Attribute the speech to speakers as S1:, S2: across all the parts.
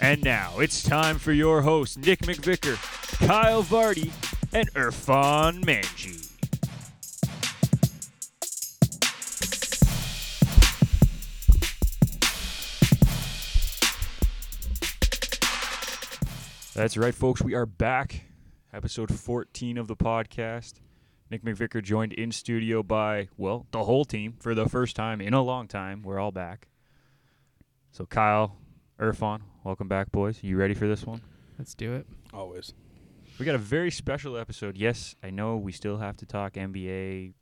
S1: And now it's time for your hosts, Nick McVicker, Kyle Vardy, and Irfan Manji. That's right, folks. We are back. Episode 14 of the podcast. Nick McVicker joined in studio by, well, the whole team for the first time in a long time. We're all back. So, Kyle, Irfan, welcome back, boys. You ready for this one?
S2: Let's do it.
S3: Always.
S1: We got a very special episode. Yes, I know we still have to talk NBA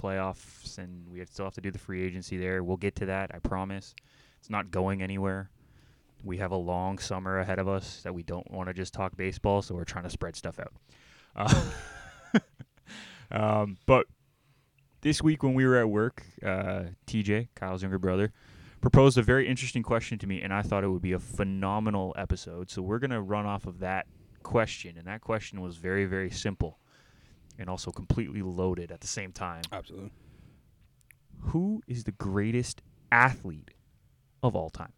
S1: playoffs and we have still have to do the free agency there. We'll get to that, I promise. It's not going anywhere. We have a long summer ahead of us that we don't want to just talk baseball, so we're trying to spread stuff out. Uh, um, but this week when we were at work, uh, TJ, Kyle's younger brother, proposed a very interesting question to me, and I thought it would be a phenomenal episode. So we're going to run off of that question, and that question was very, very simple and also completely loaded at the same time.
S3: Absolutely.
S1: Who is the greatest athlete of all time?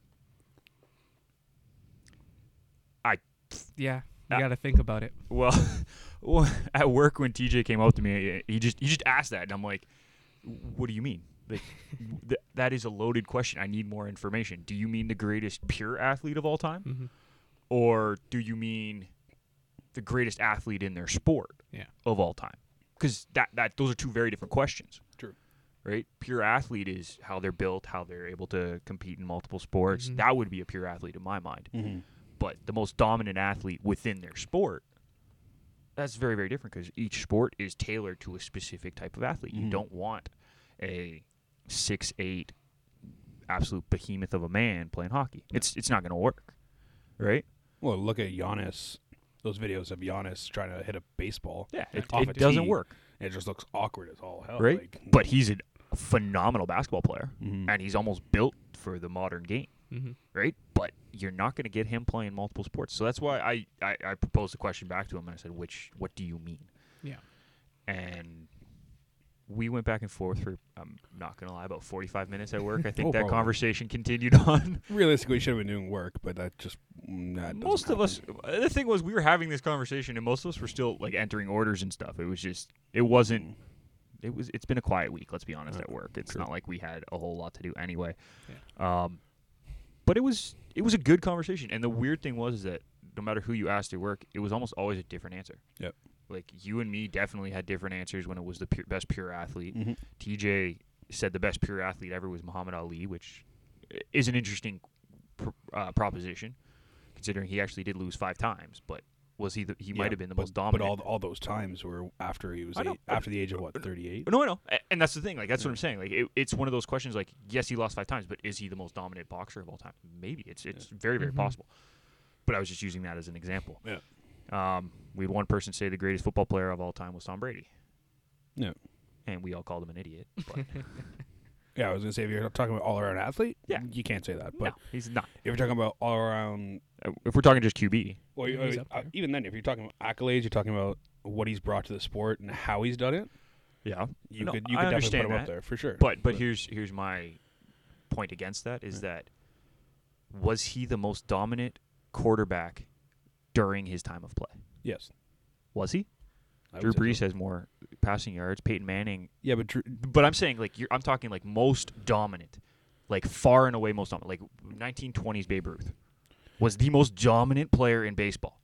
S2: Yeah, you
S1: Uh,
S2: got to think about it.
S1: Well, well, at work when TJ came up to me, he just he just asked that, and I'm like, "What do you mean? Like, th- that is a loaded question. I need more information. Do you mean the greatest pure athlete of all time,
S2: Mm-hmm.
S1: or do you mean the greatest athlete in their sport
S2: Yeah.
S1: of all time? Because that that those are two very different questions.
S3: True.
S1: Right, pure athlete is how they're built, how they're able to compete in multiple sports.
S2: Mhm.
S1: That would be a pure athlete in my mind
S3: Mm-hmm.
S1: but the most dominant athlete within their sport that's very very different because each sport is tailored to a specific type of athlete you
S3: Mhm.
S1: don't want a six eight absolute behemoth of a man playing hockey it's it's not going to work right
S3: Well, look at Giannis. Those videos of Giannis trying to hit a baseball.
S1: yeah
S3: like,
S1: it,
S3: off
S1: it
S3: a
S1: doesn't
S3: tee,
S1: work
S3: and It just looks awkward as all hell.
S1: right
S3: Like,
S1: but he's a phenomenal basketball player
S3: Mhm.
S1: and he's almost built for the modern game
S2: Mm-hmm.
S1: right? But you're not going to get him playing multiple sports. So that's why I, I, I proposed the question back to him and I said, which, what do you mean?
S2: Yeah.
S1: And we went back and forth for, I'm not going to lie, about 45 minutes at work. I think
S3: Oh,
S1: that
S3: probably.
S1: conversation continued on.
S3: realistically, we should have been doing work, but that just mm, that doesn't
S1: most of
S3: happen.
S1: us, the thing was, we were having this conversation and most of us were still like entering orders and stuff. It was just, it wasn't. It was. It's been a quiet week. Let's be honest.
S3: Uh,
S1: At work, it's
S3: true.
S1: not like we had a whole lot to do anyway. Um, but it was it was a good conversation. And the weird thing was is that no matter who you asked at work, it was almost always a different answer.
S3: Yep.
S1: Like you and me definitely had different answers when it was the pure, best pure athlete.
S3: Mhm.
S1: TJ said the best pure athlete ever was Muhammad Ali, which i- is an interesting pr- uh, proposition, considering he actually did lose five times. But was he? The, he
S3: Yeah,
S1: might have been the
S3: but-
S1: most dominant.
S3: But all, all those times were after he was
S1: I know,
S3: eight, after the age of what thirty eight.
S1: No, I know, A- and that's the thing. Like that's what I'm saying. Like it, it's one of those questions. Like yes, he lost five times, but is he the most dominant boxer of all time? Maybe it's it's very very
S2: Mhm.
S1: possible. But I was just using that as an example.
S3: Yeah.
S1: Um, we had one person say the greatest football player of all time was Tom Brady.
S3: Yeah.
S1: And we all called him an idiot. But
S3: Yeah, I was gonna say if you're talking about all around athlete,
S1: Yeah.
S3: you can't say that. But
S1: no, he's not.
S3: if you're talking about all around,
S1: Uh, If we're talking just QB,
S3: well,
S2: He's
S3: uh,
S2: up there.
S3: even then, if you're talking about accolades, you're talking about what he's brought to the sport and how he's done it.
S1: yeah.
S3: You
S1: No,
S3: could you
S1: I
S3: could definitely put
S1: understand
S3: him
S1: that.
S3: up there for sure.
S1: But but here's here's my point against that is that was he the most dominant quarterback during his time of play?
S3: yes,
S1: Was he?
S3: I
S1: Drew
S3: would say so.
S1: Brees has more passing yards. Peyton Manning,
S3: Yeah, but Drew,
S1: but I'm saying like you're, I'm talking like most dominant, like far and away most dominant, like 1920s Babe Ruth was the most dominant player in baseball.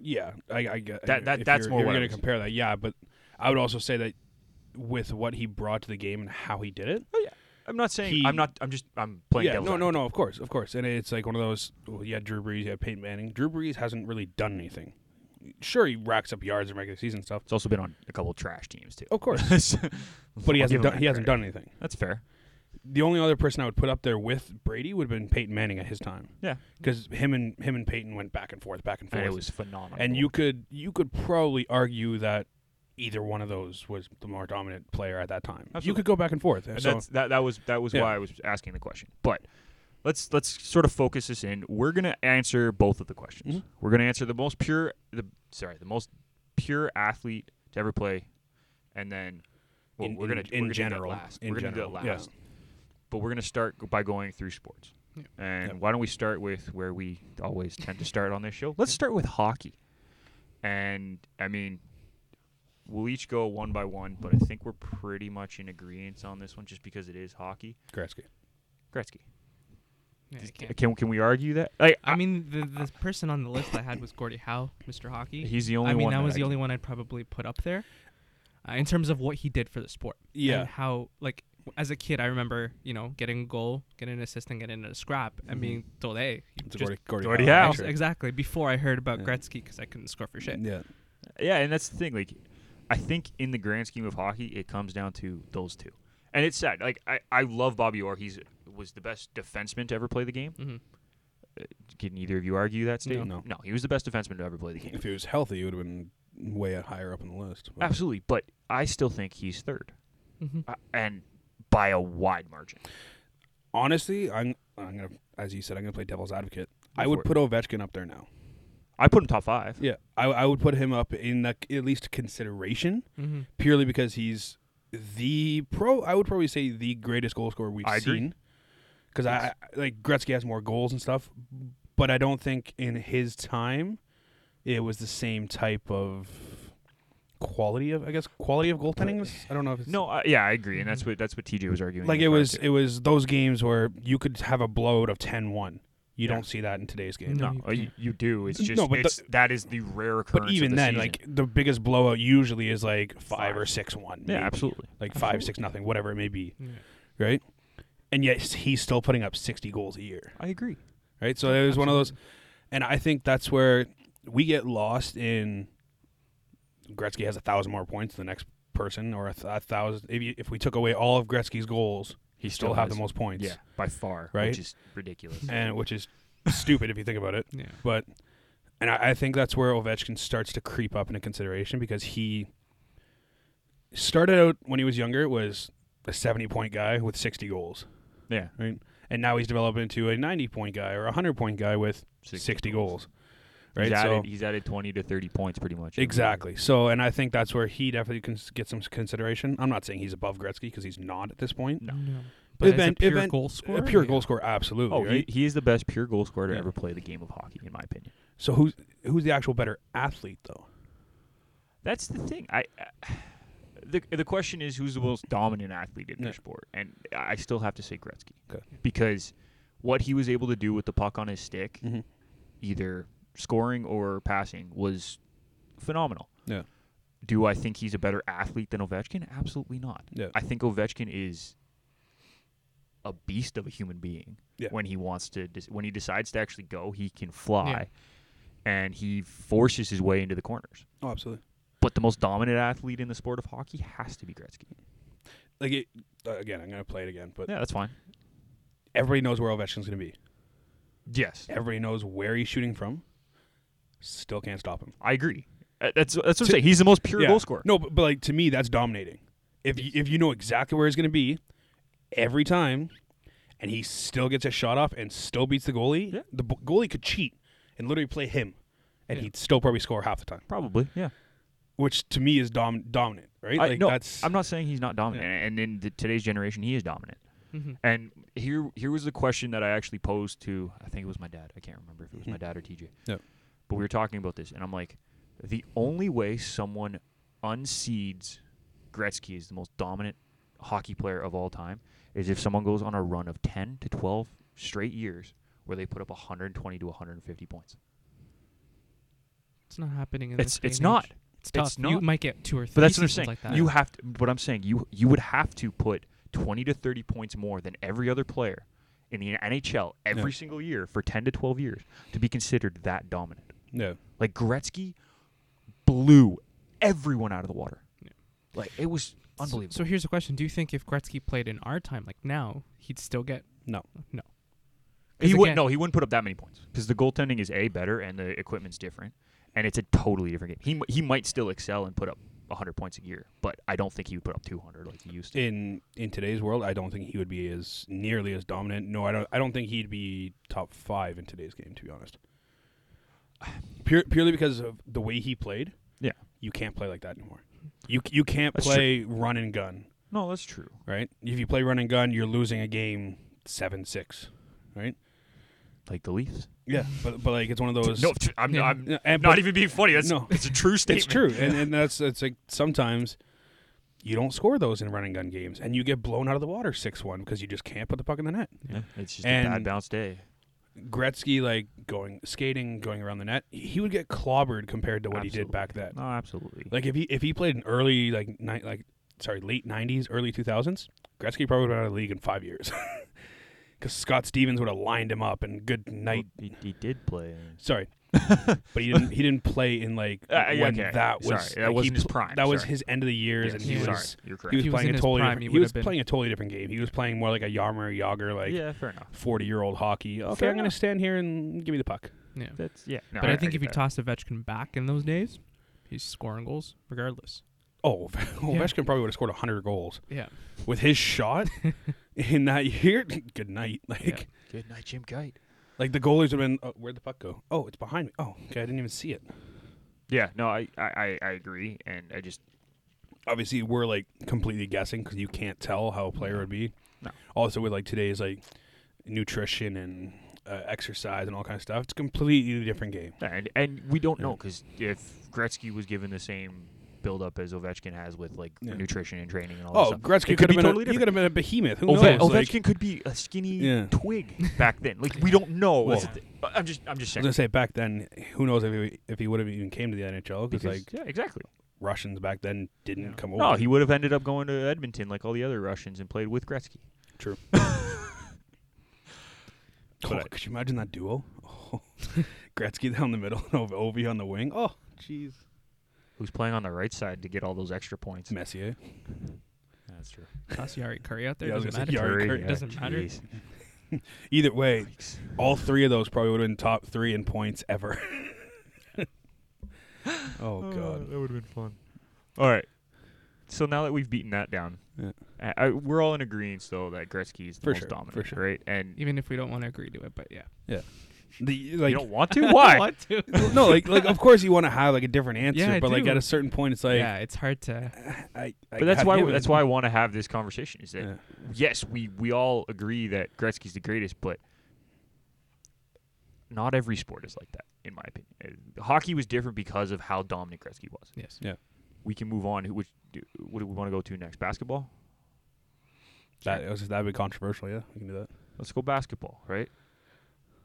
S3: yeah, I, I get
S1: That-
S3: if
S1: that-
S3: you're-
S1: that's more
S3: If
S1: what I
S3: you're going
S1: was-
S3: to compare that, yeah, but I would also say that with what he brought to the game and how he did it.
S1: I'm not saying
S3: He-
S1: I'm not. I'm just I'm playing.
S3: yeah,
S1: devil's
S3: no, no,
S1: advocate.
S3: no. Of course, of course, and it's like one of those. Well, yeah, Drew Brees, yeah, Peyton Manning. Drew Brees hasn't really done anything. Sure, he racks up yards in regular season stuff,
S1: It's also been on a couple trash teams too.
S3: Of course.
S1: So-
S3: but he
S1: I'll give him
S3: hasn't done,
S1: that
S3: he
S1: credit.
S3: hasn't done anything.
S1: That's fair.
S3: the only other person I would put up there with Brady would have been Peyton Manning at his time.
S1: Yeah.
S3: because him and him and Peyton went back and forth, back and forth,
S1: and it was phenomenal.
S3: and you could you could probably argue that either one of those was the more dominant player at that time. You
S1: Absolutely.
S3: could go back and forth.
S1: And
S3: so
S1: that's that, that was that was
S3: Yeah.
S1: why I was asking the question. But let's let's sort of focus this in. We're gonna answer both of the questions.
S3: Mhm.
S1: We're gonna answer the most pure the sorry the most pure athlete to ever play, and then well,
S3: In-
S1: we're gonna
S3: in-
S1: we're
S3: in
S1: gonna do that
S3: general.
S1: last.
S3: In
S1: we're gonna do
S3: general,
S1: that
S3: yeah.
S1: last. But we're gonna start g- by going through sports.
S2: Yeah.
S1: And
S3: Yep.
S1: why don't we start with where we always tend to start on this show? Let's start with hockey. And I mean, we'll each go one by one, but I think we're pretty much in agreement on this one just because it is hockey.
S3: Gretzky.
S1: Gretzky.
S2: Yeah, I can't-
S1: Can can we argue that? Like,
S2: I mean, the, the person on the list I had was Gordie Howe, Mr. Hockey.
S1: he's the only
S2: I mean,
S1: one.
S2: that was
S1: I
S2: the
S1: can-
S2: only one I'd probably put up there, uh, in terms of what he did for the sport.
S3: Yeah.
S2: and how like w- as a kid I remember you know getting a goal, getting an assist, and getting a scrap, and
S3: Mhm.
S2: being told hey, you
S3: It's
S2: just-
S3: Gordie, Gordie,
S1: Gordie
S3: Howe,
S1: Howe.
S2: ex-
S3: sure.
S2: exactly before I heard about
S3: Yeah.
S2: Gretzky because I couldn't score for shit.
S3: Yeah.
S1: Yeah, and that's the thing. Like, I think in the grand scheme of hockey, it comes down to those two. And it's sad. Like, I, I love Bobby Orr. He's was the best defenseman to ever play the game.
S2: Mhm.
S1: Can either of you argue that statement?
S3: No.
S1: no, he was the best defenseman to ever play the game.
S3: If he was healthy, he would have been way higher up on the list. but-
S1: Absolutely, but I still think he's third,
S2: Mhm.
S1: uh, and by a wide margin.
S3: Honestly, I'm I'm gonna as you said, I'm gonna play devil's advocate.
S1: Go
S3: I
S1: for
S3: would
S1: it.
S3: put Ovechkin up there now.
S1: I put him top five.
S3: Yeah, I, I would put him up in the, at least consideration
S2: Mhm.
S3: purely because he's the pro. I would probably say the greatest goal scorer we've
S1: I agree.
S3: seen. Because I, I like Gretzky has more goals and stuff, but I don't think in his time it was the same type of quality of I guess quality of goaltending. is- I don't know if it's
S1: No, I, yeah, I agree, and that's what that's what TJ was arguing.
S3: like
S1: in
S3: it
S1: the
S3: was
S1: prior
S3: it was those games where you could have a blowout of 10-1. You
S1: Yeah.
S3: don't see that in today's game.
S1: two. No,
S2: No, you
S1: uh, you,
S2: can't.
S1: you do. It's
S3: No,
S1: just
S3: but
S1: it's, that is the rare occurrence. of
S3: But even
S1: the
S3: then,
S1: season.
S3: like the biggest blowout usually is like five,
S1: Five.
S3: or six one.
S1: yeah,
S3: maybe.
S1: absolutely.
S3: Like five, six nothing, whatever it may be,
S2: Yeah.
S3: right? And yet he's still putting up sixty goals a year,
S1: I agree.
S3: right? So it was one of those, and I think that's where we get lost in. Gretzky has a thousand more points than the next person, or a, th- a thousand. If, you, if we took away all of Gretzky's goals,
S1: He
S3: still have the
S1: has-
S3: most points,
S1: Yeah, by far,
S3: Right?
S1: which is ridiculous.
S3: and which is stupid if you think about it.
S2: Yeah.
S3: But and I, I think that's where Ovechkin starts to creep up into consideration because he started out when he was younger was a seventy point guy with sixty goals,
S1: yeah,
S3: right? And now he's developed into a ninety point guy or a hundred point guy with sixty, goals. Right.
S1: He's,
S3: so
S1: added, he's added twenty to thirty points, pretty much. every year.
S3: exactly. So and I think that's where he definitely can s- get some consideration. I'm not saying he's above Gretzky because he's not at this point.
S1: No.
S2: But as a
S3: Event-
S2: pure
S3: event-
S2: goal scorer,
S3: a pure
S2: yeah.
S3: goal scorer, absolutely.
S1: Oh,
S3: right?
S1: he, he is the best pure goal scorer to
S3: Yeah.
S1: ever play the game of hockey, in my opinion.
S3: so who's who's the actual better athlete though?
S1: That's the thing. I, I the the question is who's the most dominant athlete in
S3: Yeah.
S1: their sport, and I still have to say Gretzky
S3: 'Kay.
S1: because what he was able to do with the puck on his stick,
S3: Mhm.
S1: either scoring or passing, was phenomenal.
S3: Yeah.
S1: Do I think he's a better athlete than Ovechkin? Absolutely not.
S3: Yeah.
S1: I think Ovechkin is a beast of a human being.
S3: Yeah.
S1: When he wants to, dec- when he decides to actually go, he can fly, and he forces his way into the corners.
S3: Oh, absolutely.
S1: But the most dominant athlete in the sport of hockey has to be Gretzky.
S3: Like it, uh, again, I'm gonna play it again, but
S1: Yeah, that's fine.
S3: everybody knows where Ovechkin's going to be.
S1: Yes,
S3: Everybody knows where he's shooting from. Still can't stop him.
S1: I agree. Uh, That's that's what I'm saying. He's the most pure
S3: Yeah.
S1: goal scorer.
S3: No, but, but like to me, that's dominating. If you, if you know exactly where he's going to be every time, and he still gets a shot off and still beats the goalie,
S1: Yeah.
S3: the b- goalie could cheat and literally play him, and
S2: Yeah.
S3: he'd still probably score half the time.
S1: Probably, yeah.
S3: Which to me is dom- dominant, right?
S1: I,
S3: like
S1: no,
S3: that's
S1: I'm not saying he's not dominant, and in the, today's generation, he is dominant.
S2: Mhm.
S1: And here, here was the question that I actually posed to I think it was my dad. I can't remember if it was my
S3: Mhm.
S1: dad or TJ.
S3: Yep.
S1: But we were talking about this, and I'm like, the only way someone unseeds Gretzky is the most dominant hockey player of all time is if someone goes on a run of 10 to 12 straight years where they put up 120 to 150 points.
S2: It's not happening. In
S1: It's
S2: this day
S1: it's
S2: and
S1: not.
S2: age. It's tough. You
S1: not.
S2: might get two or three.
S1: But that's what I'm
S2: seasons
S1: saying.
S2: Like that.
S1: You have to. But I'm saying you you would have to put 20 to 30 points more than every other player in the NHL every single year for 10 to 12 years to be considered that dominant.
S3: yeah.
S1: Like Gretzky blew everyone out of the water. Like it was
S2: S-
S1: unbelievable.
S2: So, here's a question: Do you think if Gretzky played in our time, like now, he'd still get?
S3: No.
S2: no.
S1: he
S2: 'Cause
S1: wouldn't.
S2: again-
S1: No, he wouldn't put up that many points because the goaltending is a better and the equipment's different, and it's a totally different game. He m- he might still excel and put up 100 points a year, but I don't think he would put up 200 like he used to.
S3: in in today's world, I don't think he would be as nearly as dominant. No, I don't. I don't think he'd be top five in today's game. To be honest, Pure, purely because of the way he played.
S1: Yeah.
S3: you can't play like that anymore. You c- you can't
S1: That's
S3: play run and gun.
S1: No, that's true.
S3: Right? If you play run and gun, you're losing a game seven six. Right?
S1: Like the Leafs.
S3: Yeah, but but like it's one of those.
S1: No, t- I'm,
S2: Yeah.
S1: I'm
S3: No, and-
S1: not
S3: but
S1: even being funny. That's
S3: No.
S1: it's a true statement.
S3: It's true, and, and that's it's like sometimes you don't score those in run and gun games, and you get blown out of the water six one because you just can't put the puck in the net.
S1: Yeah, it's just a bad
S3: And-
S1: bounce day.
S3: Gretzky, like going skating, going around the net, he would get clobbered compared to what he
S1: Absolutely.
S3: did back then.
S1: No, absolutely.
S3: Like if he if he played in early like ni- like sorry late nineties, early two thousands, Gretzky probably would have been out of the league in five years. Because Scott Stevens would have lined him up and good night.
S1: he, he did play.
S3: Sorry, but he didn't. He didn't play in like
S1: Uh, yeah,
S3: when
S1: okay.
S3: that was.
S1: Sorry, that
S3: like, he
S1: wasn't his
S3: pl-
S1: prime,
S3: That was
S1: sorry.
S3: his end of the years,
S1: Yes,
S3: and he
S2: yeah.
S3: was
S1: sorry,
S2: was-
S1: you're
S3: he
S1: correct.
S3: was,
S2: He was
S3: playing
S2: in
S3: a
S2: his
S3: totally
S2: prime,
S3: different,
S2: he
S3: he,
S2: would
S3: was
S2: have been-
S3: playing a totally different game. He was playing more like a Yarmer Yager, like
S1: yeah, fair enough.
S3: forty year old hockey. Okay,
S1: Fair
S3: I'm gonna
S1: enough.
S3: stand here and give me the puck.
S2: Yeah.
S1: That's yeah. No,
S2: But I, think if you
S1: get that.
S2: toss Ovechkin back in those days, he's scoring goals regardless.
S3: Oh, Ovechkin probably would have scored 100 goals
S2: Yeah.
S3: with his shot in that year. Good night. Like,
S2: Yeah.
S1: good night, Jim Kite.
S3: like the goalies would have been, oh, where'd the puck go? Oh, it's behind me. Oh, okay. I didn't even see it.
S1: Yeah, no, I, I, I- I agree, and I just
S3: Obviously, we're like completely guessing because you can't tell how a player would be.
S1: No.
S3: Also, with like today's like nutrition and uh, exercise and all kind of stuff, it's a completely different game.
S1: and and we don't
S3: Yeah.
S1: know because if Gretzky was given the same build up as Ovechkin has with like
S3: Yeah.
S1: nutrition and training and all
S3: Oh,
S1: that stuff,
S3: Gretzky
S1: it
S3: could
S1: be
S3: have been,
S1: totally
S3: a, he
S1: different.
S3: could have been a behemoth. Who
S1: Ove-
S3: knows?
S1: Ovechkin
S3: Like,
S1: could be a skinny
S3: Yeah.
S1: twig back then. Like we don't know.
S3: Well-
S1: That's the thi- I'm just I'm just
S3: I
S1: saying
S3: was gonna say back then, who knows if he, if he would have even came to the NHL because
S1: because
S3: like
S1: yeah, exactly.
S3: Russians back then didn't
S2: Yeah.
S3: come over.
S1: No, he would have ended up going to Edmonton like all the other Russians and played with Gretzky.
S3: Oh,
S1: But I-
S3: could you imagine that duo? Oh. Gretzky down the middle and Ov- Ovi on the wing. Oh, jeez.
S1: Who's playing on the right side to get all those extra points?
S3: Messier.
S1: That's true.
S2: Toss Yari Curry out there
S3: Yeah, I was
S2: doesn't
S3: gonna
S2: matter.
S3: say Yari Curry.
S2: doesn't matter.
S1: jeez.
S3: Either way,
S1: Yikes.
S3: all three of those probably would have been top three in points ever. oh, God.
S1: that would have been fun. All right. So now that we've beaten that down,
S3: Yeah.
S1: I, I- we're all in agreement though that Gretzky is the
S3: For
S1: most
S3: sure, for
S1: dominant,
S3: sure.
S1: right? And
S2: Even if we don't want to agree to it, but yeah.
S3: The, like,
S1: you don't want to? Why?
S2: want to.
S3: no, like, like of course you want to have like a different answer,
S2: I
S3: but like
S2: do.
S3: at a certain point, it's like,
S2: yeah, it's hard to.
S3: I, I
S1: but that's
S3: gotta
S1: why
S3: give it.
S1: that's why I want to have this conversation. Is that
S3: Yeah.
S1: yes, we we all agree that Gretzky's the greatest, but not every sport is like that, in my opinion. Uh, Hockey was different because of how dominant Gretzky was.
S2: Yes.
S1: We can move on. Who- Which do- what do we want to go to next? Basketball.
S3: That was that'd be controversial. Yeah, we can do that.
S1: let's go basketball, right?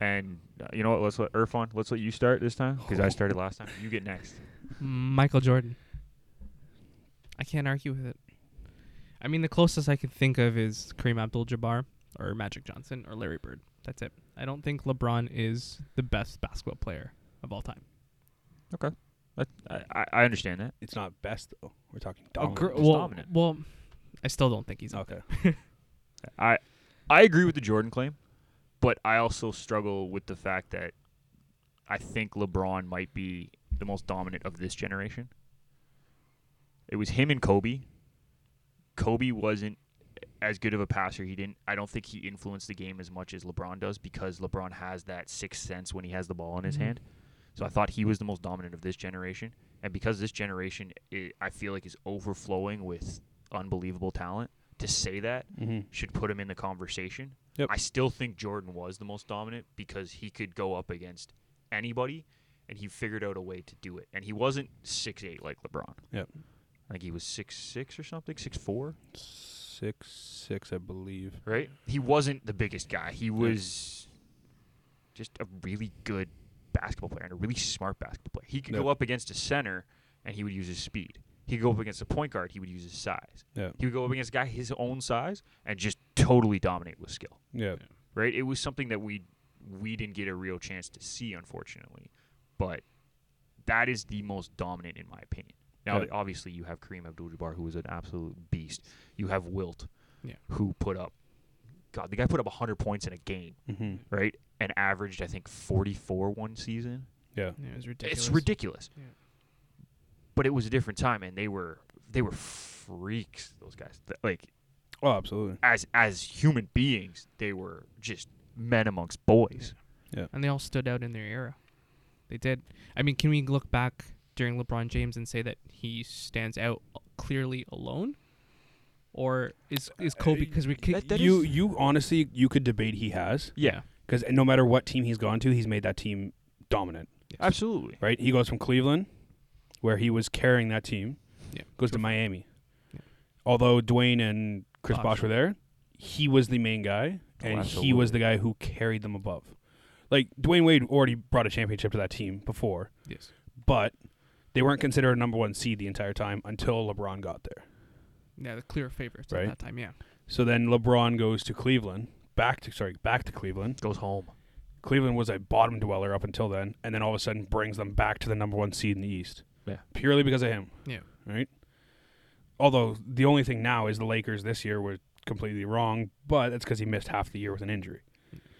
S1: And uh, you know what? Let's let Irfan. Let's let you start this time because I started last time. You get next.
S2: Michael Jordan. I can't argue with it. I mean, the closest I could think of is Kareem Abdul-Jabbar or Magic Johnson or Larry Bird. That's it. I don't think LeBron is the best basketball player of all time.
S1: That, I- I, I understand that.
S3: It's not best though. We're talking
S2: Oh,
S3: dominant.
S2: gr-
S1: He's
S2: well,
S1: dominant. Oh.
S2: well, I still don't think he's up
S3: okay.
S1: I I agree with the Jordan claim, but I also struggle with the fact that I think LeBron might be the most dominant of this generation. It was him and Kobe. Kobe wasn't as good of a passer. He didn't. I don't think he influenced the game as much as LeBron does because LeBron has that sixth sense when he has the ball in his
S2: Mhm.
S1: hand. So I thought he was the most dominant of this generation, and because this generation, i I feel like is overflowing with unbelievable talent. To say that
S3: Mm-hmm.
S1: should put him in the conversation.
S3: Yep.
S1: I still think Jordan was the most dominant because he could go up against anybody and he figured out a way to do it. And he wasn't six eight like LeBron.
S3: Yep.
S1: I think he was six six or something, six four,
S3: Six six, I believe.
S1: right? He wasn't the biggest guy. He was just a really good basketball player and a really smart basketball player. He could
S3: Yep.
S1: go up against a center and he would use his speed. He could go up against a point guard, he would use his size.
S3: Yeah.
S1: He would go up against a guy his own size and just totally dominate with skill.
S3: Yeah.
S1: right? It was something that we we didn't get a real chance to see, unfortunately. But that is the most dominant, in my opinion. Now,
S3: Right.
S1: obviously, you have Kareem Abdul-Jabbar, who was an absolute beast. You have Wilt,
S2: Yeah.
S1: who put up, God, the guy put up 100 points in a game,
S3: Mm-hmm.
S1: right? And averaged, I think, 44 one season.
S3: Yeah.
S2: Yeah, it was ridiculous.
S1: It's ridiculous.
S2: Yeah.
S1: But it was a different time, and they were they were freaks. Those guys, Th- like
S3: Oh, absolutely.
S1: as as human beings, they were just men amongst boys.
S2: and they all stood out in their era. They did. I mean, can we look back during LeBron James and say that he stands out clearly alone, or is is Kobe? Because we could,
S1: Uh, That- that
S3: you
S1: is-
S3: you honestly you could debate he has
S1: Yeah,
S3: because no matter what team he's gone to, he's made that team dominant.
S1: absolutely.
S3: Right? He goes from Cleveland, where he was carrying that team,
S2: Yeah.
S3: goes to Miami.
S2: Yeah.
S3: Although Dwayne and Chris
S2: Bosh.
S3: Bosh were there, he was the main guy,
S1: Oh,
S3: and he was
S1: absolutely.
S3: the guy who carried them above. Like Dwayne Wade already brought a championship to that team before,
S2: yes,
S3: but they weren't considered a number one seed the entire time until LeBron got there.
S2: yeah, the clear favorites
S3: Right.
S2: at that time. Yeah,
S3: So then LeBron goes to Cleveland, back to sorry, back to Cleveland.
S1: Goes home.
S3: Cleveland was a bottom dweller up until then, and then all of a sudden brings them back to the number one seed in the East.
S1: Yeah.
S3: Purely because of him.
S2: Yeah.
S3: Right? Although the only thing now is the Lakers this year were completely wrong, but that's because he missed half the year with an injury.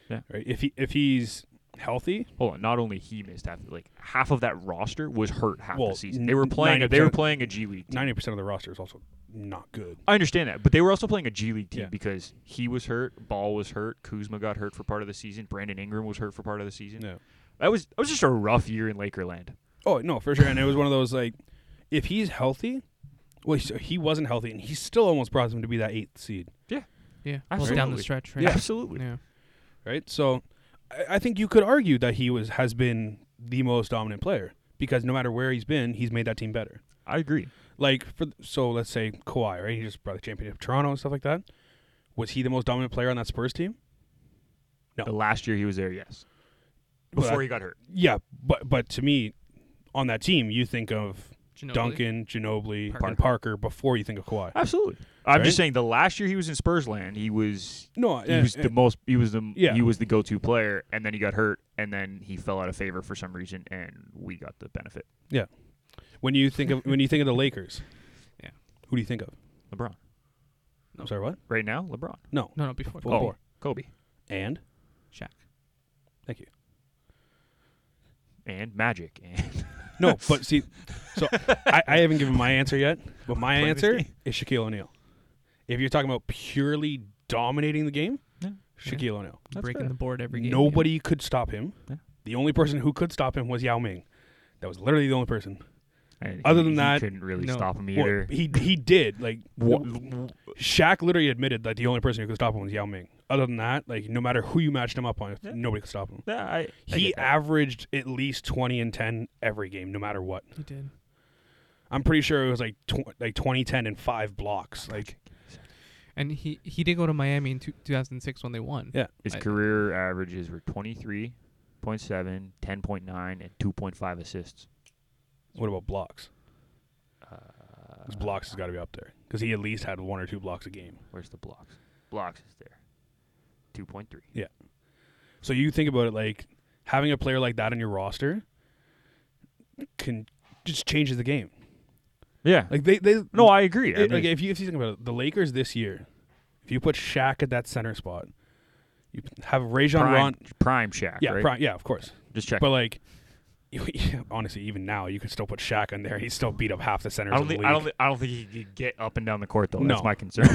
S1: Yeah.
S3: Right. If he if he's healthy,
S1: Hold on. Not only he missed half, like half of that roster was hurt half
S3: Well,
S1: the season. They were playing. A,
S3: 90%
S1: they were playing a G League. Team.
S3: ninety percent of the roster is also not good.
S1: I understand that, but they were also playing a G League team
S3: Yeah.
S1: because he was hurt, Ball was hurt, Kuzma got hurt for part of the season, Brandon Ingram was hurt for part of the season.
S3: No.
S1: That was that was just a rough year in Lakerland.
S3: Oh no, for sure. And it was one of those like, if he's healthy, well, so he wasn't healthy, and he still almost brought them to be that eighth seed,
S2: yeah, well, down the
S1: Absolutely.
S2: stretch, right?
S1: absolutely.
S2: yeah.
S3: right? So, I, I think you could argue that he was has been the most dominant player because no matter where he's been, he's made that team better.
S1: I agree.
S3: Like for so, let's say Kawhi, right? He just brought the championship to Toronto and stuff like that. Was he the most dominant player on that Spurs team? No.
S1: The last year he was there, yes.
S3: Well,
S1: Before
S3: I-
S1: he got hurt.
S3: Yeah, but but to me, on that team, you think of
S2: Ginobili.
S3: Duncan, Ginobili,
S2: Parker.
S3: and Parker before you think of Kawhi.
S1: Absolutely. I'm just
S3: Right?
S1: saying the last year he was in Spurs land, he was
S3: No,
S1: he
S3: eh,
S1: was
S3: eh,
S1: the most he was the
S3: Yeah.
S1: he was the go to player and then he got hurt and then he fell out of favor for some reason and we got the benefit.
S3: when you think of when you think of the Lakers.
S2: Yeah.
S3: Who do you think of?
S1: LeBron.
S3: I'm sorry, what?
S1: Right now, LeBron.
S3: No.
S2: No, no, before
S3: Before.
S2: Kobe.
S1: Kobe.
S3: And
S2: Shaq.
S3: thank you.
S1: And Magic and
S3: No, but see, so I, I haven't given my answer yet. But my
S1: Play this
S3: answer
S1: game.
S3: is Shaquille O'Neal. If you're talking about purely dominating the game,
S1: Yeah.
S3: Shaquille O'Neal.
S1: That's
S2: breaking
S1: fair.
S2: the board every game. yeah.
S3: Nobody could stop him.
S1: Yeah.
S3: The only person who could stop him was Yao Ming. That was literally the only person.
S1: And
S3: Other
S1: he-
S3: than
S1: he
S3: that,
S1: couldn't really
S2: no.
S1: stop him
S3: Well,
S1: either.
S3: he he did like
S1: Wha-
S3: Shaq literally admitted that the only person who could stop him was Yao Ming. Other than that, like no matter who you matched him up on,
S1: Yeah.
S3: nobody could stop him.
S1: Yeah, I, I
S3: He
S1: get that.
S3: averaged at least twenty and ten every game, no matter what.
S2: He did.
S3: I'm pretty sure it was like tw- like 20, 10, and five blocks. Like
S2: And he he did go to Miami in two, 2006 when they won.
S3: Yeah.
S1: his
S2: I-
S1: career averages were 23.7, 10.9, and 2.5 assists.
S3: what about blocks?
S1: Uh,
S3: His blocks has got to be up there because he at least had one or two blocks a game.
S1: Where's the blocks? Blocks is there. 2.3.
S3: So you think about it, like having a player like that on your roster can just changes the game.
S1: Yeah.
S3: Like they they
S1: no, I agree. I
S3: it- like
S1: mean,
S3: if you if you think about it, the Lakers this year, if you put Shaq at that center spot, you have Rajon
S1: prime,
S3: Ron.
S1: prime Shaq,
S3: Yeah,
S1: right?
S3: pri- yeah, of course.
S1: Just check.
S3: But like, you- honestly, even now you could still put Shaq in there. He still beat up half the centers.
S1: I don't
S3: of the
S1: think I don't
S3: league.
S1: think, I don't think he could get up and down the court though.
S3: No.
S1: That's my concern.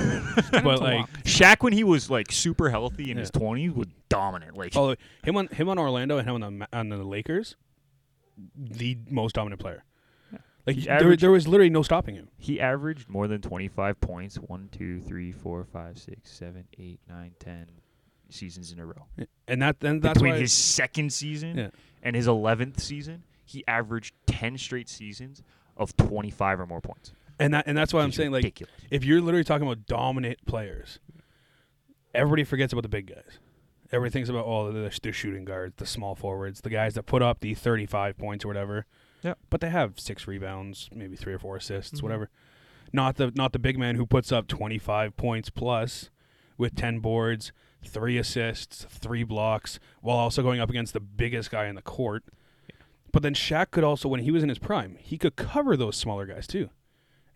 S3: But
S2: to
S3: like,
S2: walk.
S1: Shaq when he was like super healthy in
S3: Yeah.
S1: his 20s was dominant. Like
S3: Although Oh, him on him on Orlando and him on the Ma- on the Lakers, the most dominant player.
S1: Yeah.
S3: Like
S1: He
S3: there,
S1: averaged-
S3: there was literally no stopping him.
S1: He averaged more than 25 points one, two, three, four, five, six, seven, eight, nine, ten seasons in a row.
S3: And that then that's
S1: Between
S3: why
S1: his second season
S3: Yeah.
S1: and his 11th season, he averaged 10 straight seasons of 25 or more points.
S3: and that and that's why I'm
S1: It's
S3: saying like
S1: ridiculous.
S3: if you're literally talking about dominant players, everybody forgets about the big guys. Everything's about all the, the shooting guards, the small forwards, the guys that put up the 35 points or whatever.
S1: Yeah. Mm-hmm.
S3: But they have six rebounds, maybe three or four assists,
S2: Mhm.
S3: whatever. Not the not the big man who puts up 25 points plus with 10 boards, three assists, three blocks, while also going up against the biggest guy in the court But then Shaq could also, when he was in his prime, he could cover those smaller guys too,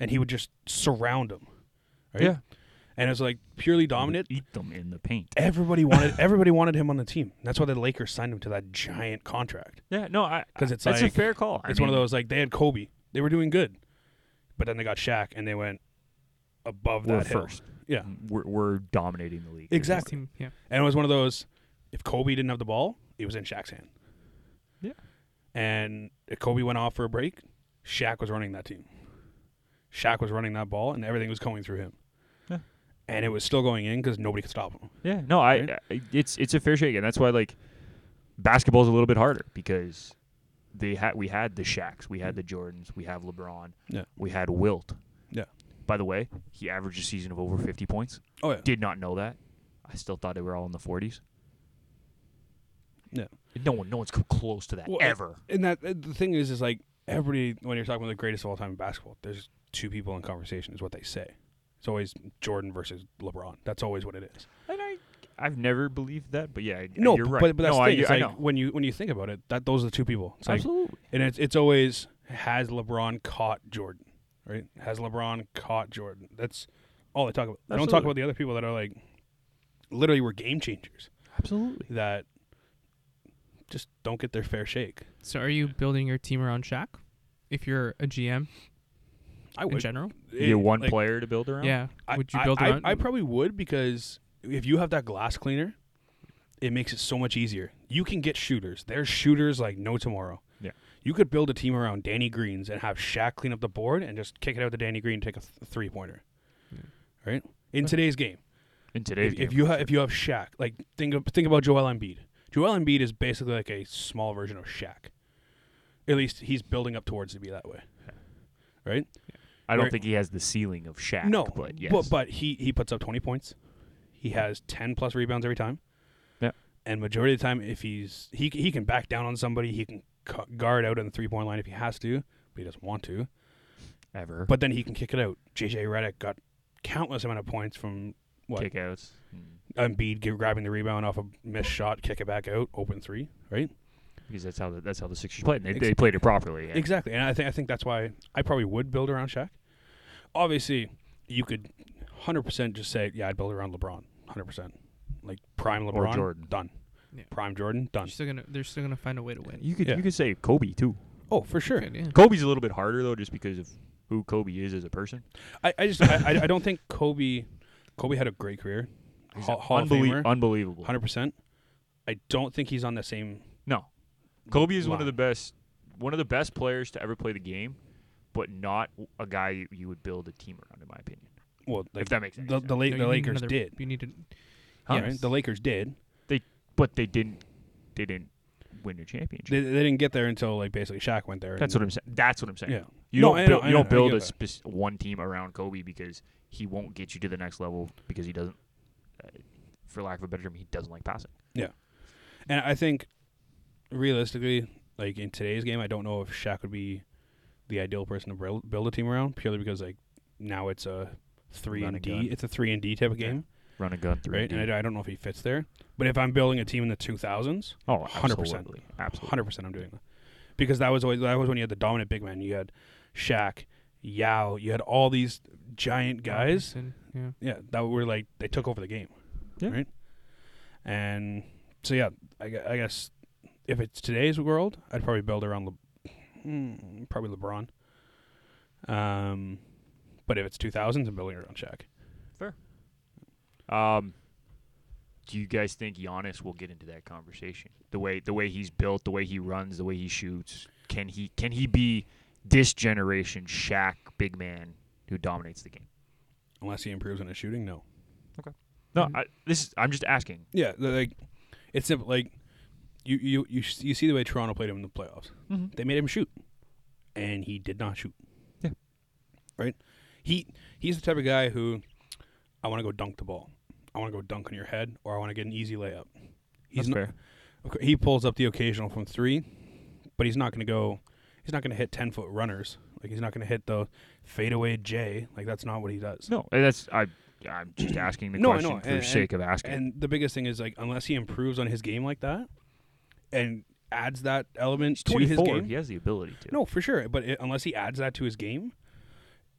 S3: and he would just surround them. Right?
S1: Yeah.
S3: and it was like purely dominant. Eh.
S1: Eat them in the paint.
S3: Everybody wanted everybody wanted him on the team. That's why the Lakers signed him to that giant contract.
S1: Yeah, no, I
S3: 'Cause it's
S1: that's
S3: like-
S1: a fair call. I
S3: It's one of
S1: mean,
S3: those like they had Kobe, they were doing good, but then they got Shaq and they went above
S1: we're
S3: that hill.
S1: first.
S3: Yeah.
S1: we're, we're dominating the league. There's
S3: Exactly.
S2: Team, yeah.
S3: And it was one of those if Kobe didn't have the ball, it was in Shaq's hand.
S1: Yeah.
S3: And if Kobe went off for a break, Shaq was running that team. Shaq was running that ball and everything was going through him.
S1: Yeah.
S3: And it was still going in because nobody could stop him.
S1: Yeah, no, I,
S3: Right?
S1: I it's it's a fair shake, and that's why like basketball's a little bit harder because they had we had the Shaqs, we had the Jordans, we have LeBron,
S3: Yeah.
S1: we had Wilt.
S3: Yeah.
S1: By the way, he averaged a season of over fifty points.
S3: Oh yeah.
S1: Did not know that. I still thought they were all in the forties.
S3: Yeah.
S1: No one, no one's come close to that
S3: Well,
S1: ever.
S3: And that uh, the thing is is like everybody when you're talking about the greatest of all time in basketball, there's two people in conversation is what they say. It's always Jordan versus LeBron. That's always what it is.
S1: And I, I've never believed that, but yeah, I-
S3: No,
S1: you're
S3: but,
S1: right.
S3: but that's
S1: no,
S3: the
S1: I,
S3: thing. It's
S1: I
S3: like
S1: know.
S3: when you when you think about it, that those are the two people. It's like
S1: Absolutely.
S3: And it's it's always has LeBron caught Jordan, right? Has LeBron caught Jordan? That's all they talk about. They don't talk
S1: Absolutely.
S3: about the other people that are like literally were game changers
S1: Absolutely.
S3: that just don't get their fair shake.
S2: So are you building your team around Shaq? If you're a GM
S3: I
S2: in
S3: would.
S2: general,
S3: It-
S1: You're one
S3: like,
S1: player to build around.
S2: yeah,
S3: I-
S2: would you
S3: I-
S2: build
S3: I,
S2: around?
S3: I probably would because if you have that glass cleaner, it makes it so much easier. You can get shooters. There's shooters like no tomorrow.
S1: Yeah.
S3: You could build a team around Danny Greens and have Shaq clean up the board and just kick it out to Danny Green and take a th- three pointer.
S2: Yeah.
S3: Right? In today's game,
S1: In today's
S3: if,
S1: game,
S3: if you ha- if you have Shaq, like think of, think about Joel Embiid. Joel Embiid is basically like a small version of Shaq. At least he's building up towards to be that way. Right?
S1: I don't
S3: Right.
S1: think he has the ceiling of Shaq.
S3: no,
S1: but yes,
S3: but, but he he puts up twenty points. He has ten plus rebounds every time.
S1: Yeah.
S3: and majority of the time, if he's he he can back down on somebody, he can cu- guard out on the three point line if he has to, but he doesn't want to.
S1: ever
S3: But then he can kick it out. JJ Redick got countless amount of points from what
S1: kickouts. Mm.
S3: Embiid gi- grabbing the rebound off a missed shot, kick it back out, open three, right?
S1: because that's how the, that's how the Sixers played. and They,
S3: Ex-
S1: they played it properly. yeah.
S3: Exactly, and I think I think that's why I probably would build around Shaq. Obviously, you could hundred percent just say, yeah, I'd build around LeBron, hundred percent, like prime LeBron,
S1: Jordan.
S3: done,
S2: Yeah.
S3: prime Jordan,
S2: You're
S3: done.
S2: still gonna, they're still gonna find a way to win.
S1: You could
S3: Yeah.
S1: you could say Kobe too.
S3: Oh, for sure.
S2: Good, yeah.
S1: Kobe's a little bit harder though, just because of who Kobe is as a person.
S3: I, I just I, I- I don't think Kobe, Kobe had a great career,
S1: He's
S3: Hall, Hall of
S1: unbelie-
S3: Famer,
S1: unbelievable.
S3: hundred percent. I don't think he's on the same.
S1: No, Kobe is one of
S3: Wow.
S1: the best one of the best players to ever play the game, but not a guy you would build a team around, in my opinion.
S3: Well, like
S1: if that makes sense.
S3: the the, La-
S2: No,
S3: the
S2: you need
S3: Lakers
S2: another-
S3: did,
S2: You need to.
S1: Huh?
S3: right? The Lakers did.
S1: but they didn't they didn't win a championship.
S3: They, they didn't get there until like basically Shaq went there.
S1: that's
S3: and-
S1: what I'm saying. That's what I'm saying.
S3: Yeah.
S1: You
S3: No,
S1: don't
S3: I know,
S1: build,
S3: I
S1: you
S3: know,
S1: don't
S3: I
S1: build
S3: get
S1: a
S3: that.
S1: spec- one team around Kobe because he won't get you to the next level because he doesn't, uh, for lack of a better term, he doesn't like passing.
S3: And I think realistically, like in today's game, I don't know if Shaq would be the ideal person to buil- build a team around purely because like now it's a three
S1: Run
S3: and
S1: and gun.
S3: D. It's a three and D type of
S1: Yeah.
S3: game,
S1: Run and gun three.
S3: right? And I, I don't know if he fits there. But if I'm building a team in the two thousands,
S1: oh,
S3: 100%.
S1: absolutely, absolutely.
S3: hundred percent I'm doing that because that was always that was when you had the dominant big man. You had Shaq, Yao. You had all these giant guys
S2: Anderson, Yeah.
S3: yeah, that were like they took over the game,
S1: Yeah.
S3: right? And so yeah, I, gue- I guess if it's today's world, I'd probably build around Le- mm, probably LeBron. Um, but if it's 2000s, I'm building around Shaq.
S1: Um, do you guys think Giannis will get into that conversation? The way the way he's built, the way he runs, the way he shoots. Can he can he be this generation Shaq big man who dominates the game?
S3: Unless he improves in his shooting, no.
S1: No,
S2: Mhm.
S1: I, this is, I'm just asking.
S3: Yeah, they're like it's simple. Like you you you s- you see the way Toronto played him in the playoffs.
S1: Mm-hmm.
S3: They made him shoot, and he did not shoot.
S1: Yeah.
S3: Right. He he's the type of guy who I want to go dunk the ball. I want to go dunk on your head, or I want to get an easy layup. He's
S1: That's
S3: not,
S1: fair.
S3: okay, He pulls up the occasional from three, but he's not going to go. He's not going to hit ten foot runners. Like he's not going to hit the fadeaway J. Like that's not what he does.
S1: No, and that's I. I'm just asking the
S3: No, I
S1: question
S3: know,
S1: for
S3: and-
S1: sake of asking.
S3: And the biggest thing is like unless he improves on his game like that, and adds that element
S1: He's
S3: to his
S1: 24.
S3: game.
S1: He has the ability to.
S3: No, for sure. But it, unless he adds that to his game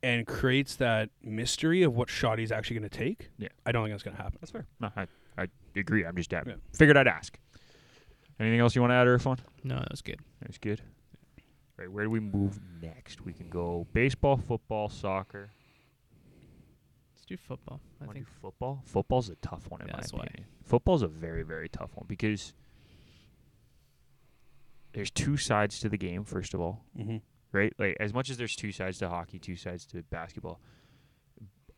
S3: and creates that mystery of what shot he's actually going to take,
S1: Yeah.
S3: I don't think that's going to happen.
S1: That's fair. No, I, I agree. I'm just I
S3: Yeah.
S1: figured I'd ask. Anything else you want to add, Irfan?
S2: No, that was good.
S1: That's good. Right, where do we move next? We can go baseball, football, soccer.
S2: Let's do football. I
S1: Wanna
S2: think
S1: do football. Football's a tough one in
S2: Yeah,
S1: my
S2: that's why.
S1: opinion. Football's a very very tough one because there's two sides to the game. First of all,
S3: Mm-hmm.
S1: right? Like as much as there's two sides to hockey, two sides to basketball,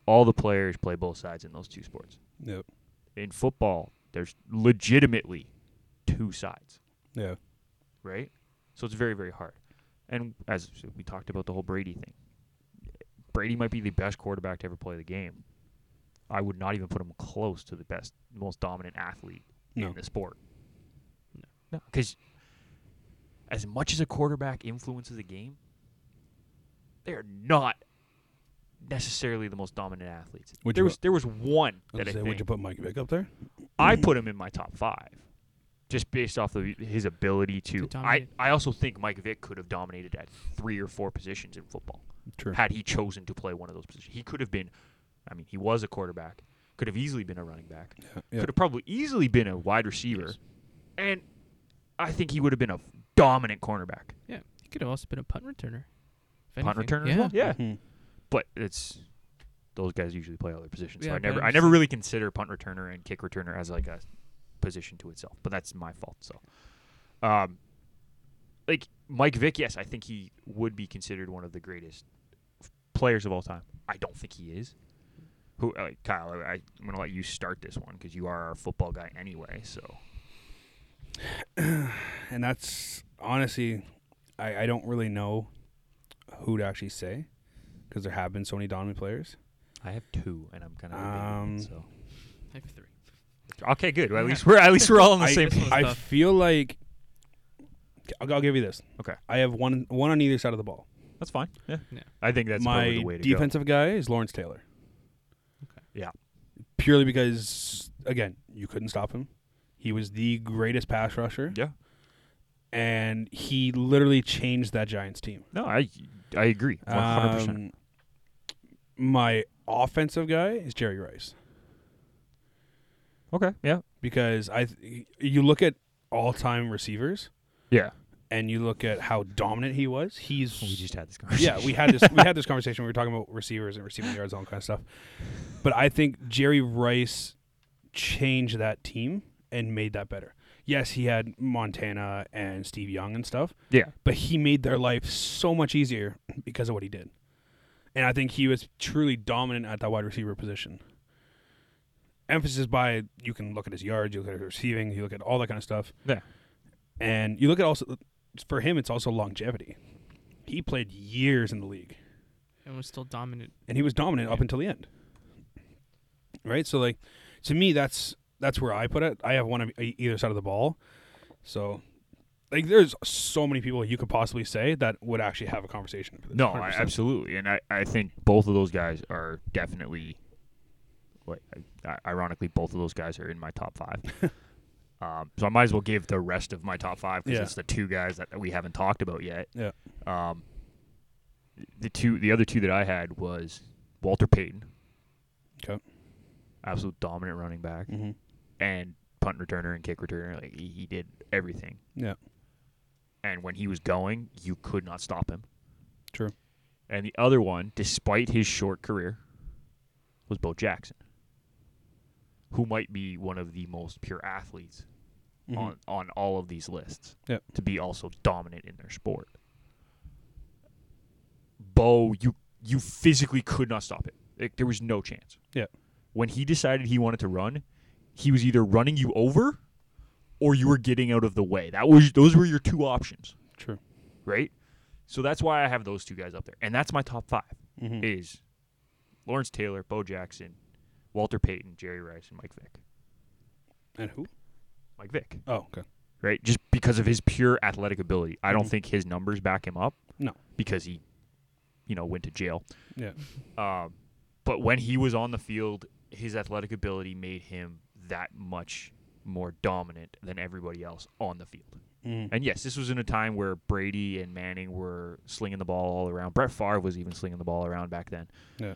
S1: all the players play both sides in those two sports.
S3: Yep.
S1: In football, there's legitimately two sides,
S3: Yeah.
S1: right? So it's very very hard. And as we talked about the whole Brady thing, Brady might be the best quarterback to ever play the game. I would not even put him close to the best, most dominant athlete
S3: No.
S1: in the sport.
S2: No.
S1: No, because as much as a quarterback influences a game, they are not necessarily the most dominant athletes.
S3: Would
S1: there
S3: you-
S1: was there was one
S3: I was
S1: that I
S3: gonna say, would you
S1: think
S3: put Mike Vick up there? Mm-hmm.
S1: I put him in my top five, just based off of his ability to.
S2: To
S1: I
S2: dominate.
S1: I also think Mike Vick could have dominated at three or four positions in football
S3: True.
S1: had he chosen to play one of those positions. He could have been, I mean, he was a quarterback. Could have easily been a running back.
S3: yeah.
S1: Could have probably easily been a wide receiver.
S2: Yes.
S1: And I think he would have been a dominant cornerback,
S2: yeah, he could have also been a punt returner. If
S1: punt
S2: anything.
S1: returner
S2: yeah.
S1: as well. Yeah,
S3: Mhm.
S1: but it's those guys usually play other positions. so
S2: Yeah,
S1: I
S2: but
S1: never,
S2: I'm
S1: I
S2: just
S1: never
S2: saying-
S1: really consider punt returner and kick returner as like a position to itself. But that's my fault. So, um, like Mike Vick, yes, I think he would be considered one of the greatest f- players of all time. I don't think he is. Who, uh, Kyle? I, I'm gonna let you start this one because you are our football guy anyway. So
S3: And that's honestly, I, I don't really know who to actually say because there have been so many dominant players.
S1: I have two, and I'm kind of
S3: Um,
S1: so
S2: I have three.
S1: okay, good. Well, at
S2: Yeah.
S1: least we're at least we're all on the
S3: I,
S1: same.
S2: This one's
S3: I
S2: tough.
S3: feel like I'll, I'll give you this.
S1: Okay.
S3: I have one one on either side of the ball.
S1: That's fine. Yeah,
S2: Yeah.
S1: I think that's
S3: My
S1: probably the way to go.
S3: defensive guy is Lawrence Taylor.
S2: Okay.
S1: Yeah.
S3: Purely because again, you couldn't stop him. He was the greatest pass rusher,
S1: Yeah.
S3: and he literally changed that Giants team.
S1: No, I I agree. One hundred percent.
S3: Um, my offensive guy is Jerry Rice
S1: Okay. Yeah.
S3: because I th- you look at all-time receivers
S1: Yeah.
S3: and you look at how dominant he was. He's
S1: We just had this conversation.
S3: yeah, we had this we had this conversation. We were talking about receivers and receiving yards, all that kind of stuff. But I think Jerry Rice changed that team and made that better. Yes, he had Montana and Steve Young and stuff,
S1: Yeah.
S3: but he made their life so much easier because of what he did. And I think he was truly dominant at that wide receiver position. Emphasis by you can look at his yards, you look at his receiving, you look at all that kind of stuff.
S1: Yeah.
S3: And you look at also for him it's also longevity. He played years in the league
S2: And was still dominant.
S3: and he was dominant up
S2: Yeah.
S3: until the end. Right? So like to me that's that's where I put it. I have one on e- either side of the ball. So like there's so many people you could possibly say that would actually have a conversation. for this,
S1: No, I,
S3: 100%.
S1: absolutely, and I, I think both of those guys are definitely, like, I- ironically, both of those guys are in my top five. um, so I might as well give the rest of my top five because
S3: Yeah.
S1: it's the two guys that we haven't talked about yet.
S3: Yeah.
S1: Um, the two, the other two that I had was Walter Payton,
S3: Okay.
S1: absolute dominant running back,
S3: Mhm.
S1: and punt returner and kick returner. Like he, he did everything.
S3: Yeah.
S1: And when he was going, you could not stop him.
S3: True.
S1: And the other one, despite his short career, was Bo Jackson, who might be one of the most pure athletes
S3: Mhm.
S1: on, on all of these lists
S3: Yep.
S1: to be also dominant in their sport. Bo, you you physically could not stop it. Like, there was no chance.
S3: Yeah.
S1: When he decided he wanted to run, he was either running you over or you were getting out of the way. That was those were your two options
S3: True.
S1: right? So that's why I have those two guys up there, and that's my top 5
S3: Mhm.
S1: is Lawrence Taylor, Bo Jackson, Walter Payton, Jerry Rice, and Mike Vick.
S3: And who?
S1: Mike Vick,
S3: Oh, okay.
S1: right? Just because of his pure athletic ability, I don't
S3: Mhm.
S1: think his numbers back him up.
S3: No.
S1: because he, you know, went to jail.
S3: Yeah.
S1: Um, but when he was on the field, his athletic ability made him that much more dominant than everybody else on the field.
S3: Mm.
S1: And yes, this was in a time where Brady and Manning were slinging the ball all around. Brett Favre was even slinging the ball around back then.
S3: Yeah.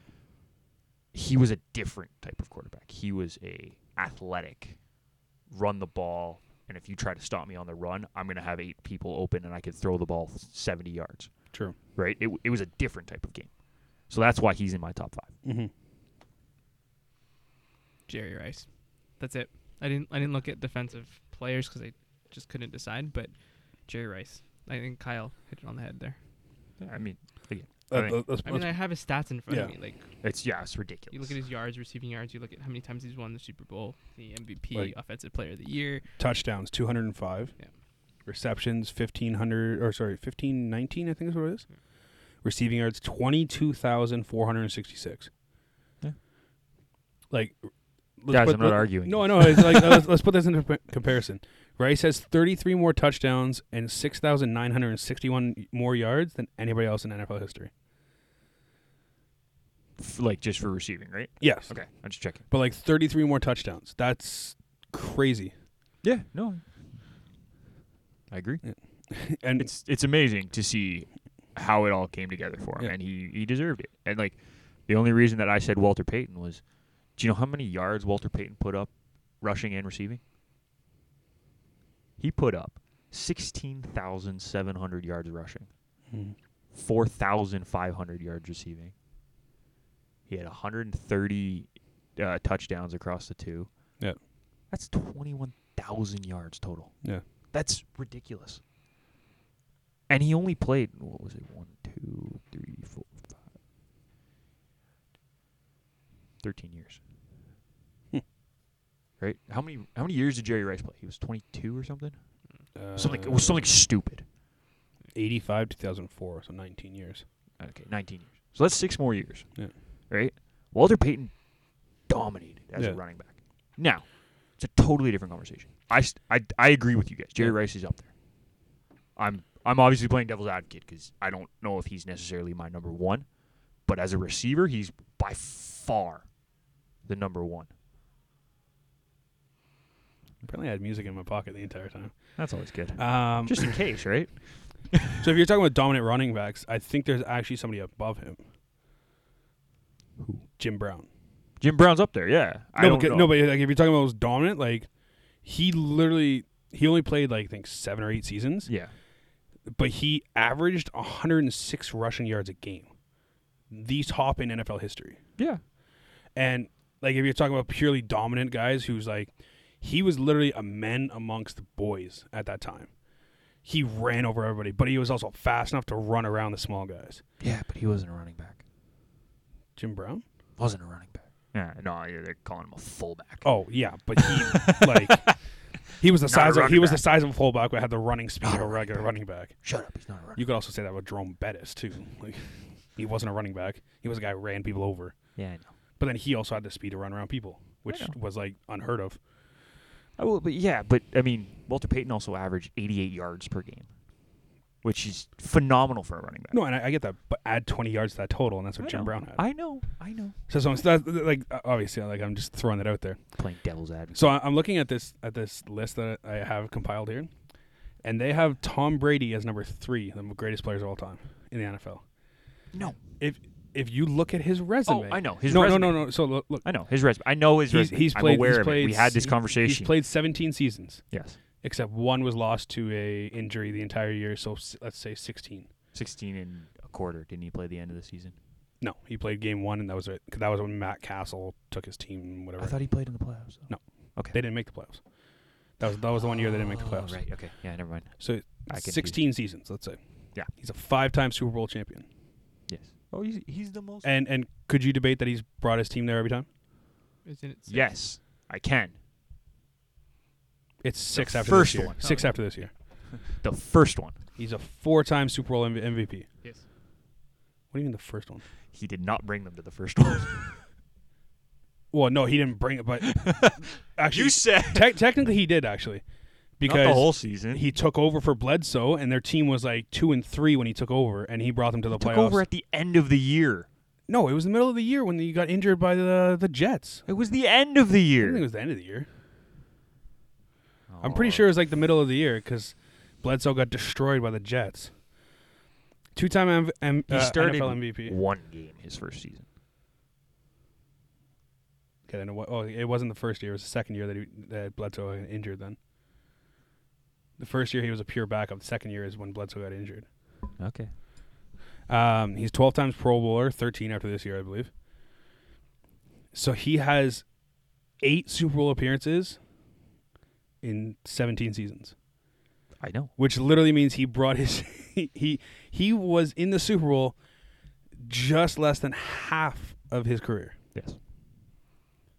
S1: He was a different type of quarterback. He was a athletic, run the ball, and if you try to stop me on the run, I'm going to have eight people open and I could throw the ball 70 yards,
S3: True.
S1: right? It, w- it was a different type of game. So that's why he's in my top 5.
S3: Mm-hmm.
S2: Jerry Rice. That's it. I didn't I didn't look at defensive players because I just couldn't decide. But Jerry Rice. I think Kyle hit it on the head there.
S1: I mean,
S3: Uh,
S1: Alright.
S3: let's- let's-
S2: I mean, I have his stats in front of
S3: Yeah.
S2: me. Like
S1: it's yeah, it's ridiculous.
S2: you look at his yards, receiving yards. You look at how many times he's won the Super Bowl, the MVP,
S3: Like-
S2: Offensive Player of the Year.
S3: touchdowns 205
S2: Yeah.
S3: receptions 1500 or sorry 1519 i think is what it is receiving yards 22466
S1: Yeah.
S3: like let's
S1: Guys,
S3: put-
S1: I'm not
S3: let-
S1: arguing.
S3: no no it's like let's, let's put this into p- comparison rice has 33 more touchdowns and 6961 more yards than anybody else in nfl history
S1: F- like just for receiving, right?
S3: yes
S1: Okay, I'm just checking.
S3: but like 33 more touchdowns that's crazy
S1: Yeah, no. I agree.
S3: and
S1: it's it's amazing to see how it all came together for him,
S3: Yeah.
S1: and he he deserved it. And like the only reason that I said Walter Payton was, do you know how many yards Walter Payton put up, rushing and receiving? He put up sixteen thousand seven hundred yards rushing,
S3: Mhm.
S1: four thousand five hundred yards receiving. He had one hundred and thirty uh, touchdowns across the two.
S3: Yeah.
S1: that's twenty one thousand yards total.
S3: yeah
S1: That's ridiculous. And he only played what was it? One, two, three, four, five. Thirteen years.
S3: Hmm.
S1: right? How many how many years did Jerry Rice play? He was twenty two or something?
S3: uh,
S1: something it was something stupid.
S3: 85 2004 so 19 years
S1: Okay, nineteen years. So that's six more years.
S3: Yeah.
S1: Right? Walter Payton dominated as
S3: Yeah.
S1: a running back. Now, it's a totally different conversation. I, st- I, I agree with you guys. Jerry
S3: Yeah.
S1: Rice is up there. I'm I'm obviously playing devil's advocate because I don't know if he's necessarily my number one, but as a receiver, he's by far the number one.
S3: Apparently, I had music in my pocket the entire time.
S1: That's always good.
S3: Um,
S1: Just in case, right?
S3: so, if you're talking about dominant running backs, I think there's actually somebody above him.
S1: Who?
S3: Jim Brown.
S1: Jim Brown's up there. Yeah, I
S3: no,
S1: don't
S3: but,
S1: know.
S3: no, but like if you're talking about those dominant, like he literally he only played like I think seven or eight seasons,
S1: yeah,
S3: but he averaged 106 rushing yards a game. The top in NFL history.
S1: yeah,
S3: And like if you're talking about purely dominant guys who's like he was literally a man amongst the boys at that time. He ran over everybody, but he was also fast enough to run around the small guys.
S1: yeah. But he wasn't a running back.
S3: Jim Brown?
S1: Wasn't a running back. Yeah, no, I- they're calling him a fullback.
S3: Oh yeah, but he like he was the
S1: Not a
S3: size of he
S1: running
S3: was the
S1: back.
S3: size of a fullback but had the running speed
S1: Not
S3: of
S1: a
S3: a
S1: running
S3: regular
S1: back.
S3: running back.
S1: Shut up, he's not a running.
S3: You could also say that about Jerome Bettis too. Like he wasn't a running back. He was a guy who ran people over.
S1: Yeah, I know.
S3: But then he also had the speed to run around people, which
S1: know.
S3: was like unheard of.
S1: I will, Oh, but yeah, but I mean, Walter Payton also averaged 88 yards per game, which is phenomenal for a running back.
S3: No, and I, I get that, but add twenty yards to that total, and that's
S1: I
S3: what Jim
S1: know.
S3: Brown had.
S1: I know, I know.
S3: So, so it's that, like uh, obviously, like I'm just throwing that out there.
S1: Playing devil's advocate.
S3: So I- I'm looking at this at this list that I have compiled here, and they have Tom Brady as number three, the greatest players of all time in the NFL.
S1: No. Oh,
S3: If if you look at his resume,
S1: I know, his
S3: no,
S1: resume.
S3: no, no, no. So look, look
S1: I know his resume. I know his
S3: he's,
S1: resume.
S3: he's
S1: I'm
S3: played.
S1: aware
S3: he's
S1: of
S3: played
S1: it. We had this
S3: he-
S1: conversation.
S3: He's played 17 seasons,
S1: yes,
S3: except one was lost to a injury the entire year. So s- let's say 16.
S1: 16 and a quarter. Didn't he play the end of the season?
S3: No, he played game one, and that was it. 'cause That was when Matt Castle took his team. and Whatever.
S1: I thought he played in the playoffs. though.
S3: No.
S1: Okay.
S3: they didn't make the playoffs. That was that was the one year they didn't make the
S1: Oh,
S3: playoffs.
S1: right. Okay. Yeah. Never mind.
S3: So
S1: I confused.
S3: 16 seasons, let's say.
S1: Yeah.
S3: He's a five-time Super Bowl champion.
S1: Yes. Oh, he's he's the most.
S3: And and could you debate that he's brought his team there every time?
S2: Isn't it? six?
S1: yes, I can.
S3: It's six
S1: The
S3: after
S1: first
S3: this year.
S1: one.
S3: Six after this year.
S1: The first one.
S3: He's a four-time Super Bowl MV- MVP. What
S2: Yes.
S3: do you mean the first one?
S1: He did not bring them to the first one.
S3: Well, no, he didn't bring it, but actually,
S1: you said
S3: te- technically he did actually,
S1: not the
S3: because
S1: whole season.
S3: he took over for Bledsoe, and their team was like two and three when he took over, and he brought them to the
S1: took
S3: playoffs.
S1: over at the end of the year.
S3: no, it was the middle of the year when he got injured by the the Jets.
S1: It was the end of the
S3: I think it
S1: year. Oh.
S3: was the end of the year. I'm pretty sure it was like the middle of the year because Bledsoe got destroyed by the Jets. Two-time M- M-
S1: He
S3: uh,
S1: started
S3: NFL MVP.
S1: one game his first season.
S3: Okay, then it wa- oh, it wasn't the first year. It was the second year that he that Bledsoe got injured. Then the first year he was a pure backup. The second year is when Bledsoe got injured.
S1: Okay.
S3: Um, he's 12 times Pro Bowler, 13 after this year, I believe. So he has eight Super Bowl appearances in 17 seasons,
S1: I know.
S3: which literally means he brought his he he was in the Super Bowl just less than half of his career.
S1: Yes.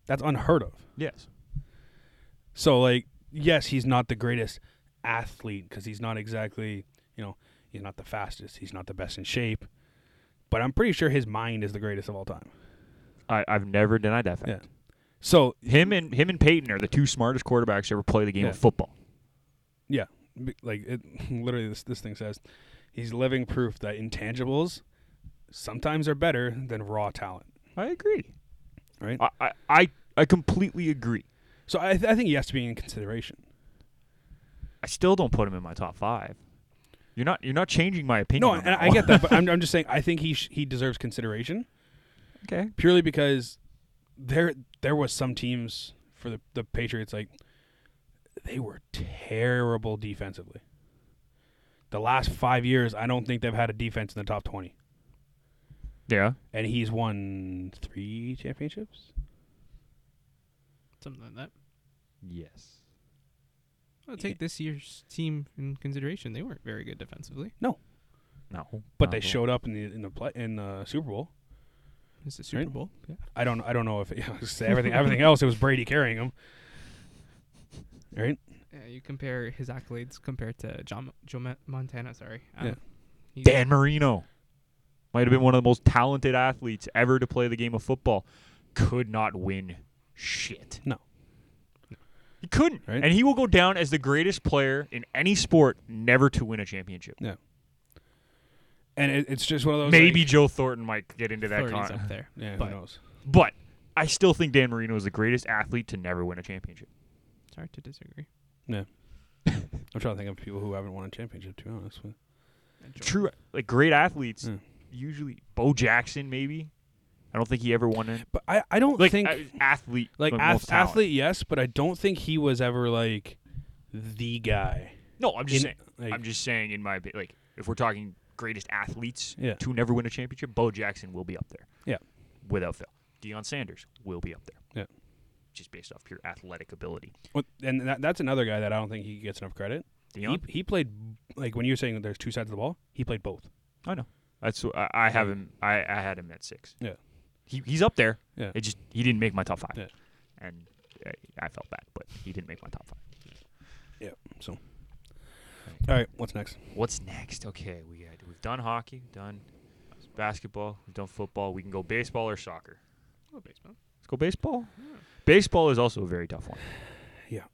S3: That's unheard of.
S1: Yes.
S3: So like, yes, he's not the greatest athlete because he's not exactly you know he's not the fastest, he's not the best in shape, but I'm pretty sure his mind is the greatest of all time.
S1: I, I've never denied that fact.
S3: So
S1: Him and him and Peyton are the two smartest quarterbacks to ever play the game
S3: Yeah.
S1: of football.
S3: b- like it literally this this thing says he's living proof that intangibles sometimes are better than raw talent.
S1: I agree.
S3: Right.
S1: I I, I, I completely agree.
S3: So I, th- I think he has to be in consideration.
S1: I still don't put him in my top five. You're not you're not changing my opinion.
S3: No,
S1: on
S3: and I
S1: one.
S3: get that, but I'm, I'm just saying I think he sh- he deserves consideration
S1: okay.
S3: purely because there there was some teams for the the Patriots like they were terrible defensively. The last five years, I don't think they've had a defense in the top twenty,
S1: Yeah.
S3: and he's won three championships.
S2: Something like that.
S1: Yes.
S2: Well, take this year's team in consideration. They weren't very good defensively.
S1: No.
S3: But
S1: not
S3: they
S1: at all.
S3: showed up in the in the play, in the Super Bowl.
S2: It's the Super
S3: Right.
S2: Bowl. Yeah.
S3: I don't I don't know if it, everything everything else it was Brady carrying him. Right?
S2: Yeah, you compare his accolades compared to John Joe Ma- Montana. Sorry. Um,
S3: Yeah.
S2: he's-
S1: Dan Marino might have been one of the most talented athletes ever to play the game of football. Could not win shit.
S3: No.
S1: He couldn't.
S3: Right.
S1: And he will go down as the greatest player in any sport never to win a championship.
S3: And it, it's just one of those
S1: Maybe
S3: like-
S1: Joe Thornton might get into that
S2: Floridi's
S1: con-
S2: up there.
S3: yeah,
S2: but
S3: who knows.
S1: But I still think Dan Marino is the greatest athlete to never win a championship.
S2: it's hard to disagree.
S3: I'm trying to think of people who haven't won a championship to be honest with.
S2: And Jordan.
S1: True like great athletes
S3: Hmm.
S1: usually Bo Jackson maybe. I don't think he ever won it.
S3: But I, I don't
S1: Like
S3: think
S1: a- athlete
S3: like
S1: but
S3: ath-
S1: most talent.
S3: athlete yes, but I don't think he was ever like the guy.
S1: No, I'm just
S3: In-
S1: saying
S3: Like,
S1: I'm just saying in my opi- like if we're talking greatest athletes
S3: Yeah.
S1: to never win a championship, Bo Jackson will be up there.
S3: Yeah.
S1: Without fail. Deion Sanders will be up there.
S3: Yeah.
S1: Just based off pure athletic ability.
S3: well, and that, that's another guy that I don't think he gets enough credit. He,
S1: Deion?
S3: he played like when you were saying that there's two sides of the ball, he played both.
S1: I know. That's wh- I, I have him I, I had him at six.
S3: Yeah.
S1: He he's up there.
S3: Yeah.
S1: It just he didn't make my top five.
S3: Yeah.
S1: And I, I felt bad, but he didn't make my top five.
S3: All right, what's next?
S1: What's next? Okay, we got, we've done hockey, done basketball, we've done football. We can go baseball or soccer.
S2: Oh, baseball.
S1: Let's go baseball. Baseball is also a very tough one.
S3: Yeah.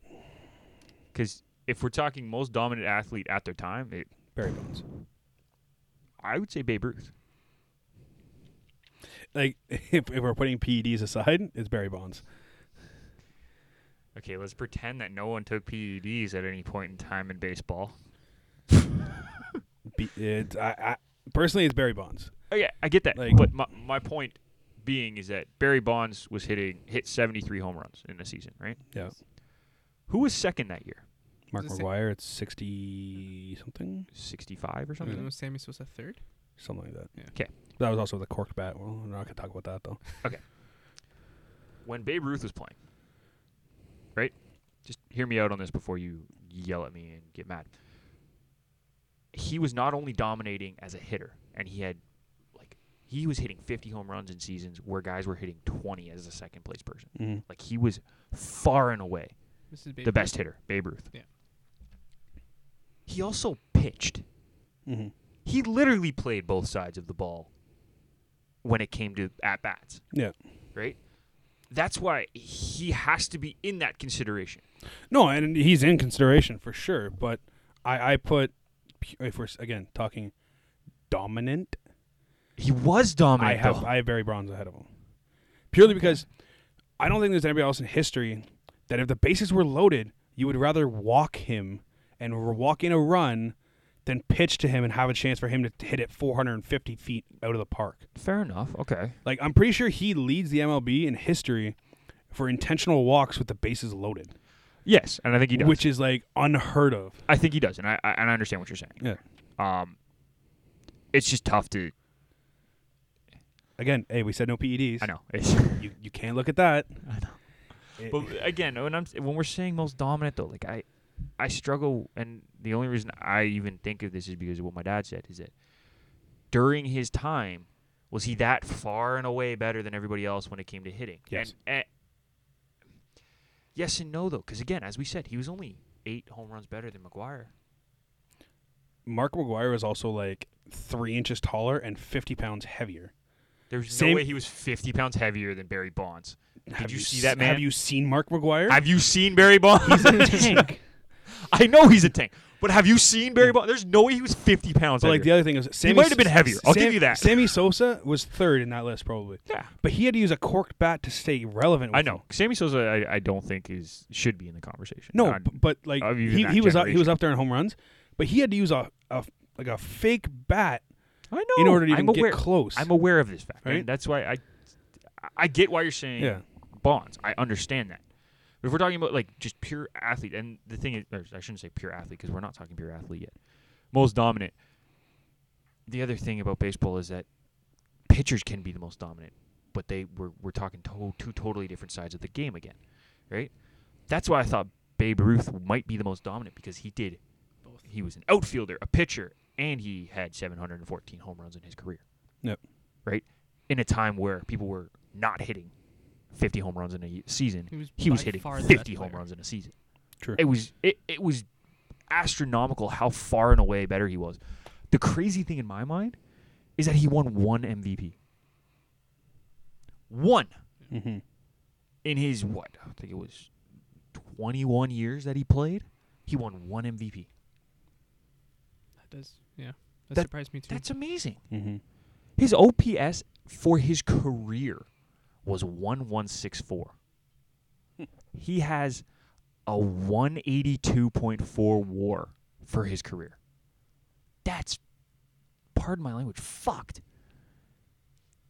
S1: Because if we're talking most dominant athlete at their time, it,
S3: Barry Bonds.
S1: I would say Babe Ruth.
S3: Like if, if we're putting PEDs aside, it's Barry Bonds.
S1: Okay, let's pretend that no one took PEDs at any point in time in baseball.
S3: Be, it's, I, I personally, it's Barry Bonds.
S1: Oh yeah, I get that.
S3: Like-
S1: but my, my point being is that Barry Bonds was hitting hit 73 home runs in the season, right?
S3: Yeah,
S1: Who was second that year?
S3: Mark
S2: Is it-
S3: McGuire. It's sixty something,
S1: 65 or
S2: And
S1: something.
S2: then was Sammy Sosa third?
S3: something like that.
S2: Yeah.
S1: 'Kay.
S3: That was also the corked bat. Well, we're not gonna talk about that though.
S1: When Babe Ruth was playing, right? Just hear me out on this before you yell at me and get mad. He was not only dominating as a hitter, and he had like he was hitting 50 home runs in seasons where guys were hitting 20 as a second place person.
S3: Mm-hmm.
S1: Like he was far and away
S2: This is Babe
S1: the
S2: Ruth.
S1: best hitter, Babe Ruth.
S2: Yeah.
S1: He also pitched.
S3: Mm-hmm.
S1: He literally played both sides of the ball when it came to at bats,
S3: Yeah.
S1: right? That's why he has to be in that consideration.
S3: No, and he's in consideration for sure. But I, I put pu- if we're s- again talking dominant,
S1: He was
S3: I
S1: dominant.
S3: have
S1: though.
S3: I have Barry Bonds ahead of him, purely because I don't think there's anybody else in history that if the bases were loaded, you would rather walk him and r- walk in a run than pitch to him and have a chance for him to hit it 450 feet out of the park.
S1: Fair enough. Okay.
S3: Like I'm pretty sure he leads the MLB in history for intentional walks with the bases loaded,
S1: Yes, and I think he does.
S3: which is like unheard of.
S1: I think he does, and I, I and I understand what you're saying.
S3: Yeah.
S1: Um, it's just tough to.
S3: Again, hey, we said no PEDs.
S1: I know. It's,
S3: You you can't look at that. Eh,
S1: I know.
S3: It-
S1: But again, when I'm when we're saying most dominant though, like I, I struggle, and the only reason I even think of this is because of what my dad said is that during his time, was he that far and away better than everybody else when it came to hitting?
S3: Yes.
S1: And, eh, yes and no though, because again, as we said, he was only eight home runs better than McGuire.
S3: Mark McGuire is also like three inches taller and 50 pounds heavier.
S1: There's
S3: Same-
S1: no way he was 50 pounds heavier than Barry Bonds. Did
S3: Have
S1: you, see
S3: s-
S1: that man?
S3: Have you seen Mark McGuire?
S1: Have you seen Barry Bonds?
S3: tank.
S1: I know he's a tank, but have you seen Barry Bonds? There's no way he was 50 pounds.
S3: But like the
S1: heavier.
S3: other thing is, Sammy
S1: might have been
S3: S-
S1: heavier. I'll give
S3: Sam-
S1: you that.
S3: Sammy Sosa was third in that list probably,
S1: yeah,
S3: but he had to use a corked bat to stay relevant.
S1: I
S3: with
S1: know.
S3: him.
S1: Sammy Sosa, I, I don't think is should be in the conversation.
S3: No,
S1: I-
S3: b- but like
S1: of even
S3: he,
S1: that
S3: he was up, he
S1: generation.
S3: was up there in home runs, but he had to use a, a like a fake bat
S1: I know.
S3: in order to
S1: I'm
S3: even
S1: aware,
S3: get close.
S1: I'm aware of this fact,
S3: Right?
S1: and that's why I, I get why you're saying
S3: Yeah.
S1: Bonds. I understand that. But if we're talking about like just pure athlete, and the thing is, or I shouldn't say pure athlete because we're not talking pure athlete yet. Most dominant. The other thing about baseball is that pitchers can be the most dominant, but they we're we're talking to- two totally different sides of the game again, right? That's why I thought Babe Ruth might be the most dominant because he did. Both. He was an outfielder, a pitcher, and he had 714 home runs in his career
S3: Yep.
S1: right? In a time where people were not hitting 50 home runs in a ye- season,
S2: He
S1: he
S2: was
S1: was,
S2: by
S1: hitting
S2: far the
S1: 50
S2: best
S1: home
S2: player.
S1: runs in a season.
S3: True.
S1: It was it, it was astronomical how far and away better he was. The crazy thing in my mind is that he won one MVP. One
S3: Mhm.
S1: in his what? I think it was 21 years that he played. He won one MVP.
S2: That does. Yeah. That,
S1: That-
S2: surprised me too.
S1: That's amazing.
S3: Mhm.
S1: His OPS for his career was 1164. he has a 182.4 war for his career. That's, pardon my language, fucked.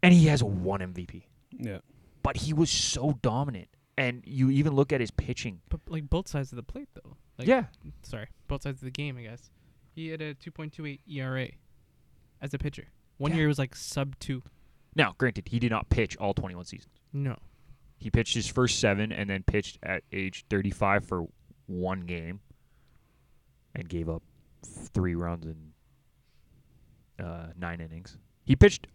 S1: And he has one MVP.
S3: Yeah.
S1: But he was so dominant. And you even look at his pitching.
S2: but like both sides of the plate though. Like,
S1: yeah.
S2: Sorry, both sides of the game, I guess. He had a 2.28 ERA E as a pitcher. One
S1: Yeah.
S2: year was like sub two.
S1: Now, granted, he did not pitch all 21 seasons.
S2: No.
S1: He pitched his first seven and then pitched at age 35 for one game and gave up three runs in uh, nine innings. He pitched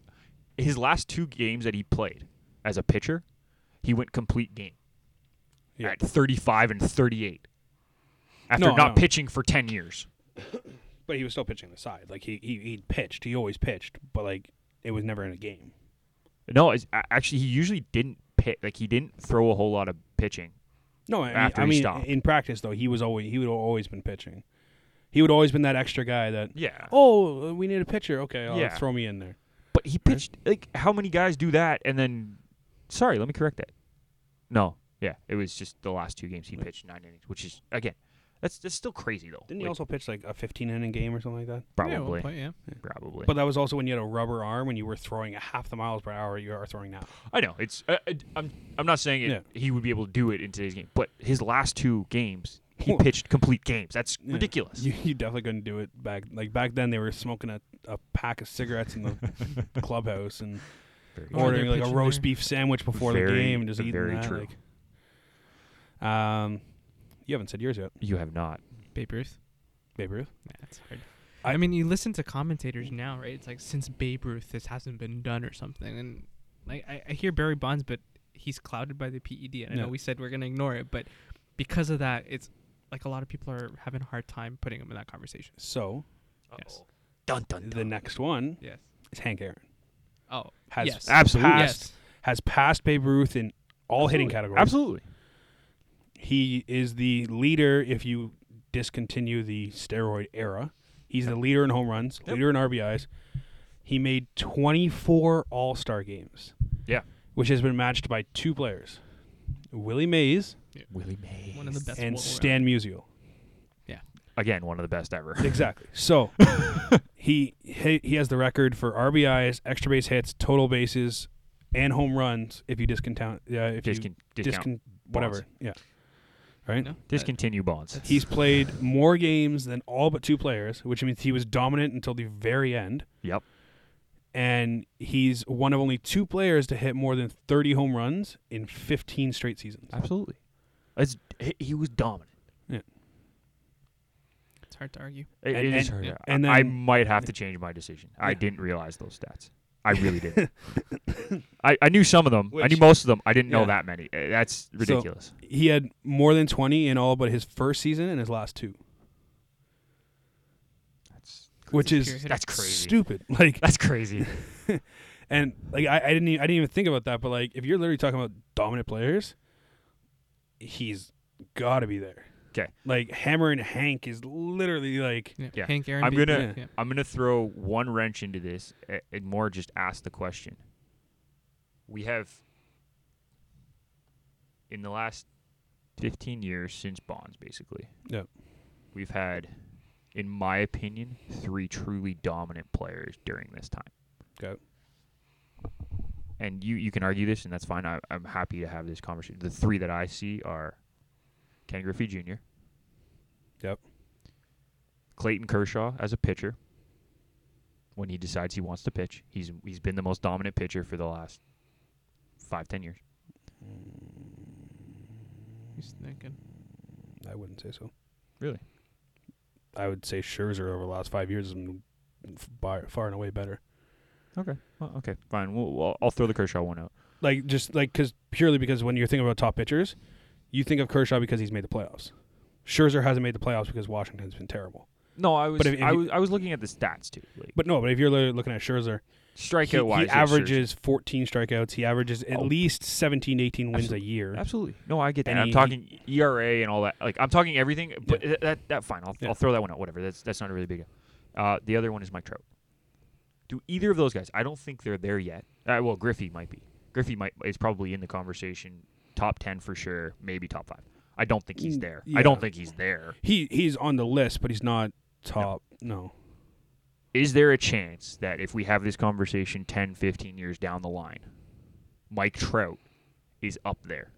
S1: his last two games that he played as a pitcher, he went complete game
S3: Yeah.
S1: at 35 and 38 after
S3: No,
S1: not
S3: no.
S1: pitching for 10 years.
S3: But he was still pitching the side. Like he, he he pitched. He always pitched, but like it was never in a game.
S1: No, it's, a- actually, he usually didn't pit. Like, he didn't throw a whole lot of pitching.
S3: No, I mean,
S1: After
S3: I
S1: he
S3: mean
S1: stopped.
S3: in practice though, he was always he would have always been pitching. He would always been that extra guy that
S1: Yeah.
S3: oh uh, we need a pitcher. Okay, I'll
S1: Yeah.
S3: throw me in there.
S1: But he pitched like how many guys do that and then sorry, let me correct that. No. Yeah, it was just the last two games he
S3: Yeah.
S1: pitched 9 innings, which is again, that's that's still crazy though.
S3: Didn't he
S1: Like,
S3: also pitch like a 15 inning game or something like that?
S2: Yeah, at one
S1: probably
S2: point, yeah.
S1: probably.
S3: But that was also when you had a rubber arm and you were throwing at half the miles per hour you are throwing now.
S1: I know. It's I, I, I'm I'm not saying it,
S3: Yeah.
S1: he would be able to do it in today's game, but his last two games he
S3: Well,
S1: pitched complete games. That's
S3: yeah.
S1: ridiculous.
S3: You, you definitely couldn't do it back like back then. They were smoking a, a pack of cigarettes in the clubhouse and
S1: Very
S2: Oh,
S1: good.
S3: ordering like a
S2: pitching
S3: roast
S2: there.
S3: beef sandwich before the
S1: Very-
S3: game and just eating
S1: very
S3: that.
S1: true.
S3: like. um, you haven't said yours yet,
S1: you have not.
S2: Babe Ruth.
S3: Babe Ruth.
S2: Nah, it's hard. I,
S3: I-
S2: mean, you listen to commentators now, right? It's like since Babe Ruth, this hasn't been done or something. And like I, I hear Barry Bonds, but he's clouded by the PED. And I
S3: Yeah.
S2: know we said we're gonna ignore it, but because of that, it's like a lot of people are having a hard time putting him in that conversation.
S3: So
S2: Yes.
S1: Uh-oh. Dun dun
S3: the
S1: dun.
S3: next one
S2: Yes.
S3: is Hank Aaron.
S2: Oh.
S3: Has
S2: yes.
S1: Absolutely.
S3: passed
S2: Yes.
S3: has passed Babe Ruth in all hitting categories.
S1: Absolutely.
S3: He is the leader if you discontinue the steroid era. He's the leader in home runs,
S1: Yep.
S3: leader in RBIs. He made 24 All Star games.
S1: Yeah.
S3: Which has been matched by two players Willie Mays
S1: Willie Mays.
S2: One of the best.
S3: and
S2: all-around-
S3: Stan Musial.
S2: Yeah.
S1: again one of the best ever.
S3: Exactly. So he, he he has the record for RBIs, extra base hits, total bases, and home runs. If you discount, uh, if you
S1: Discon- discount.
S3: discon- whatever,
S1: Bonds.
S3: yeah, right.
S2: No?
S1: Discontinue bonds.
S3: He's played more games than all but two players, which means he was dominant until the very end.
S1: Yep.
S3: And he's one of only two players to hit more than 30 home runs in 15 straight seasons.
S1: Absolutely. It's, he, he was dominant.
S2: It's hard to argue.
S1: It,
S3: And-
S1: it is
S3: and-
S1: hard.
S3: and
S1: I
S3: then-
S1: might have to change my decision. I
S3: Yeah.
S1: didn't realize those stats. I really didn't. I, I knew some of them. I knew
S3: Which-
S1: most of them. I didn't know
S3: yeah.
S1: that many. Uh, That's ridiculous.
S3: He had more than 20 in all but his first season and his last two,
S1: that's
S3: which
S2: Pure
S3: is
S2: hitter.
S1: that's crazy.
S3: stupid. Like
S1: That's crazy.
S3: and like I, I didn't even, I didn't even think about that, but like if you're literally talking about dominant players, he's got to be there.
S1: 'Kay.
S3: Like Hammer and Hank is literally like
S2: Yeah.
S1: Yeah.
S2: Hank Aaron.
S1: I'm
S2: being-
S1: gonna-
S2: yeah.
S1: I'm gonna throw one wrench into this a- and more just ask the question. We have in the last 15 years since Bonds basically.
S3: Yep.
S1: We've had in my opinion three truly dominant players during this time.
S3: Okay.
S1: And you you can argue this and that's fine. I, I'm happy to have this conversation. The three that I see are Ken Griffey Jr.
S3: Yep.
S1: Clayton Kershaw as a pitcher. When he decides he wants to pitch, he's he's been the most dominant pitcher for the last five ten years.
S2: He's thinking.
S3: I wouldn't say so.
S1: Really?
S3: I would say Scherzer over the last five years is m- f- by, far and away better.
S1: Okay. Well, okay. Fine. We'll, we'll, I'll throw the Kershaw one out.
S3: Like just like because purely because when you're thinking about top pitchers, you think of Kershaw because he's made the playoffs. Scherzer hasn't made the playoffs because Washington's been terrible.
S1: No, I was
S3: But if- if
S1: I
S3: you-
S1: was I was looking at the stats too. Like
S3: But no, but if you're literally looking at Scherzer,
S1: strikeout
S3: he,
S1: wise,
S3: he averages 14 strikeouts. He averages at
S1: Oh.
S3: least 17, 18 wins
S1: Absolute-
S3: a year.
S1: absolutely. No, I get that.
S3: And
S1: I'm
S3: he-
S1: talking ERA and all that. Like I'm talking everything. But that, that that fine. I'll,
S3: Yeah.
S1: I'll throw that one out. Whatever. That's that's not a really big. deal. Uh, the other one is Mike Trout. Do either of those guys? I don't think they're there yet. Uh, well, Griffey might be. Griffey might is probably in the conversation. Top ten for sure. Maybe top five. I don't think he's
S3: Mm,
S1: there. I
S3: yeah.
S1: don't think he's there.
S3: He he's on the list, but he's not top. No.
S1: Is there a chance that if we have this conversation 10, 15 years down the line, Mike Trout is up there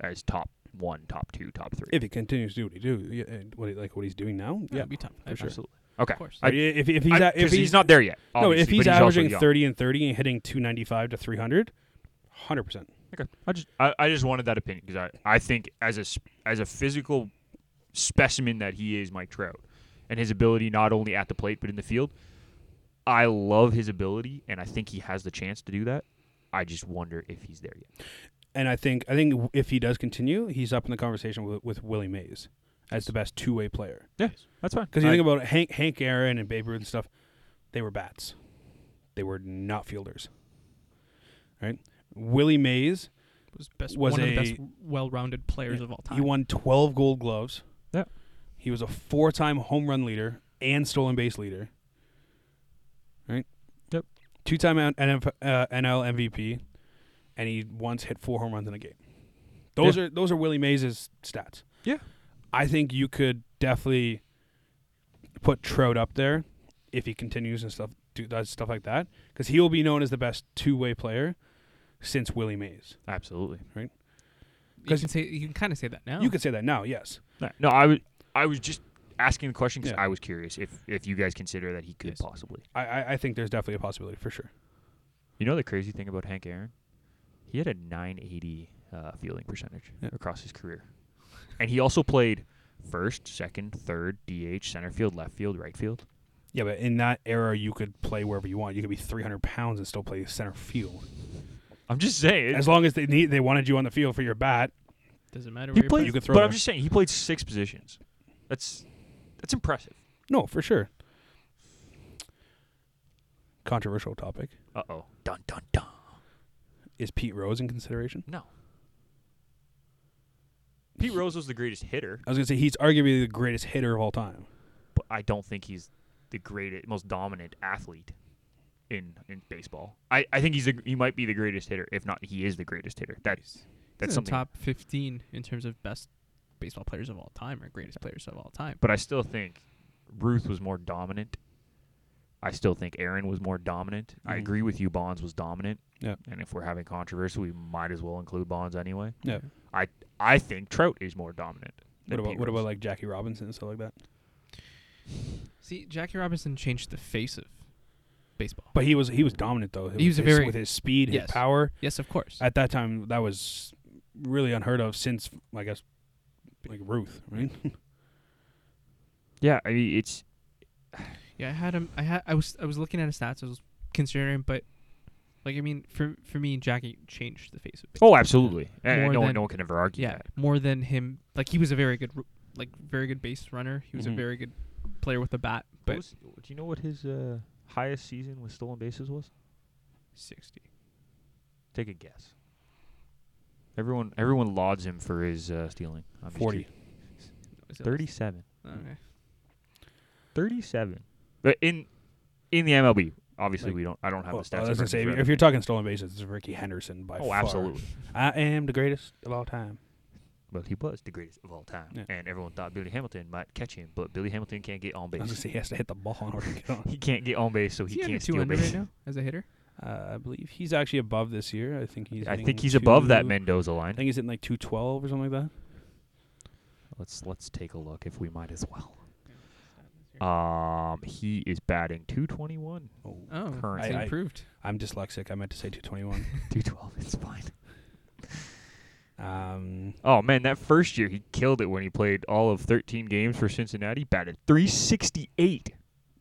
S1: as top one, top two, top three?
S3: If he continues to do what he do, yeah, and what he, like what he's doing now, yeah,
S2: It'd be tough.
S3: for sure.
S1: Absolutely. Okay.
S2: Of course.
S1: I-
S3: But if, if he's
S1: I-
S3: at- if
S1: 'cause
S3: he's,
S1: he's not there yet.
S3: no, if
S1: obviously,
S3: he's,
S1: but also
S3: averaging
S1: young.
S3: 30 and 30 and hitting 295 to 300, 100 percent.
S1: Okay. I just I, I just wanted that opinion because I, I think as a s- as a physical specimen that he is Mike Trout and his ability not only at the plate but in the field I love his ability and I think he has the chance to do that I just wonder if he's there yet
S3: And I think I think if he does continue, he's up in the conversation with, with Willie Mays as the best two way player.
S1: that's fine
S3: Because you think about Hank Hank Aaron and Babe Ruth and stuff, they were bats. They were not fielders. Right? Willie Mays,
S2: was best
S3: was
S2: one of the best
S3: a-
S2: well-rounded players of all time.
S3: he won 12 gold gloves.
S1: Yeah.
S3: He was a four-time home run leader and stolen base leader. Right?
S1: Yep.
S3: Two-time N- NF uh, NL MVP and he once hit four home runs in a game. Those are those are Willie Mays' stats.
S1: Yeah.
S3: I think you could definitely put Trout up there if he continues and stuff do, does stuff like that because he will be known as the best two-way player since Willie Mays.
S1: absolutely
S2: you
S3: 'cause-
S2: can say you can kind of say that now.
S1: Oh.
S3: You could say that now, yes.
S1: no, no I was I was just asking the question because
S3: Yeah.
S1: I was curious if if you guys consider that he could
S2: Yes.
S1: possibly
S3: I, I, I think there's definitely a possibility for sure.
S1: You know the crazy thing about Hank Aaron? He had a 980 uh, fielding percentage
S3: Yeah.
S1: across his career. And he also played first, second, third, DH, center field, left field, right field.
S3: Yeah, but in that era, you could play wherever you want. You could be 300 pounds and still play center field
S1: I'm just saying.
S3: as long as they need they wanted you on the field for your bat.
S2: Doesn't matter.
S1: he
S2: where
S1: played,
S3: you
S2: you
S3: could throw
S1: but I'm
S3: there.
S1: just saying he played six positions. That's that's impressive.
S3: No, for sure. Controversial topic
S1: Uh oh. Dun dun dun.
S3: is Pete Rose in consideration.
S1: No. Pete Rose was the greatest hitter,
S3: I was gonna say he's arguably the greatest hitter of all time.
S1: but I don't think he's the greatest, most dominant athlete in in baseball. I, I think he's the, he might be the greatest hitter, if not he is the greatest hitter. That's
S2: He's
S1: That's
S2: in the
S1: something.
S2: top 15 in terms of best baseball players of all time or greatest players of all time.
S1: But I still think Ruth was more dominant. I still think Aaron was more dominant. I
S3: Mhm.
S1: agree with you. Bonds was dominant.
S3: Yeah.
S1: And if we're having controversy, we might as well include Bonds anyway.
S3: Yeah.
S1: I I think Trout is more dominant.
S3: What
S1: than
S3: about
S1: Pete
S3: what
S1: Rose.
S3: about like Jackie Robinson and stuff like that?
S2: See, Jackie Robinson changed the face of baseball.
S3: But he was he was dominant though.
S2: He was
S3: with
S2: a
S3: his-
S2: very-
S3: with his speed,
S2: Yes.
S3: his power.
S2: Yes, of course.
S3: At that time, that was really unheard of since I guess like Ruth, right?
S1: Yeah, I mean it's
S2: Yeah, I had him. I had. I was. I was looking at his stats. I was considering, but like, I mean, for for me, Jackie changed the face of. Baseball.
S1: oh absolutely. Eh,
S2: More
S1: no one
S2: than-
S1: no one can ever argue
S2: yeah,
S1: that.
S2: more than him. Like he was a very good, ru- like very good base runner. He was
S3: Mhm.
S2: a very good player with the bat. But
S1: do you know Mm-hmm. what his uh, highest season with stolen bases was?
S2: sixty.
S1: Take a guess. Everyone everyone lauds him for his uh, stealing. I'm just
S3: Forty.
S1: curious.
S2: Is it less?
S1: 37.
S2: Okay.
S1: 37. But in in the MLB, obviously
S3: Like-
S1: we don't I don't have
S3: Well,
S1: the stats.
S3: I
S1: in
S3: was gonna
S1: front
S3: say,
S1: of me
S3: if
S1: for
S3: you're talking stolen bases, it's Ricky Henderson by
S1: everything. Oh,
S3: far.
S1: absolutely.
S3: I am the greatest of all time.
S1: But he was the greatest of all time.
S3: Yeah.
S1: And everyone thought Billy Hamilton might catch him, but Billy Hamilton can't get on
S3: I was
S1: base.
S3: gonna say he has to hit the ball in order to get on.
S1: he can't get on base, so
S2: Is
S1: he,
S2: he under
S1: can't
S2: two
S1: steal
S2: under
S1: base.
S2: right now as a hitter?
S3: Uh, I believe he's actually above this year. I think he's.
S1: I
S3: hitting
S1: think he's
S3: two-
S1: above that Mendoza
S3: I
S1: line.
S3: think he's hitting like two twelve or something like that.
S1: Let's let's take a look if we might as well. Um, he is batting 221,
S3: Oh,
S2: Oh,
S1: current.
S2: it's
S3: I- I-
S2: improved.
S3: I'm dyslexic. I meant to say two twenty one.
S1: 212. It's fine.
S3: um,
S1: Oh man, that first year he killed it when he played all of 13 games for Cincinnati. Batted 368.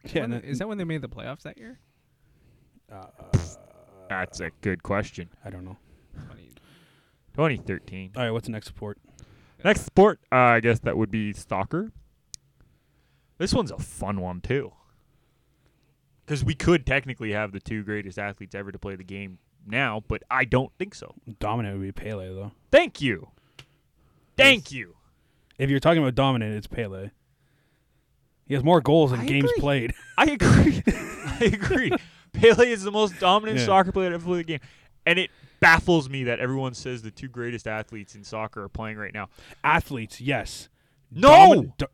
S3: yeah,
S2: When
S3: and
S2: the-
S3: then-
S2: is that when they made the playoffs that year?
S3: Uh,
S1: That's a good question.
S3: I don't know.
S1: 2013.
S3: All right, what's the next support?
S1: Next sport, uh, I guess that would be soccer. This one's a fun one too, because we could technically have the two greatest athletes ever to play the game now, but I don't think so.
S3: Dominant would be Pele though.
S1: Thank you, thank you.
S3: If you're talking about dominant, it's Pele. He has more goals than
S1: I
S3: games
S1: agree.
S3: played.
S1: I agree. I agree. Pele is the most dominant
S3: Yeah.
S1: soccer player to ever play the game, and it baffles me that everyone says the two greatest athletes in soccer are playing right now.
S3: Athletes, yes.
S1: No!
S3: Domin- do-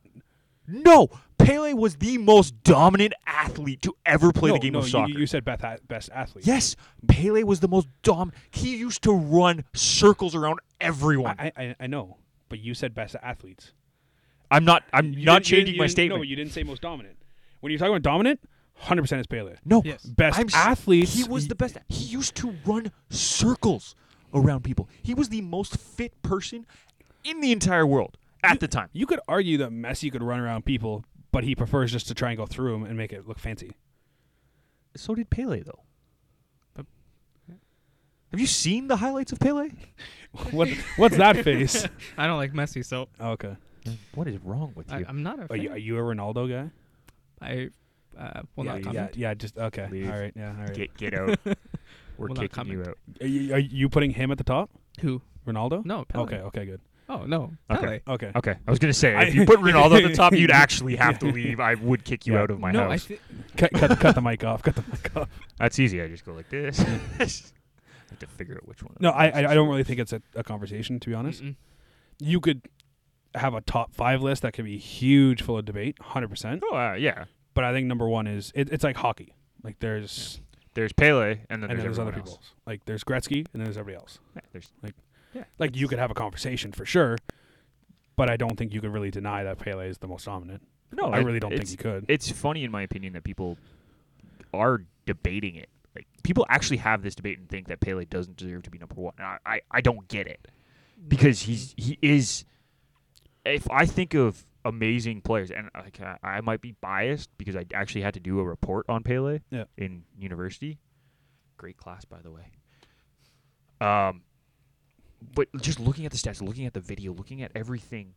S1: No, Pele was the most dominant athlete to ever play
S3: no,
S1: the game
S3: no,
S1: of
S3: you-
S1: soccer.
S3: You, said best, ath- best athlete.
S1: Yes, Pele was the most dom. He used to run circles around everyone.
S3: I, I, I know, but you said best athletes.
S1: I, am not. I'm not
S3: You didn't- you didn't-
S1: changing
S3: you
S1: my
S3: didn't-
S1: statement.
S3: No, you didn't say most dominant. When you're talking about dominant, 100 percent is Pele.
S1: No,
S2: Yes.
S3: Best
S1: I'm s-
S3: athletes.
S1: He was the best. He used to run circles around people. He was the most fit person in the entire world at the time.
S3: You could argue that Messi could run around people, but he prefers just to try and go through them and make it look fancy.
S1: So did Pele, though.
S2: But-
S1: Have you seen the highlights of Pele?
S3: what What's that face? Oh,
S2: I don't like Messi, so
S3: okay.
S1: What is wrong with
S2: I,
S1: you?
S2: I'm not a
S3: Are you, are
S2: fan.
S3: you a Ronaldo guy?
S2: I uh, will
S3: yeah,
S2: not
S3: yeah,
S2: comment.
S3: yeah, just okay.
S1: Leave.
S3: All right, yeah, all right.
S1: Get get out. We're
S2: Will not
S1: kicking you
S2: comment.
S1: out.
S3: Are you, are you putting him at the top?
S2: Who?
S3: Ronaldo?
S2: No, Pele.
S3: Okay, okay, good.
S2: Oh no,
S1: Okay.
S2: Pele.
S3: Okay.
S1: Okay, I was gonna say
S3: I-
S1: if you put Ronaldo at the top, you'd actually have to leave. I would kick you
S3: Yeah.
S1: out of my
S2: no, I
S1: house.
S2: thi-
S3: cut, cut, cut the mic off. Cut the mic off.
S1: That's easy. I just go like this. I have to figure out which one. of
S3: No, I,
S1: those
S3: I,
S1: is
S3: I don't really think it's a, a conversation, to be honest.
S2: Mm-mm.
S3: You could have a top five list that could be huge, full of debate, 100%.
S1: which- Oh uh, yeah,
S3: But I think number one is it, it's like hockey. Like there's,
S1: there's Pele, and then
S3: and
S1: there's,
S3: then there's other
S1: everyone
S3: people.
S1: else.
S3: Like there's Gretzky, and then there's everybody else.
S1: Yeah, there's
S3: Like you could have a conversation for sure, but I don't think you could really deny that Pele is the most dominant.
S1: no.
S3: I
S1: it-
S3: really don't think
S1: it's-
S3: you could.
S1: It's funny, in my opinion, that people are debating it. Like people actually have this debate and think that Pele doesn't deserve to be number one. And I, I, I don't get it because he's he is. If I think of amazing players, and like I, I might be biased because I actually had to do a report on Pele
S3: Yeah.
S1: in university. Great class, by the way. Um, but just looking at the stats, looking at the video, looking at everything,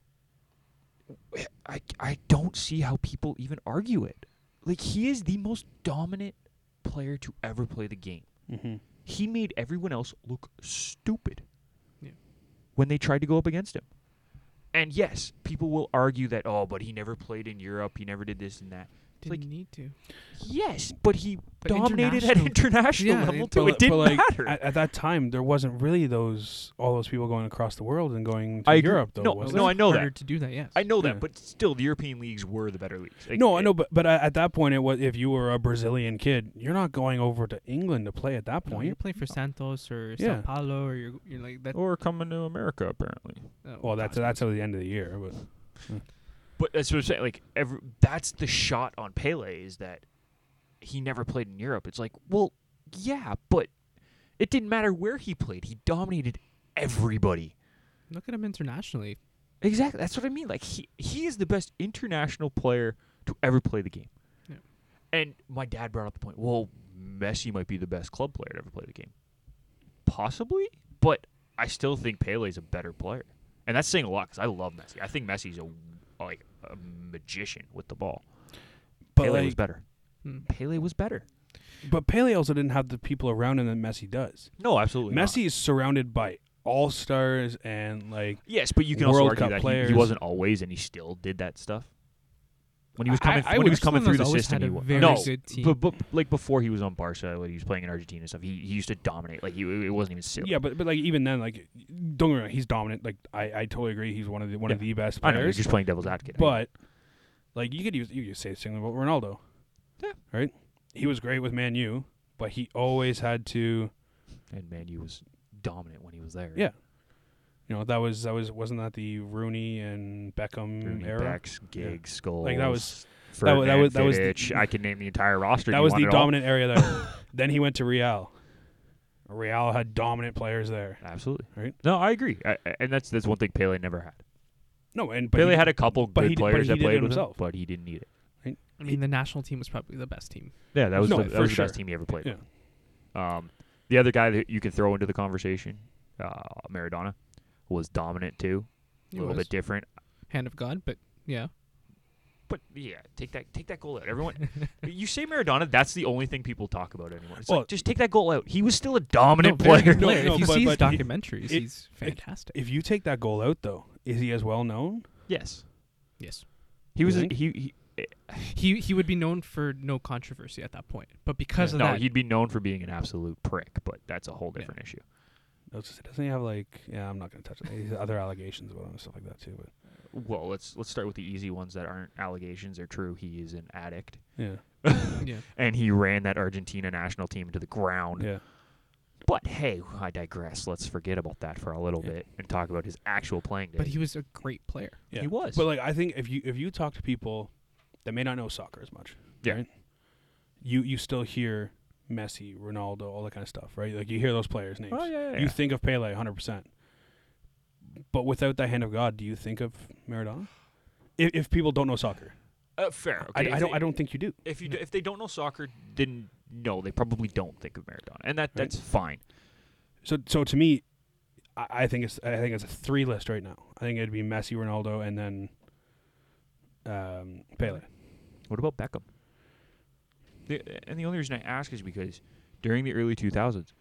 S1: I, I don't see how people even argue it. Like he is the most dominant player to ever play the game.
S3: mm-hmm.
S1: He made everyone else look stupid
S2: Yeah.
S1: when they tried to go up against him. And yes, people will argue that oh, but he never played in Europe. He never did this and that.
S2: Didn't
S1: like-
S2: need to.
S1: Yes, but he
S2: But
S1: dominated at international
S2: Yeah,
S1: level
S2: it-
S1: too.
S3: But
S1: It didn't
S3: like,
S1: matter.
S3: At, at that time, there wasn't really those all those people going across the world and going to
S1: I agree.
S3: Europe though.
S1: No,
S3: was
S1: no,
S3: there?
S1: I know
S2: harder
S1: that.
S2: to do that. Yes.
S1: I know
S3: Yeah.
S1: that, but still, the European leagues were the better leagues. Like,
S3: no, I
S1: it-
S3: know, but but at at that point, it was if you were a Brazilian kid, you're not going over to England to play at that
S2: No, you're
S3: point. Oh.
S2: playing for Santos or
S3: Yeah.
S2: Sao Paulo or you're, you're like that.
S1: Or coming to America apparently.
S2: oh,
S3: Well, that's
S2: God.
S3: that's at the end of the year, but
S1: But that's what I'm saying. Like, every, that's the shot on Pele is that he never played in Europe. It's like, well, yeah, but it didn't matter where he played. He dominated everybody.
S2: Look at him internationally.
S1: Exactly. That's what I mean. Like, he he is the best international player to ever play the game.
S2: Yeah.
S1: And my dad brought up the point. Well, Messi might be the best club player to ever play the game. Possibly, but I still think Pele's a better player, and that's saying a lot because I love Messi. I think Messi's a like a magician with the ball.
S3: but
S1: Pele
S3: like,
S1: was better.
S2: Mm.
S1: Pele was better.
S3: but Pele also didn't have the people around him that Messi does.
S1: No, absolutely. not.
S3: Messi is surrounded by all stars and like
S1: Yes, but you can
S3: World
S1: also argue
S3: Cup
S1: that he- he,
S3: players.
S1: wasn't always, and he still did that stuff. When he was
S2: I-
S1: coming,
S2: I
S1: when
S2: would-
S1: he was coming through the
S2: Barcelona's always
S1: system,
S2: had a
S1: he was
S2: very
S1: no,
S2: good team.
S1: But, but like before he was on Barca, when he was playing in Argentina and stuff, he, he used to dominate. Like he, it wasn't even silly.
S3: yeah, but but like even then, like don't get me wrong, he's dominant. Like I, I totally agree, he's one of the one of
S1: Yeah.
S3: the best
S1: I know. You're
S3: players.
S1: just playing devil's advocate.
S3: But like you could use you could say the same about Ronaldo.
S1: Yeah.
S3: Right? He was great with Man U, but he always had to
S1: and man, you was dominant when he was there.
S3: Yeah. you know, that was that was wasn't that the Rooney and Beckham
S1: Rooney,
S3: Mm, era?
S1: Becks, Giggs, Scholes.
S3: Like, that was- that
S1: Ferdinand,
S3: wa- that was- that was the-
S1: Vidic. I could name the entire roster.
S3: That
S1: You
S3: was
S1: want
S3: the
S1: it all?
S3: dominant area there. then he went to Real. Real had dominant players there.
S1: Absolutely.
S3: Right?
S1: No, I agree. I, I- and that's that's one thing Pele never had.
S3: No, and but
S1: Pele
S3: he-
S1: had a couple
S3: but
S1: good
S3: he did- but
S1: players
S3: he
S1: that
S3: did it
S1: played with
S3: himself.
S1: him, but he didn't need it.
S2: I mean, the national team was probably the best team.
S1: Yeah, that was
S3: No,
S1: the, that
S3: for
S1: was the
S3: sure.
S1: best team he ever played. with. Um, the other guy that you can throw into the conversation, uh, Maradona, was dominant too. A
S2: He
S1: little
S2: was.
S1: bit different,
S2: Hand of God, but yeah.
S1: but yeah, take that take that goal out. Everyone, you say Maradona, that's the only thing people talk about anymore. It's like,
S3: Well-
S1: just take that goal out. He was still a dominant
S2: very
S1: player.
S2: good
S3: No,
S2: player.
S3: no,
S2: if you
S3: but-
S2: see his
S3: but he-
S2: documentaries,
S3: it-
S2: he's fantastic.
S3: If you take that goal out though, is he as well known?
S1: yes,
S2: yes.
S1: he was. a-
S3: think?
S1: He, he
S2: He he would be known for no controversy at that point, but because
S1: no,
S2: of that,
S1: he'd be known for being an absolute prick, but that's a whole
S2: Yeah.
S1: different issue.
S3: No, it's just- doesn't he have like yeah, I'm not gonna touch it. He's other allegations about him and stuff like that too, but
S1: Well, let's let's start with the easy ones that aren't allegations. They're true. He is an addict,
S3: yeah.
S2: yeah.
S1: and he ran that Argentina national team into the ground.
S3: Yeah.
S1: But hey, I digress. Let's forget about that for a little
S3: Yeah.
S1: bit and talk about his actual playing days.
S2: But he was a great player.
S3: Yeah.
S1: He was.
S3: But like I think if you if you talk to people that may not know soccer as much,
S1: Yeah.
S3: right? You you still hear Messi, Ronaldo, all that kind of stuff, right? Like you hear those players' names.
S1: oh yeah, yeah,
S3: You
S1: yeah.
S3: think of Pele 100%. But without the hand of God, do you think of Maradona? If, if people don't know soccer,
S1: Uh, fair.
S3: I-
S1: Okay.
S3: I,
S1: If
S3: don't.
S1: they-
S3: I don't think you do.
S1: If you do, if they don't know soccer, then no, they probably don't think of Maradona, and that that's fine.
S3: So so to me, I, I think it's I think it's a three list right now. I think it'd be Messi, Ronaldo, and then um, Pele.
S1: What about Beckham? The, and the only reason I ask is because during the early 2000s,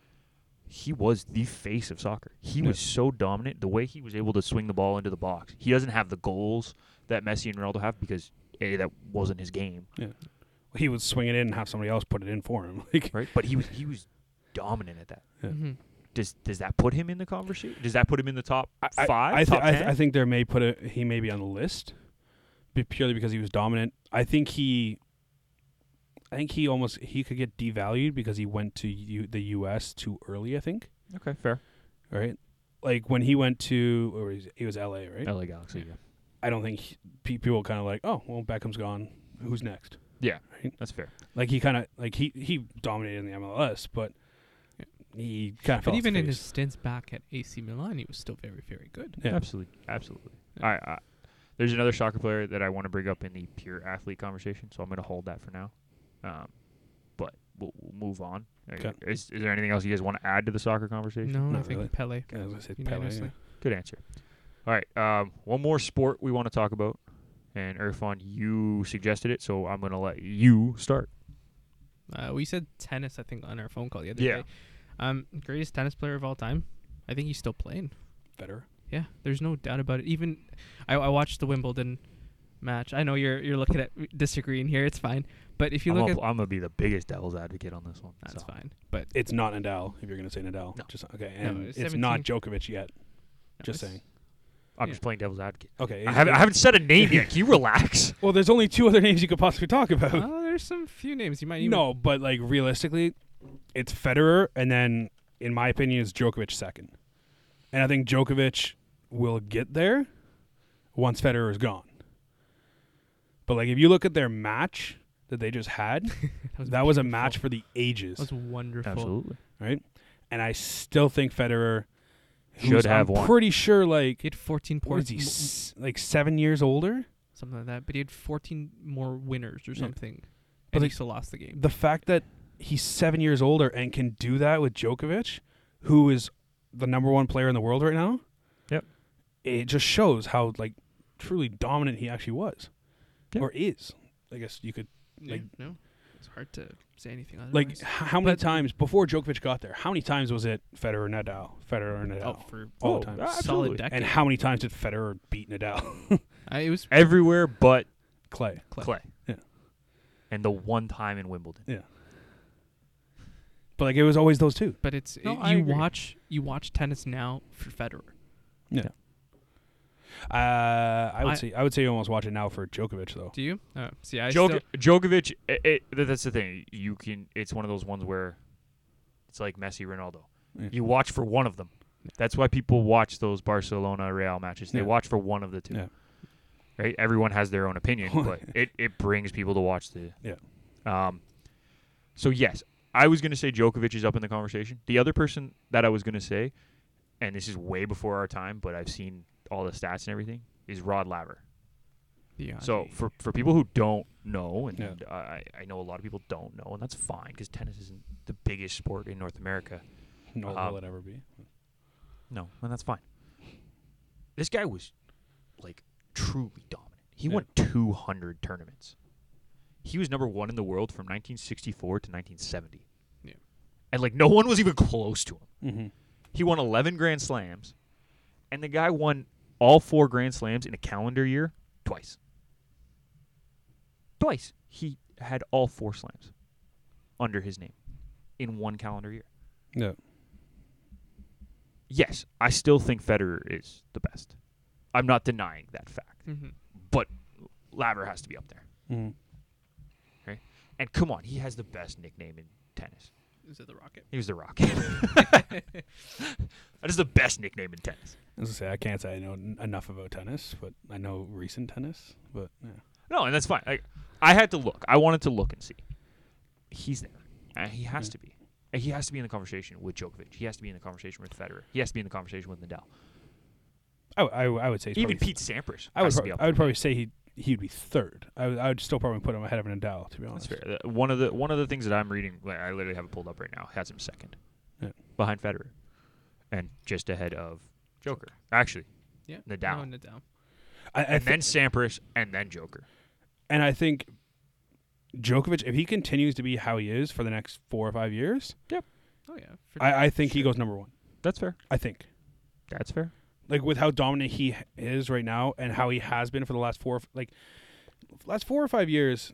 S1: he was the face of soccer. He
S3: Yeah.
S1: was so dominant. The way he was able to swing the ball into the box. He doesn't have the goals that Messi and Ronaldo have because a that wasn't his game,
S3: He would swing it in and have somebody else put it in for him. Like
S1: right? But he was he was dominant at that.
S3: Yeah.
S2: Mhm.
S1: Does does that put him in the conversation? Does that put him in the top
S3: I- I-
S1: five?
S3: I, thi-
S1: top
S3: I,
S1: ten?
S3: thi- I think there may put a he may be on the list, but purely because he was dominant. I think he, I think he almost he could get devalued because he went to U, the U.S. too early. I think
S1: okay, fair.
S3: right, like when he went to or he's- he was L.A. Right.
S1: LA Galaxy. Yeah,
S3: I don't think he, pe- people kind of like oh well Beckham's gone, who's next?
S1: that's fair.
S3: Like he kind of like he he dominated in the MLS, but
S2: Yeah.
S3: he kind of
S2: But even in his stints back at AC Milan, he was still very very good.
S3: Yeah.
S1: Absolutely, absolutely. I, I, there's another soccer player that I want to bring up in the pure athlete conversation, so I'm going to hold that for now. Um, but we'll, we'll move on. Are you-
S3: 'Kay.
S1: Is, is there anything else you guys want to add to the soccer conversation?
S2: No, I
S3: Not
S2: think
S3: really.
S2: Pele.
S3: I was gonna say Pele,
S2: unanimously.
S3: yeah.
S1: Good answer. All right, um, one more sport we want to talk about, and Irfan, you suggested it, so I'm going to let you start.
S2: Uh, we said tennis, I think, on our phone call the other
S1: Yeah.
S2: day. Um, greatest tennis player of all time. I think he's still playing.
S3: Federer.
S2: Yeah, there's no doubt about it. Even I, I watched the Wimbledon match. I know you're you're looking at disagreeing here. It's fine. But if you
S1: I'm
S2: look
S1: gonna,
S2: at
S1: pl- I'm gonna be the biggest devil's advocate on this one.
S2: that's
S1: so.
S2: fine. But
S3: It's not Nadal if you're going to say Nadal.
S1: No.
S3: Just okay, and
S2: it's
S3: it's, not Djokovic yet.
S2: no,
S3: Just
S2: it's-
S3: saying.
S1: I'm
S2: Yeah.
S1: just playing devil's advocate.
S3: Okay.
S1: I
S3: it-
S1: haven't,
S3: it-
S1: I haven't said a name yet. Can you relax?
S3: well, there's only two other names you could possibly talk about.
S2: Oh, there's some few names you might even
S3: No, but like realistically, it's Federer, and then in my opinion, is Djokovic second, and I think Djokovic will get there once Federer is gone. But like, if you look at their match that they just had, that was a
S2: beautiful.
S3: match for the ages,
S2: That was wonderful.
S1: Absolutely.
S3: right? And I still think Federer who's-
S1: Should have
S3: I'm
S1: won.
S3: Pretty sure, like
S2: He had 14
S3: what
S2: points,
S3: is he, s- like seven years older?
S2: something like that. But he had 14 more winners or
S3: Yeah.
S2: something.
S3: But
S2: But he
S3: like-
S2: still lost the game.
S3: the fact that he's seven years older and can do that with Djokovic, who is the number one player in the world right now.
S1: Yep.
S3: It just shows how like truly dominant he actually was,
S1: Yeah.
S3: or is. I guess you could
S2: Yeah,
S3: like-
S2: no, it's hard to say anything.
S3: like
S2: Otherwise.
S3: h- how many
S2: But-
S3: times before Djokovic got there? How many times was it Federer Nadal, Federer
S2: oh,
S3: Nadal,
S2: for
S3: all
S1: Oh,
S3: the time?
S1: ah, absolutely.
S2: solid decade.
S3: uh, And how many times did Federer beat Nadal?
S2: I, it was
S1: Everywhere but
S3: Clay.
S2: Clay.
S1: Clay.
S3: Yeah.
S1: And the one time in Wimbledon.
S3: But like it was always those two.
S2: But it's
S3: No,
S2: you
S3: I agree.
S2: watch you watch tennis now for Federer.
S3: Uh, I would
S2: I-
S3: say I would say you almost watch it now for Djokovic though.
S2: Do you? Uh, see, I
S1: Djok-
S2: still,
S1: Djokovic, i it, that's the thing. You can. It's one of those ones where it's like Messi, Ronaldo.
S3: Yeah.
S1: You watch for one of them. That's why people watch those Barcelona Real matches. They
S3: Yeah.
S1: watch for one of the two.
S3: Yeah.
S1: Right. Everyone has their own opinion, but it it brings people to watch the.
S3: Yeah.
S1: Um. So yes, I was gonna say Djokovic is up in the conversation. The other person that I was gonna say, and this is way before our time, but I've seen all the stats and everything, is Rod Laver.
S2: Yeah,
S1: So
S2: I-
S1: for for people who don't know, and
S3: Ah, Yeah.
S1: I, I know a lot of people don't know, and that's fine because tennis isn't the biggest sport in North America.
S3: Nor
S1: Uh,
S3: will it ever be.
S1: No, and that's fine. This guy was like truly dominant. He
S3: Yeah.
S1: won 200 tournaments. He was number one in the world from 1964 to 1970.
S2: Yeah.
S1: And like no one was even close to him.
S3: Mm-hmm.
S1: He won 11 Grand Slams, and the guy won all four Grand Slams in a calendar year twice. Twice. He had all four slams under his name in one calendar year.
S3: Yeah.
S1: Yes, I still think Federer is the best. I'm not denying that fact,
S2: Mhm.
S1: but Laver has to be up there.
S3: Mm-hmm.
S1: And come on, he has the best nickname in tennis.
S2: Is it the Rocket?
S1: He was the Rocket. that is the best nickname in tennis.
S3: I was gonna say I can't say I know n- enough about tennis, but I know recent tennis. But yeah,
S1: No, and that's fine. I, I had to look. I wanted to look and see. He's there. Uh, he has
S3: Mhm.
S1: to be. Uh, He has to be in the conversation with Djokovic. He has to be in the conversation with Federer. He has to be in the conversation with Nadal.
S3: I, w- I w- I would say he's
S1: Even
S3: probably-
S1: Pete Sampras.
S3: I would
S1: has to
S3: prob-
S1: be up
S3: I would
S1: there.
S3: probably say he he'd be third. I would, I would still probably put him ahead of Nadal to be
S1: That's
S3: honest.
S1: fair. Uh, One of the one of the things that I'm reading, like, I literally have it pulled up right now, has him second,
S3: Yeah.
S1: behind Federer, and just ahead of Joker. Actually,
S2: Yeah.
S1: Nadal.
S2: No, Nadal.
S3: I, I
S1: and
S3: thi-
S1: then Sampras, and then Joker.
S3: and I think Djokovic, if he continues to be how he is for the next four or five years,
S2: Oh yeah. For
S3: I, I think he
S2: sure.
S3: goes number one.
S1: That's fair.
S3: I think
S1: That's fair.
S3: like with how dominant he h- is right now and how he has been for the last four like last four or five years.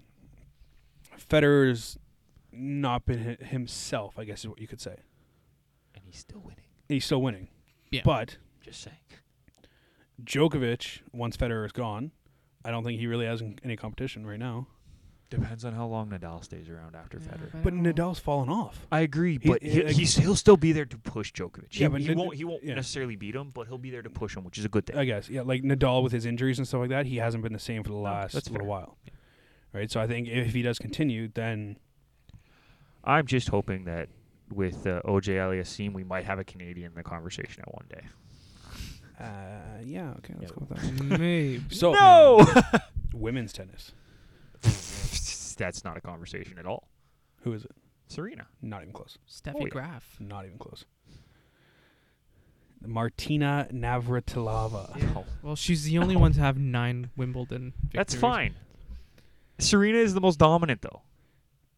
S3: Federer's not been hi- himself, I guess is what you could say.
S1: And he's still winning.
S3: he's still winning.
S2: Yeah.
S3: But
S1: Just saying.
S3: Djokovic, once Federer is gone, I don't think he really has any competition right now.
S1: Depends on how long Nadal stays around after
S2: Yeah,
S1: Federer.
S2: but-
S3: But Nadal's fallen off.
S1: I agree,
S3: He-
S1: but
S3: he-
S1: he,
S3: like-
S1: he's, he'll still be there to push Djokovic. He,
S3: Yeah, but
S1: he
S3: Nad-
S1: won't he won't
S3: yeah.
S1: necessarily beat him, but he'll be there to push him, which is a good thing.
S3: I guess, yeah, like Nadal with his injuries and stuff like that, he hasn't been the same for the last
S1: that's
S3: little
S1: fair.
S3: while. Right? So I think if he does continue, then
S1: I'm just hoping that with uh, OJ Aliassime, we might have a Canadian in the conversation at one day.
S3: uh, yeah, okay, let's
S1: Yeah.
S3: go with that.
S2: Maybe.
S3: So
S1: no,
S3: women's tennis.
S1: that's not a conversation at all.
S3: Who is it?
S1: Serena.
S3: Not even close.
S2: Steffi
S1: Oh, yeah.
S2: Graf.
S3: Not even close. Martina Navratilova.
S2: Yeah.
S1: No.
S2: Well, she's the only one to have nine Wimbledon. Victories.
S1: That's fine. Serena is the most dominant, though.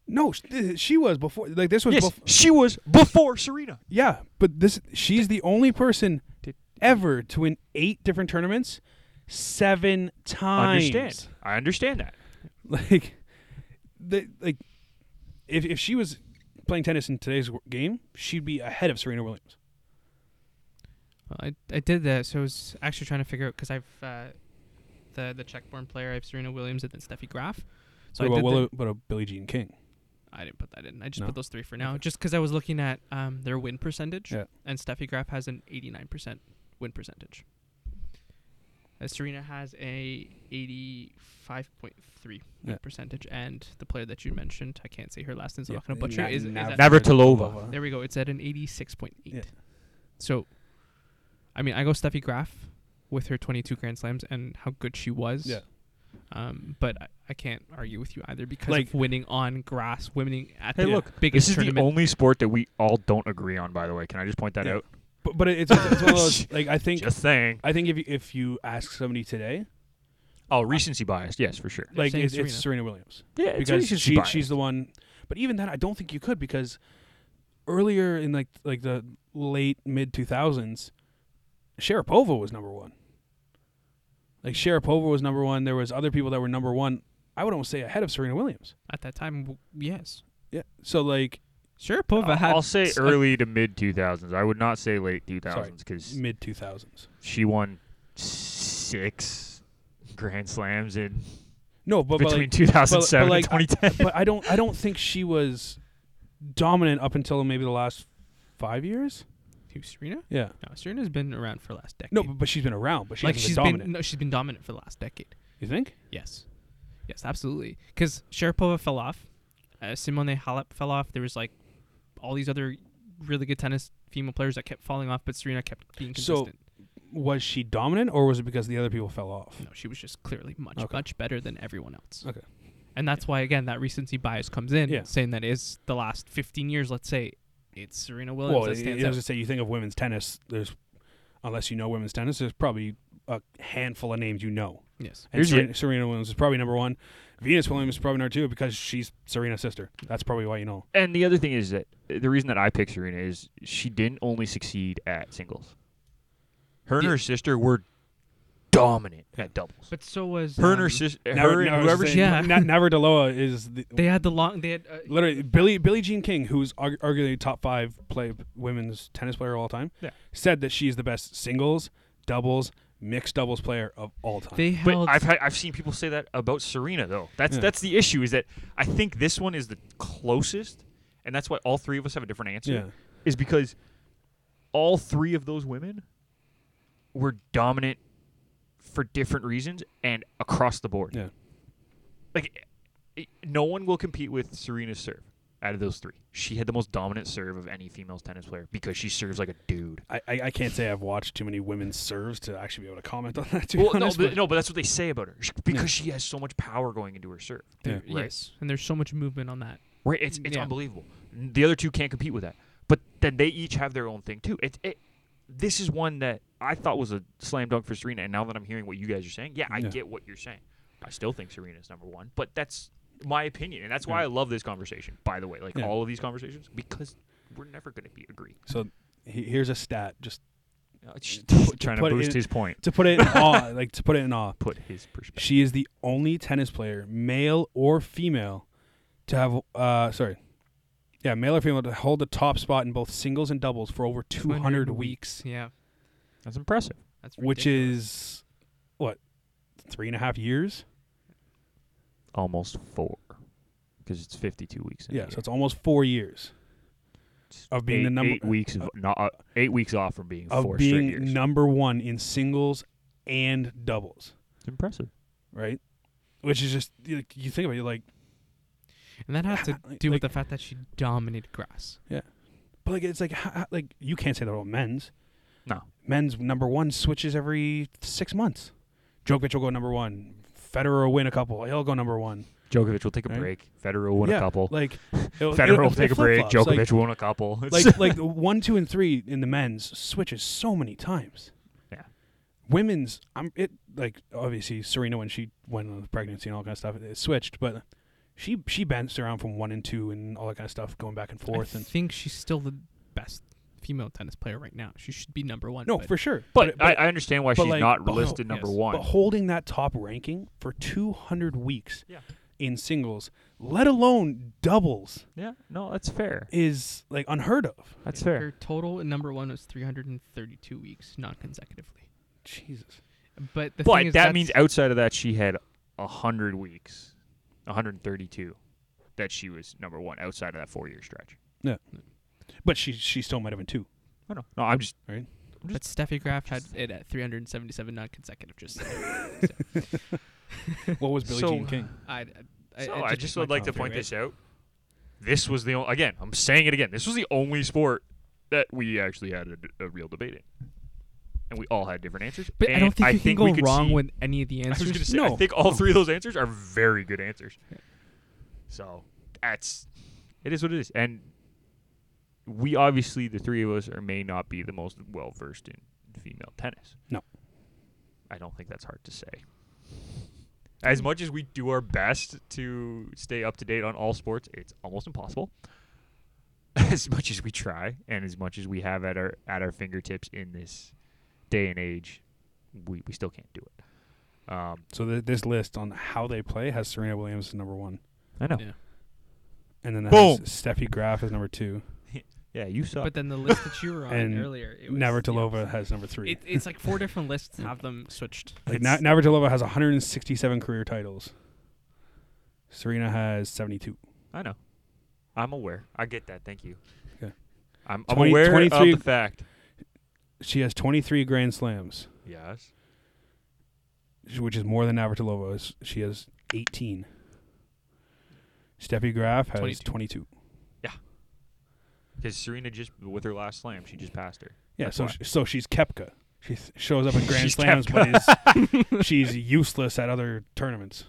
S3: No, she, she was before. Like this was
S1: Yes,
S3: before.
S1: she was before Serena.
S3: Yeah, but this she's the only person
S1: Did-
S3: ever to win eight different tournaments seven times.
S1: Understand? I understand that.
S3: Like, the, like, if if she was playing tennis in today's w- game, she'd be ahead of Serena Williams.
S2: Well, I, I did that, so I was actually trying to figure out because I've uh, the the checkborn player. I have Serena Williams and then Steffi Graf. So
S3: What
S2: I
S3: about
S2: did
S3: Willow,
S2: the-
S3: what about Billie Jean King?
S2: I didn't put that in. I just
S3: No?
S2: put those three for now,
S3: Okay.
S2: just because I was looking at um, their win percentage.
S3: Yeah.
S2: And Steffi Graf has an 89% win percentage. Uh, Serena has a 85.3 win
S3: Yeah.
S2: percentage, and the player that you mentioned, I can't say her last name, so
S3: Yeah.
S2: I'm not going to butcher. it, Is, is
S3: Nav-
S2: at-
S1: Navratilova.
S2: there we go. It's at an 86.8.
S3: Yeah.
S2: So, I mean, I go Steffi Graf with her 22 Grand Slams and how good she was.
S3: Yeah.
S2: Um, but I, I can't argue with you either because
S3: Like-
S2: of winning on grass, winning at
S1: Hey,
S2: the
S1: look,
S2: biggest
S1: This is the
S2: tournament.
S1: only sport that we all don't agree on, by the way. Can I just point that
S3: Yeah.
S1: out?
S3: But, but it's, it's, it's one of those like I think
S1: Just saying.
S3: I think if you, if you ask somebody today,
S1: Oh, recency bias. Yes, for sure.
S3: like
S2: saying
S3: it's, it's Serena Williams
S1: Yeah, it's
S3: because
S1: recency
S3: she
S1: bias.
S3: she's the one. But even then, I don't think you could because earlier in like like the late mid two thousands, Sharapova was number one. Like Sharapova was number one. There was other people that were number one. I would almost say ahead of Serena Williams.
S2: at that time, w- yes. Uh,
S3: Yeah. So like
S2: Sharapova had.
S1: I'll say
S2: s- a-
S1: early to mid 2000s. I would not say late 2000s because
S3: mid two thousands.
S1: she won six Grand Slams in
S3: No, but
S1: between
S3: but,
S1: 2007
S3: like,
S1: and 2010.
S3: like, but I don't I don't think she was dominant up until maybe the last five years.
S2: Who, Serena?
S3: Yeah.
S2: No, Serena's been around for the last decade.
S3: No, but, but she's been around, but she
S2: like
S3: hasn't
S2: she's
S3: been dominant.
S2: been no, she's been dominant for the last decade.
S3: you think?
S2: Yes. Yes, absolutely. Because Sharapova fell off. Uh, Simone Halep fell off. There was like all these other really good tennis female players that kept falling off, but Serena kept being
S3: So-
S2: consistent.
S3: Was she dominant, or was it because the other people fell off?
S2: no, she was just clearly much,
S3: Okay.
S2: much better than everyone else.
S3: Okay.
S2: And that's why, again, that recency bias comes in,
S3: Yeah.
S2: saying that is the last 15 years, let's say, it's Serena Williams
S3: well,
S2: that
S3: it,
S2: stands
S3: it, I was
S2: out.
S3: to say you think of women's tennis. There's, unless you know women's tennis, there's probably a handful of names you know.
S2: Yes.
S3: And
S1: Here's
S3: Serena, Serena Williams is probably number one. Venus Williams is probably number two because she's Serena's sister. That's probably why you know.
S1: and the other thing is that uh, the reason that I picked Serena is she didn't only succeed at singles. Her and
S2: Yeah.
S1: her sister were dominant at doubles.
S2: But so was.
S1: Her and
S2: um,
S1: her sister, her and whoever she,
S2: saying- Yeah.
S3: Na- Navratilova is the,
S2: They had the long. They had. Uh,
S3: literally Billy Billie Jean King, who's arg- arguably top five play women's tennis player of all time.
S1: Yeah.
S3: said that she's the best singles, doubles, mixed doubles player of all time.
S2: they
S1: But
S2: held.
S1: I've had, I've seen people say that about Serena though. That's
S3: Yeah.
S1: that's the issue is that I think this one is the closest, and that's why all three of us have a different answer.
S3: yeah.
S1: Is because all three of those women were dominant for different reasons and across the board.
S3: Yeah.
S1: Like i- no one will compete with Serena's serve out of those three. She had the most dominant serve of any female tennis player because she serves like a dude.
S3: I, I, I can't say I've watched too many women's serves to actually be able to comment on that. To be
S1: Well, no,
S3: honest,
S1: but,
S3: but-
S1: no, but that's what they say about her She- because she has so much power going into her serve.
S2: there-
S3: Yeah.
S1: Right.
S2: Yes. And there's so much movement on that.
S1: Right, it's it's
S2: Yeah.
S1: unbelievable. N- The other two can't compete with that. But then they each have their own thing too. It, it this is one that I thought was a slam dunk for Serena, and now that I'm hearing what you guys are saying, yeah, I
S3: Yeah.
S1: get what you're saying. I still think Serena's number one, but that's my opinion, and that's why
S3: Yeah.
S1: I love this conversation. By the way, like
S3: Yeah.
S1: all of these conversations, because we're never going to be agree.
S3: So he- here's a stat just
S1: Uh,
S3: put-
S1: trying
S3: put
S1: to
S3: it
S1: boost
S3: in-
S1: his point,
S3: to put it in awe, like to put it in awe.
S1: put his perspective.
S3: She is the only tennis player, male or female, to have uh sorry. Yeah, male or female to hold the top spot in both singles and doubles for over 200 weeks,
S2: Yeah.
S1: That's impressive.
S2: That's
S3: which
S2: ridiculous.
S3: is what three and a half years.
S1: Almost four, because it's 52 weeks. In a
S3: Yeah,
S1: year.
S3: so it's almost four years of being
S1: eight,
S3: the number
S1: eight weeks of not uh, eight weeks off from being
S3: of
S1: four straight years.
S3: being number one in singles and doubles.
S1: It's impressive.
S3: right? Which is just you, you think about it, you're like,
S2: And that has to
S3: Like-
S2: do
S3: like-
S2: with the fact that she dominated grass.
S3: but like it's like ha- ha- like you can't say that about men's.
S1: No.
S3: Men's number one switches every six months. Djokovic will go number one. Federer will win a couple. He'll go number one.
S1: Djokovic will take a
S3: Right?
S1: break. Federer will win
S3: Yeah,
S1: a couple.
S3: Like
S1: Federer will take a break.
S3: flip-flops,
S1: Djokovic will win a couple.
S3: Like like, like the one, two, and three in the men's switches so many times.
S1: Yeah.
S3: Women's, I'm it like obviously Serena when she went on pregnancy and all that kind of stuff, it, it switched. But she she bounced around from one and two and all that kind of stuff, going back and forth.
S2: I
S3: And
S2: think she's still the best female tennis player right now. She should be number one.
S3: No,
S2: but
S3: for sure.
S1: But, I, I understand why
S3: but
S1: she's
S3: like-
S1: not
S3: but-
S1: listed number
S2: yes,
S1: one.
S3: But holding that top ranking for 200 weeks
S1: Yeah.
S3: in singles, let alone doubles,
S1: yeah, no, that's fair.
S3: is like unheard of.
S1: That's
S2: Her
S1: fair.
S2: total in number one was 332 weeks, not consecutively.
S3: Jesus.
S2: But the thing
S1: But
S2: is,
S1: that means
S2: that's-
S1: outside of that, she had hundred weeks, one hundred thirty-two, that she was number one outside of that four-year stretch.
S3: But she she still might have been two.
S1: I don't know. No, I'm just
S2: but Steffi Graf had it at 377 not consecutive. Just
S3: What was Billie
S1: So-
S3: Jean King?
S2: I, I,
S1: so
S2: I,
S1: I, just would like to point
S2: this
S1: this out. This was the only, again. I'm saying it again. This was the only sport that we actually had a d- a, real debate in, and we all had different answers.
S2: But I don't
S1: And
S2: think you can go
S1: we could
S2: wrong
S1: see-
S2: with any of the
S1: I was
S2: answers.
S1: going to say. I
S3: No.
S1: think all three of those answers are very good answers. So that's it is what it is, and we obviously the three of us are may not be the most well versed in female tennis.
S3: No.
S1: I don't think that's hard to say. As much as we do our best to stay up to date on all sports, it's almost impossible. As much as we try, and as much as we have at our at our fingertips in this day and age, we, we still can't do it. Um,
S3: So th- this list on how they play has Serena Williams as number one,
S1: I know.
S2: Yeah.
S3: and then that
S1: Boom.
S3: has Steffi Graf as number two.
S1: Yeah, you suck.
S2: But then the list that you were on
S3: And
S2: earlier, it was,
S3: Navratilova
S2: yeah.
S3: has number three.
S2: It, it's like four different lists. Have them switched.
S3: like
S2: It's-
S3: Na- Navratilova has 167 career titles. Serena has 72.
S1: I know. I'm aware. I get that. Thank you.
S3: Okay.
S1: I'm, I'm
S3: 20
S1: aware
S3: 23
S1: of the fact.
S3: She has 23 Grand Slams,
S1: Yes.
S3: which is more than Navratilova's. She has 18. Steffi Graf has 22.
S2: 22.
S1: Because Serena just with her last slam, she just passed her.
S3: Yeah,
S1: That's
S3: so
S1: why.
S3: sh- so she's Kepka. She th- shows up in Grand
S1: She's
S3: Slams, but is, she's useless at other tournaments.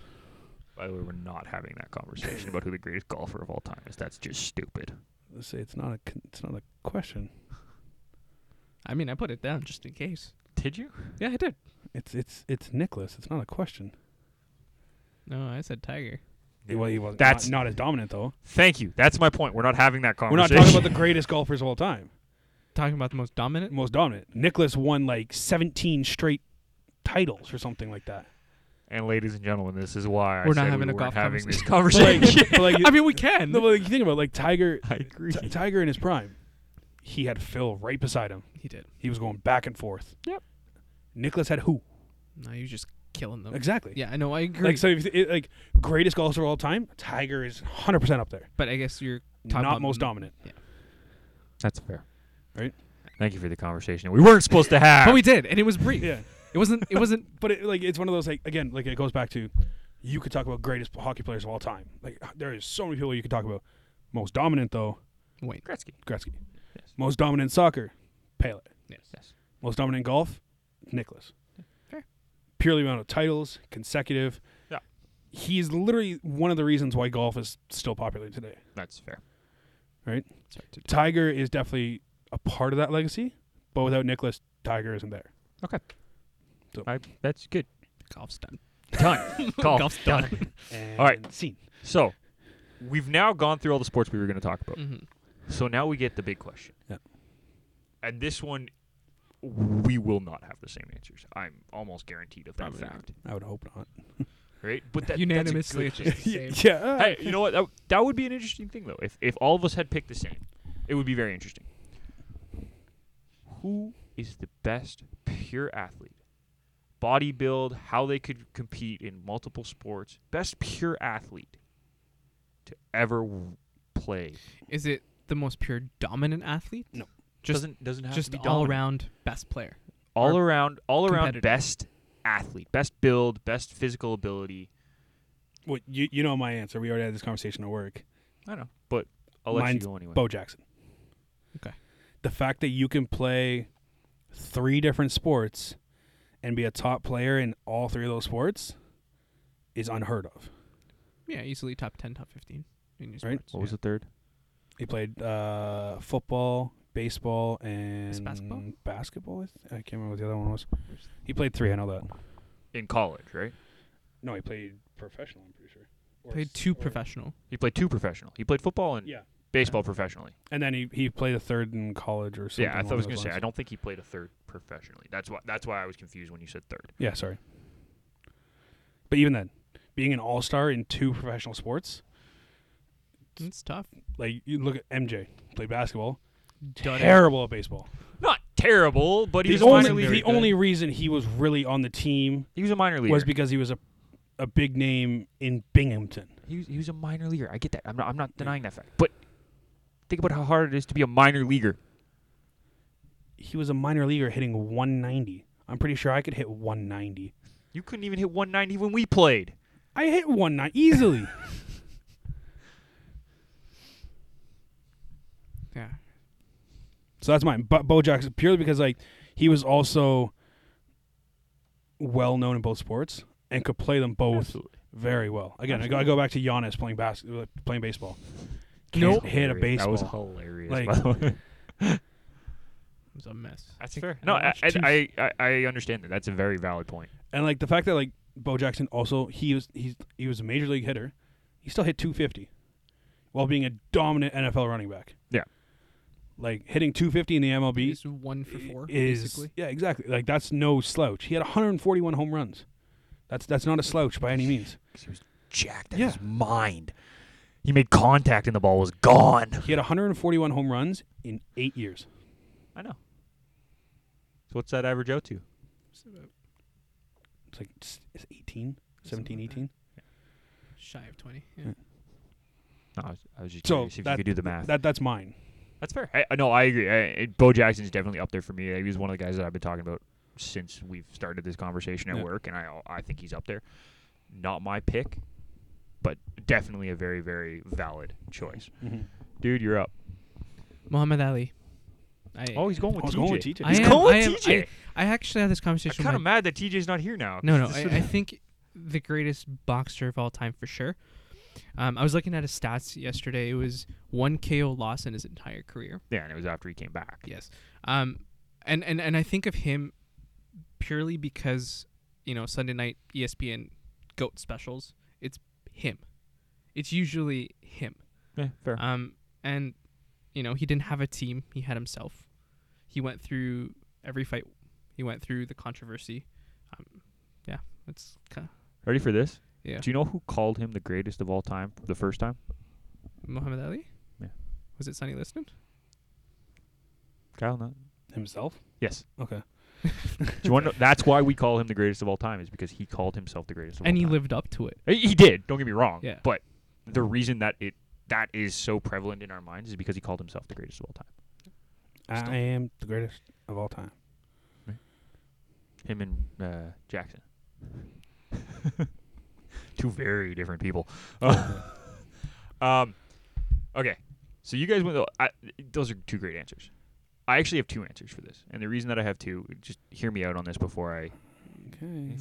S1: By the way, we're not having that conversation about who the greatest golfer of all time is. That's just stupid.
S3: Let's say it's not a con- it's not a question.
S2: I mean, I put it down just in case.
S1: Did you?
S2: Yeah, I did.
S3: It's it's it's Nicholas. It's not a question.
S2: No, I said Tiger.
S3: Well, he was
S1: That's-
S3: not, not as dominant though.
S1: Thank you. That's my point. We're not having that
S3: We're not
S1: conversation.
S3: talking about the greatest golfers of all time.
S2: Talking about the most dominant.
S3: Most dominant. Nicholas won like 17 straight titles or something like that.
S1: and ladies and gentlemen, this is why I
S2: We're not
S1: said
S2: having
S1: we
S2: a
S1: weren't
S2: golf
S1: having this
S3: But like,
S1: conversation.
S3: but like,
S2: I mean, we can.
S3: no, but like you think about it, like Tiger,
S1: I agree.
S3: Ti- Tiger in his prime, he had Phil right beside him.
S2: he did.
S3: He was going back and forth.
S1: Yep.
S3: Nicholas had who?
S2: No, he was just killing them.
S3: Exactly.
S2: Yeah, I know. I agree.
S3: Like so, if you th- it, like greatest golfer of all time, Tiger is 100 percent up there.
S2: but I guess you're Talking
S3: not
S2: about
S3: most
S2: m-
S3: dominant.
S1: That's fair.
S3: Right?
S1: Thank you for the conversation. We weren't supposed to have.
S2: But we did, and it was brief.
S3: Yeah.
S2: It wasn't. It wasn't.
S3: But it, like it's one of those like again like it goes back to you could talk about greatest hockey players of all time. Like there is so many people you could talk about. Most dominant though,
S2: Wait.
S1: Gretzky.
S3: Gretzky.
S1: Yes.
S3: Most dominant soccer, Pele.
S2: Yes.
S1: Yes.
S3: Most dominant golf, Nicholas.
S2: Fair.
S3: Purely amount of titles, consecutive.
S1: Yeah.
S3: He's literally one of the reasons why golf is still popular today.
S1: That's fair.
S2: Sorry to do.
S3: Tiger is definitely a part of that legacy, but without Nicholas, Tiger isn't there.
S1: I, that's good.
S2: Golf's done.
S1: Done. Golf.
S2: Golf's
S1: done.
S2: done.
S3: And
S1: All right.
S3: Scene.
S1: So, we've now gone through all the sports we were going to talk about.
S2: Mhm.
S1: So now we get the big question.
S3: Yeah.
S1: And this one, we will not have the same answers. I'm almost guaranteed of that
S2: Probably not.
S1: fact.
S3: I would hope not.
S1: Right? But that,
S2: Unanimously, it's
S1: That's a
S2: just the
S3: yeah.
S2: same.
S1: good-
S3: yeah.
S1: hey, you know what? That, w- that would be an interesting thing, though. If if all of us had picked the same, it would be very interesting. Who is the best pure athlete? Body build, how they could compete in multiple sports. Best pure athlete to ever w- play
S2: Is it the most pure dominant athlete?
S3: No.
S2: Just
S1: doesn't doesn't have
S2: just
S1: to be
S2: all
S1: dominant.
S2: around best player.
S1: all
S2: or
S1: around all around
S2: competitive.
S1: best athlete, best build, best physical ability.
S3: Well, you, you know my answer. We already had this conversation at work.
S1: I know, but I'll let you
S3: Mine's
S1: go anyway.
S3: Bo Jackson.
S2: Okay.
S3: The fact that you can play three different sports and be a top player in all three of those sports is unheard of.
S2: Yeah, easily top ten, top fifteen in your
S3: Right.
S2: sports.
S1: What was the third?
S3: He played uh, football, baseball, and
S2: basketball?
S3: Basketball, I, th- I can't remember what the other one was. He played three. I know that.
S1: In college, right?
S3: No, he played professional. I'm pretty sure. Or
S2: Played
S3: s-
S2: two
S3: or-
S2: professional.
S1: He played two professional. He played football and
S3: Yeah.
S1: Baseball professionally.
S3: And then he, he played a third in college or something.
S1: yeah, I thought I
S3: along
S1: was
S3: those
S1: gonna say I
S3: lines.
S1: don't think he played a third professionally. That's why that's why I was confused when you said third.
S3: Yeah, sorry. But even then, being an all star in two professional sports,
S2: It's tough.
S3: like you look at MJ, played basketball,
S2: Done it.
S3: terrible at baseball.
S1: Not terrible, but he
S3: The
S1: was a minor
S3: only
S2: wasn't very
S3: the
S1: league.
S2: good.
S3: only reason he was really on the team
S1: He was a minor leaguer.
S3: was because he was a a big name in Binghamton.
S1: he, was, he was a minor leaguer. I get that. I'm not I'm not denying that fact. But think about how hard it is to be a minor leaguer.
S3: He was a minor leaguer hitting 190. I'm pretty sure I could hit 190.
S1: You couldn't even hit 190 when we played.
S3: I hit 190 easily.
S2: Yeah.
S3: So that's mine. But Bo Jackson purely because like he was also well known in both sports and could play them both very well. Again, I go, I go back to Giannis playing bas- uh, playing baseball. Can't
S2: Nope.
S3: hit a
S1: That was
S3: baseball.
S1: hilarious.
S3: Like-
S1: by the way.
S2: It was a mess.
S1: That's
S2: Like,
S1: fair.
S2: I
S1: No, I,
S2: watched two-
S1: I, I, I understand that. That's a very valid point.
S3: And like the fact that like Bo Jackson also he was he's he was a major league hitter. He still hit 250 while being a dominant NFL running back.
S1: Yeah.
S3: Like hitting 250 in the MLB
S2: He's one for four,
S3: is
S2: basically.
S3: yeah exactly like that's no slouch. He had 141 home runs. That's that's not a slouch by any means.
S1: 'Cause He was jacked out
S3: Yeah.
S1: of his mind. He made contact and the ball was gone.
S3: He had 141 home runs in eight years.
S1: I know. So what's that average out to?
S2: It's about
S3: It's like it's it's 18, 17,
S2: Something like
S3: 18.
S2: Shy of twenty. Yeah.
S3: Yeah.
S1: No, I was, I was just
S3: So
S1: curious if
S3: that-
S1: you could do the math.
S3: That that's mine.
S1: That's fair. I, no, I agree. I, it- Bo Jackson's definitely up there for me. He was one of the guys that I've been talking about since we've started this conversation at
S3: Yeah.
S1: work, and I I think he's up there. Not my pick, but definitely a very very valid choice.
S3: Mm-hmm.
S1: Dude, you're up.
S2: Muhammad Ali. I,
S1: Oh, he's going with
S3: I was
S1: TJ.
S3: going with TJ.
S2: I
S1: He's
S2: am,
S1: going
S2: I am-
S1: TJ.
S2: I actually had this
S1: I'm
S2: conversation
S1: kind
S2: with
S1: of
S2: my,
S1: mad that TJ's not here now.
S2: No, no.
S1: This
S2: I,
S1: would've-
S2: I think the greatest boxer of all time for sure. Um, I was looking at his stats yesterday. It was one KO loss in his entire career.
S1: yeah, and it was after he came back.
S2: Yes. Um, and, and, and I think of him purely because, you know, Sunday night E ESPN GOAT specials, it's him. It's usually him.
S1: Yeah, fair.
S2: Um, and, you know, he didn't have a team, he had himself. He went through every fight, he went through the controversy. Um, yeah, it's kind of.
S1: Ready for this?
S2: Yeah.
S1: Do you know who called him the greatest of all time the first time?
S2: Muhammad Ali?
S1: Yeah.
S2: Was it Sonny Liston?
S1: Kyle, not.
S3: Himself.
S1: Yes.
S3: Okay.
S1: Do you want to know? That's why we call him the greatest of all time is because he called himself the greatest of
S2: And
S1: all
S2: he
S1: time.
S2: lived up to it.
S1: He he did. Don't get me wrong.
S2: Yeah.
S1: But the reason that it that is so prevalent in our minds is because he called himself the greatest of all time.
S3: I am the greatest of all time.
S1: Him and uh, Jackson. Two very different people. um, okay. So you guys went. oh, I, those are two great answers. I actually have two answers for this, and the reason that I have two, just hear me out on this before I.
S3: Okay.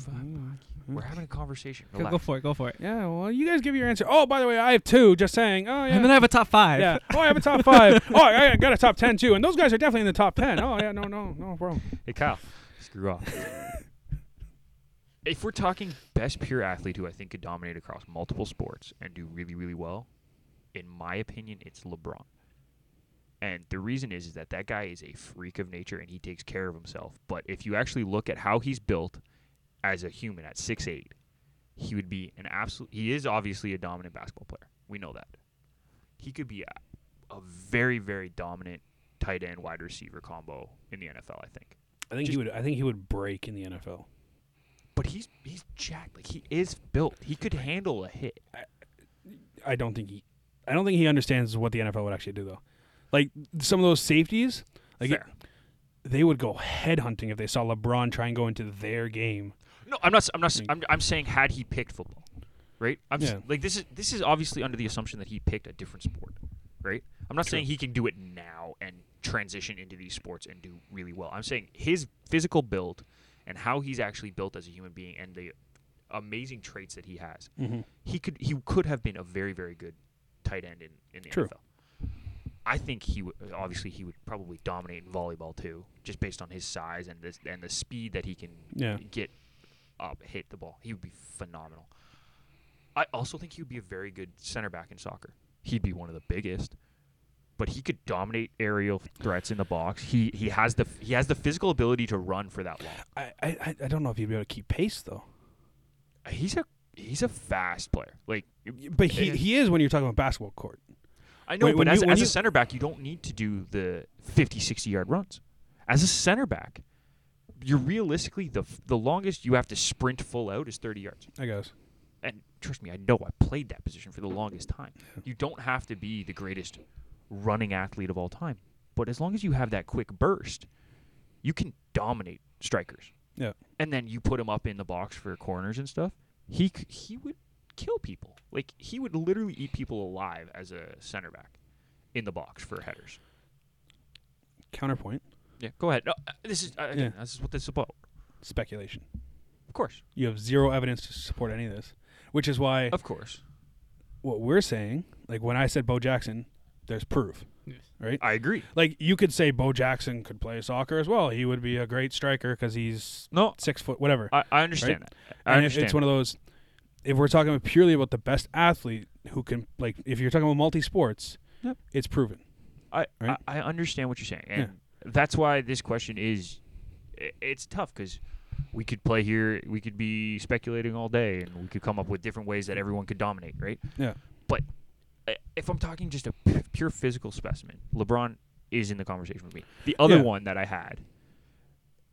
S1: We're having a conversation.
S2: Go, go
S1: Relax.
S2: for it. Go for it.
S3: Yeah. Well, you guys give your answer. Oh, by the way, I have two. Just saying. Oh yeah.
S2: And then I have a top five.
S3: yeah. Oh, I have a top five. oh, I I got a top ten too. And those guys are definitely in the top ten. Oh yeah. No, no, no problem.
S1: Hey Kyle, screw off. if we're talking best pure athlete who I think could dominate across multiple sports and do really really well, in my opinion, it's LeBron. And the reason is, is that that guy is a freak of nature and he takes care of himself. But if you actually look at how he's built as a human at 6'8", he would be an absolute. He is obviously a dominant basketball player. We know that. He could be a, a very very dominant tight end wide receiver combo in the NFL. I think.
S3: I think he would. I think he would break in the NFL.
S1: But he's he's jacked. Like he is built. He could handle a hit.
S3: I don't think he. I don't think he understands what the NFL would actually do though. Like some of those safeties, like
S1: Fair.
S3: they would go headhunting if they saw LeBron try and go into their game.
S1: No, I'm not. s- I'm not. s-
S3: Like-
S1: I'm, I'm saying had he picked football, right? I'm s-
S3: Yeah.
S1: like this is this is obviously under the assumption that he picked a different sport, right? I'm not saying he can do it now and transition into these sports and do really well. I'm saying his physical build and how he's actually built as a human being and the amazing traits that he has.
S3: Mm-hmm.
S1: He could he could have been a very very good tight end in in the
S3: True.
S1: NFL. I think he would obviously he would probably dominate in volleyball too, just based on his size and this and the speed that he can
S3: Yeah.
S1: get up, hit the ball. He would be phenomenal. I also think he would be a very good center back in soccer. He'd be one of the biggest. but he could dominate aerial threats in the box. He he has the he has the physical ability to run for that long.
S3: I, I, I- I don't know if you'd be able to keep pace though.
S1: He's a he's a fast player. Like
S3: But he, he is when you're talking about basketball court.
S1: I know,
S3: Wait,
S1: but
S3: when
S1: as,
S3: you- when
S1: as
S3: you-
S1: a center back, you don't need to do the 50, 60 yard runs. As a center back, you're realistically the f- the longest you have to sprint full out is 30 yards.
S3: I guess.
S1: And trust me, I know I played that position for the longest time. You don't have to be the greatest running athlete of all time, but as long as you have that quick burst, you can dominate strikers.
S3: Yeah.
S1: And then you put him up in the box for corners and stuff. He c- he would kill people. Like he would literally eat people alive as a center back in the box for headers.
S3: Counterpoint
S1: Yeah, go ahead. No, uh, this is uh, again,
S3: Yeah.
S1: this is what this is about.
S3: speculation.
S1: Of course.
S3: You have zero evidence to support any of this, which is why
S1: Of course.
S3: what we're saying, like when I said Bo Jackson, there's proof.
S1: I agree.
S3: Like you could say Bo Jackson could play soccer as well. He would be a great striker because he's
S1: No,
S3: six foot, whatever.
S1: I, I understand
S3: Right?
S1: that. I
S3: and it-
S1: understand.
S3: It's one of those. If we're talking purely about the best athlete who can, like, if you're talking about multi sports,
S1: Yep.
S3: it's proven.
S1: I,
S3: right?
S1: I I understand what you're saying,
S3: Yeah.
S1: and that's why this question is i- it's tough because we could play here, we could be speculating all day, and we could come up with different ways that everyone could dominate, right?
S3: Yeah.
S1: But i- if I'm talking just a p- pure physical specimen, LeBron is in the conversation for me. The other
S3: Yeah.
S1: one that I had,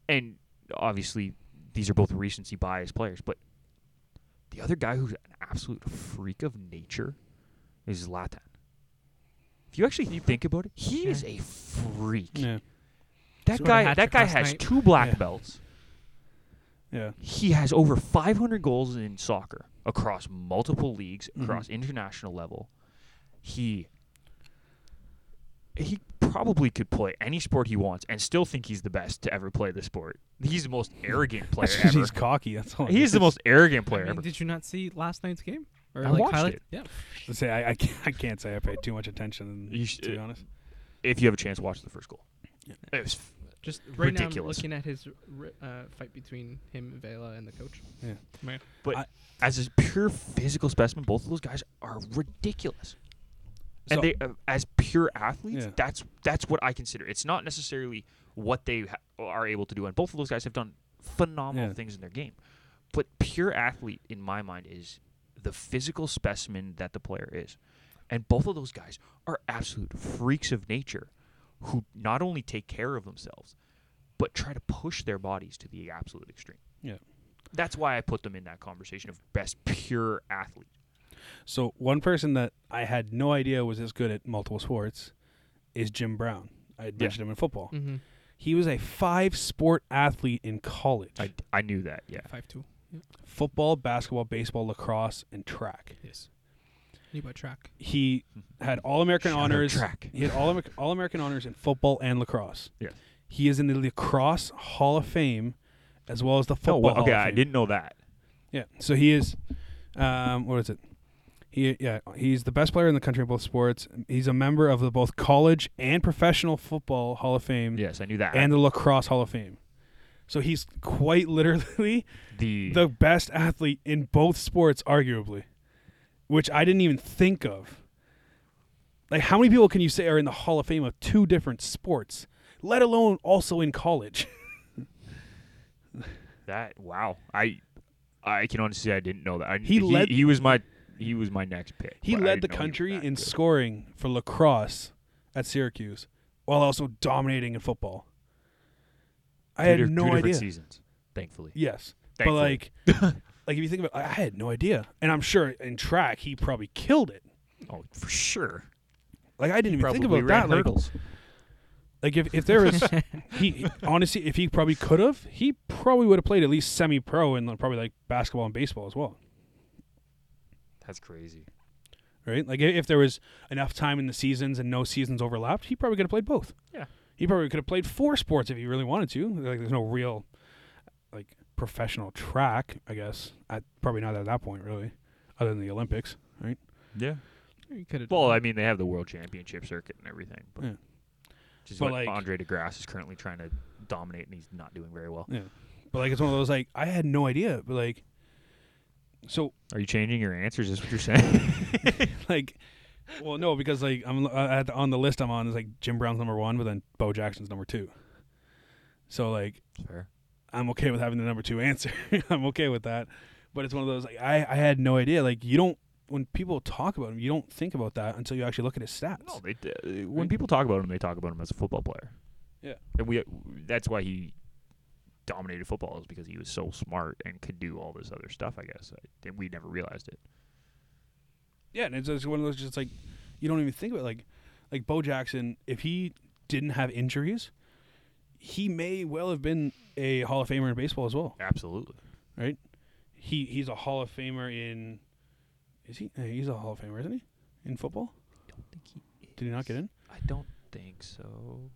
S1: and obviously these are both recency bias players, but the other guy who's an absolute freak of nature is Latan. If you actually think about it, he is a freak.
S3: Yeah.
S1: That
S2: Scored a
S1: guy,
S2: hat
S1: that
S2: trick
S1: guy
S2: last
S1: has
S2: night.
S1: two black
S3: Yeah.
S1: belts.
S3: Yeah.
S1: He has over 500 goals in soccer across multiple leagues,
S2: Mm-hmm.
S3: Mhm.
S1: across international level. He he probably could play any sport he wants and still think he's the best to ever play the sport. He's the most arrogant player
S3: That's 'cause
S1: ever.
S3: he's cocky. That's all. it
S1: He's the
S3: is.
S1: most arrogant
S2: I
S1: player
S2: mean,
S1: ever.
S2: did you not see last night's game? Or
S1: I watched
S2: highlight-
S1: it.
S2: Yeah.
S3: Let's Say, I, I, can't, I can't say I paid too much attention.
S1: You should-
S3: to be honest,
S1: If you have a chance, watch the first goal.
S3: Yeah.
S1: It was f-
S2: Just right now, I'm
S1: Ridiculous.
S2: looking at his ri- uh, fight between him, Vela, and the coach.
S3: Yeah.
S2: Man.
S1: as a pure physical specimen, both of those guys are ridiculous.
S3: So-
S1: and they, uh, as pure athletes,
S3: Yeah.
S1: that's that's what I consider. It's not necessarily what they ha- are able to do, and both of those guys have done phenomenal
S3: Yeah.
S1: things in their game. But pure athlete, in my mind, is the physical specimen that the player is, and both of those guys are absolute freaks of nature, who not only take care of themselves, but try to push their bodies to the absolute extreme.
S3: Yeah.
S1: That's why I put them in that conversation of best pure athlete.
S3: So one person that I had no idea was as good at multiple sports is Jim Brown. I had
S1: Yeah. Mm.
S3: mentioned him in football.
S2: Mm-hmm.
S3: He was a five sport athlete in college.
S1: I, I knew that. Yeah.
S2: Five two.
S3: football, basketball, baseball, lacrosse, and track.
S2: Yes. Knew about track.
S3: He had All American
S1: Shout out
S3: honors.
S1: track.
S3: He had All American All American honors in football and lacrosse.
S1: Yes.
S3: He is in the lacrosse Hall of Fame, as well as the
S1: No,
S3: football.
S1: Oh, well, okay,
S3: Hall of
S1: I
S3: Fame.
S1: didn't know that.
S3: Yeah. So he is. Um, what is it? He yeah. He's the best player in the country in both sports. He's a member of the both college and professional football Hall of Fame
S1: Yes, I knew that.
S3: and the lacrosse Hall of Fame. So he's quite literally
S1: the,
S3: the best athlete in both sports, arguably, which I didn't even think of. Like, how many people can you say are in the Hall of Fame of two different sports, let alone also in college?
S1: that wow, I I can honestly say I didn't know that. I,
S3: He
S1: he,
S3: led-
S1: he was my he was my next pick.
S3: He
S1: but I
S3: led the
S1: didn't know he was
S3: country
S1: that
S3: in
S1: good.
S3: scoring for lacrosse at Syracuse, while also dominating in football. I
S1: Two
S3: had
S1: di- two
S3: no
S1: different
S3: idea.
S1: Seasons, thankfully.
S3: Yes, but
S1: Thankfully.
S3: like, like if you think about, I I had no idea, and I'm sure in track he probably killed it.
S1: oh, for sure.
S3: Like I didn't even
S1: Probably
S3: think about
S1: ran
S3: that. Like,
S1: hurdles.
S3: Like if, if there was he honestly if he probably could have, he probably would have played at least semi pro and probably like basketball and baseball as well.
S1: That's crazy.
S3: Right? Like i- if there was enough time in the seasons and no seasons overlapped, he probably could have played both.
S1: Yeah.
S3: He probably could have played four sports if he really wanted to. Like there's no real like professional track, I guess. At probably not at that point really, other than the Olympics.
S1: Yeah.
S2: You could have.
S1: Well, I mean, they have the world championship circuit and everything, but
S3: Yeah.
S1: which is
S3: But,
S1: what
S3: like-
S1: Andre DeGrasse is currently trying to dominate, and he's not doing very well.
S3: Yeah. But like it's one of those like I had no idea, but like so
S1: Are you changing your answers? Is what you're saying?
S3: like Well, no, because like I'm uh, at the, on the list I'm on is like Jim Brown's number one, but then Bo Jackson's number two. So like
S1: Fair.
S3: I'm okay with having the number two answer. I'm okay with that. But it's one of those like I, I had no idea. Like you don't when people talk about him, you don't think about that until you actually look at his stats.
S1: No, they, d- uh, when people talk about him, they talk about him as a football player.
S3: Yeah.
S1: and we that's why he dominated football is because he was so smart and could do all this other stuff. I guess I, and we never realized it.
S3: Yeah, and it's just one of those just like you don't even think about it. like like Bo Jackson, if he didn't have injuries, he may well have been a Hall of Famer in baseball as well.
S1: Absolutely.
S3: right? He he's a Hall of Famer in. Is he? uh, He's a Hall of Famer, isn't he? In football,
S1: I don't think he
S3: did he not get in?
S1: I don't think so.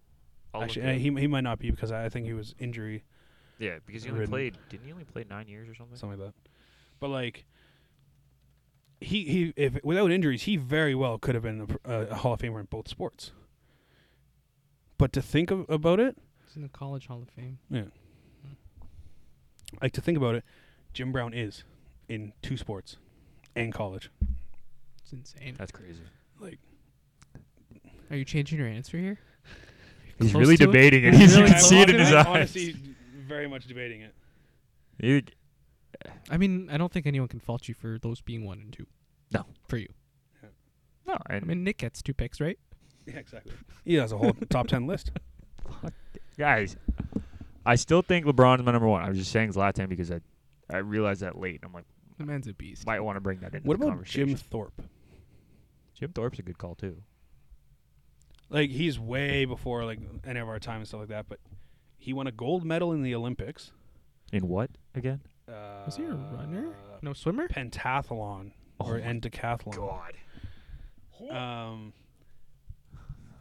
S3: Actually, uh, he he might not be because I, I think he was injury
S1: yeah, because he
S3: he
S1: only
S3: only ridden.
S1: played.
S3: played-
S1: Didn't he only play nine years or something?
S3: something like that. But like, he he if without injuries, he very well could have been a, pr- a, a Hall of Famer in both sports. But to think of, about it,
S2: He's in the College Hall of Fame.
S3: like to think about it, Jim Brown is in two sports, and college.
S2: It's insane.
S1: That's crazy.
S3: Like
S2: Are you changing your answer here?
S1: He's
S2: Close
S1: really
S2: to it?
S1: debating it.
S2: He's
S1: He's
S2: really
S1: you can see it in
S2: close
S1: his
S2: to it.
S1: eyes.
S3: Honestly, very much debating it.
S1: Dude,
S2: I mean, I don't think anyone can fault you for those being one and two.
S1: No.
S2: For you.
S1: No, I
S2: I
S1: mean,
S2: mean, Nick gets two picks, right?
S3: Yeah, exactly. He has a whole top ten list.
S1: guys, I still think LeBron is my number one. I was just saying Zlatan because I, I realized that late, and I'm like,
S2: The man's a beast.
S1: might want to bring that into
S3: What
S1: the
S3: about
S1: conversation.
S3: Jim Thorpe?
S1: Jim Thorpe's a good call too.
S3: Like he's way before like any of our time and stuff like that. But he won a gold medal in the Olympics.
S1: In what again?
S3: Uh,
S2: Was he a runner? No swimmer?
S3: Pentathlon
S1: Oh
S3: or and decathlon.
S2: Uh,
S3: Um,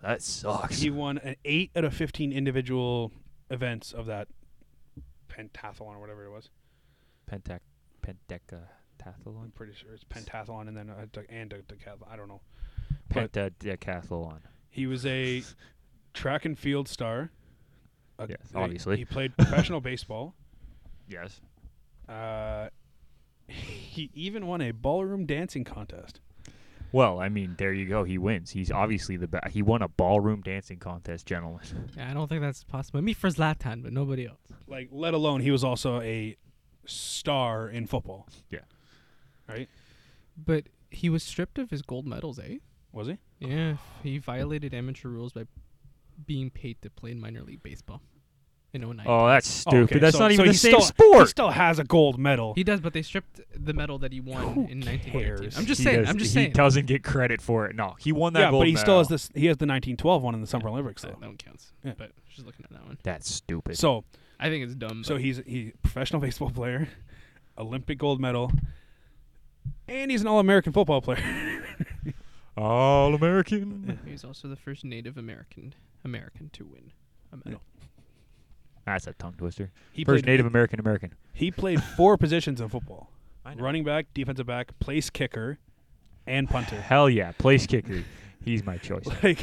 S1: that sucks.
S3: he won an eight out of fifteen individual events of that pentathlon or whatever it was.
S1: Pentac, pentecathlon,
S3: I'm pretty sure it's pentathlon and then a dec- and a decathlon. I don't know. But-
S1: pentadecathlon.
S3: He was a track and field star. A-
S1: Yes,
S3: he-
S1: obviously.
S3: he played professional baseball.
S1: Yes.
S3: Uh, he even won a ballroom dancing contest.
S1: Well, I mean, there you go. He wins. He's obviously the best. He won a ballroom dancing contest, gentlemen.
S2: Yeah, I don't think that's possible. Me for Zlatan, but nobody else.
S3: Like, let alone he was also a star in football.
S1: Yeah.
S3: Right?
S2: But he was stripped of his gold medals, eh?
S3: Was he?
S2: Yeah, he violated amateur rules by being paid to play in minor league baseball in 09.
S1: Oh, that's
S3: Oh,
S1: stupid.
S3: okay,
S1: That's
S3: so-
S1: not
S3: so
S1: even the
S3: he
S1: same
S3: still, He
S1: sport.
S3: still has a gold medal.
S2: He does, but they stripped the medal that he won
S3: Who
S2: in 1918.
S3: cares?
S2: I'm just
S1: He
S2: saying.
S1: does-
S2: I'm just
S1: he
S2: saying.
S1: doesn't get credit for it. No, he won that
S3: yeah,
S1: gold
S3: but he still
S1: medal.
S3: has this. He has the 1912 one in the Summer Olympics
S2: So
S3: though.
S2: that one counts.
S3: Yeah.
S2: But just looking at that one,
S1: That's stupid.
S3: So,
S2: I think it's dumb.
S3: so
S2: but
S3: he's he professional baseball player, Olympic gold medal, and he's an All-American football player.
S1: All American.
S2: he's also the first Native American American to win a medal.
S1: That's a tongue twister.
S3: He
S1: First
S3: played,
S1: Native American American.
S3: He played four positions in football:
S1: I know.
S3: running back, defensive back, place kicker, and punter.
S1: Hell yeah, place kicker. He's my choice.
S3: Like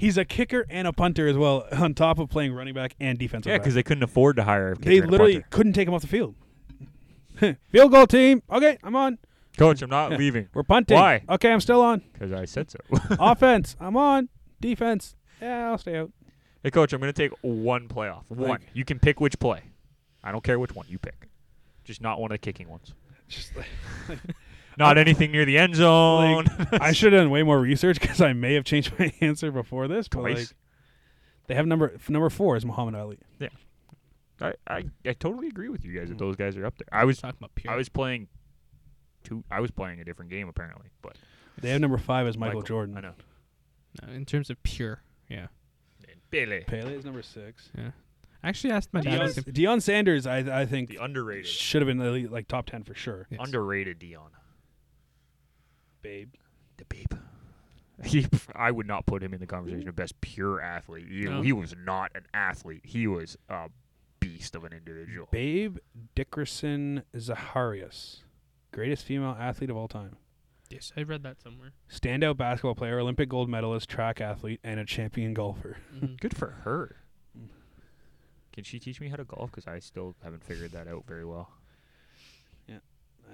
S3: he's a kicker and a punter as well, on top of playing running back and defensive.
S1: Yeah,
S3: back.
S1: because they couldn't afford to hire. A kicker
S3: they
S1: and a
S3: literally
S1: punter.
S3: couldn't take him off the field. field goal team. Okay, I'm on.
S1: coach. I'm not
S3: Yeah.
S1: leaving
S3: We're punting.
S1: Why?
S3: Okay, I'm still on.
S1: because I said so.
S3: Offense. I'm on. Defense. Yeah, I'll stay out.
S1: hey, coach, I'm gonna take one playoff. One.
S3: Like-
S1: you can pick which play. I don't care which one you pick. Just not one of the kicking ones.
S3: Just like,
S1: Not anything near the end zone.
S3: I should have done way more research because I may have changed my answer before this. But
S1: Twice.
S3: like, they have number f- number four is Muhammad Ali.
S1: I, I, I totally agree with you guys that
S3: Hmm.
S1: those guys are up there. I was
S2: Talking about pure.
S1: I was playing two I was playing a different game apparently, but
S3: They have number five is Michael, Jordan.
S1: I know.
S2: No, uh, in terms of pure. Yeah.
S1: And Pele.
S3: Pele is number six.
S2: I actually asked my dad.
S3: Deion,
S2: the same-
S3: Deion Sanders, I I think
S1: The underrated.
S3: should have been at least, like top ten for sure.
S2: Yes.
S1: Underrated Dion.
S3: Babe.
S1: The babe. He, I would not put him in the conversation of best pure athlete. He,
S2: No.
S1: he was not an athlete. He was a beast of an individual.
S3: Babe Dickerson Zaharias, greatest female athlete of all time.
S2: Yes, I read that somewhere.
S3: Standout basketball player, Olympic gold medalist, track athlete, and a champion golfer.
S2: Mhm.
S1: Good for her.
S3: Mm.
S1: Can she teach me how to golf? Because I still haven't figured that out very well.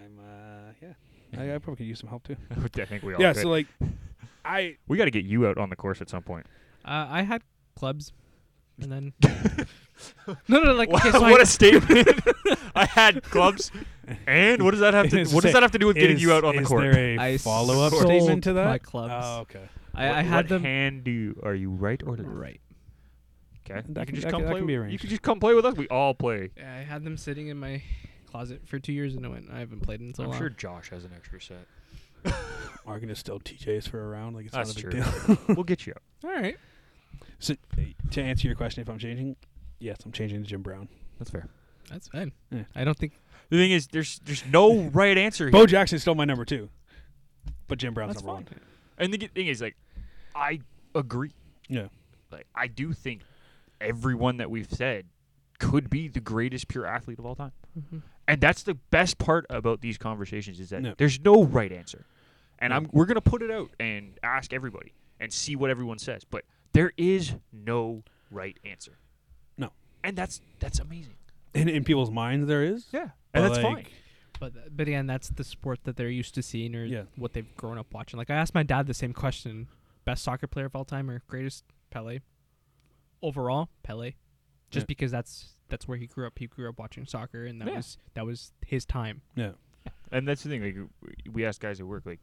S3: I'm uh yeah. I, I probably could use some help too.
S1: I think we all
S3: yeah,
S1: could.
S3: so like I
S1: We got to get you out on the course at some point.
S2: Uh, I had clubs, and then no, no, like okay, so
S1: what
S2: I,
S1: a statement! I had clubs, and what does that have to?
S3: Is
S1: What does
S3: it-
S1: that have to do with getting
S3: is-
S1: you out on the
S3: is
S1: court?
S3: there
S2: I
S3: a follow up
S2: sold
S3: statement to that?
S2: my clubs.
S3: Oh, okay.
S2: I,
S1: What-
S2: I had
S1: what
S2: them
S1: hand do you, are you right or left?
S2: right.
S1: Okay,
S3: That
S1: you
S3: can-
S1: can just
S3: that
S1: come
S3: can- that
S1: play.
S3: can be
S1: with- you
S3: arranged.
S1: can just come play with us. We all play.
S2: I had them sitting in my closet for two years, and I went. I haven't played in so
S1: I'm
S2: long.
S1: sure Josh has an extra set.
S3: Are going to steal TJ's for a round? Like it's
S1: That's
S3: not a
S1: true.
S3: big deal.
S1: we'll get you out.
S2: All right.
S3: So, to answer your question, if I'm changing, yes, I'm changing to Jim Brown.
S1: That's fair.
S2: That's fine.
S3: Yeah.
S2: I don't think
S1: The thing is, there's there's no right answer here.
S3: Bo Jackson stole my number two, but Jim Brown's
S2: that's
S3: number
S2: fine.
S3: one.
S1: And the g- thing is, like, I agree.
S3: Yeah.
S1: Like, I do think everyone that we've said could be the greatest pure athlete of all time.
S2: Mhm.
S1: And that's the best part about these conversations is that
S3: No.
S1: there's no right answer. And
S3: No.
S1: I'm we're gonna put it out and ask everybody and see what everyone says. But there is no right answer.
S3: No.
S1: And that's that's amazing.
S3: In, in people's minds, there is.
S1: Yeah. And
S3: But,
S1: that's
S3: like,
S1: fine.
S2: But th- but again, that's the sport that they're used to seeing or
S3: Yeah.
S2: what they've grown up watching. Like I asked my dad the same question: best soccer player of all time or greatest Pele? Overall, Pele, just
S3: Yeah.
S2: because that's that's where he grew up. He grew up watching soccer, and that
S1: Yeah.
S2: was that was his time.
S3: Yeah.
S1: And that's the thing. Like w- we ask guys at work, like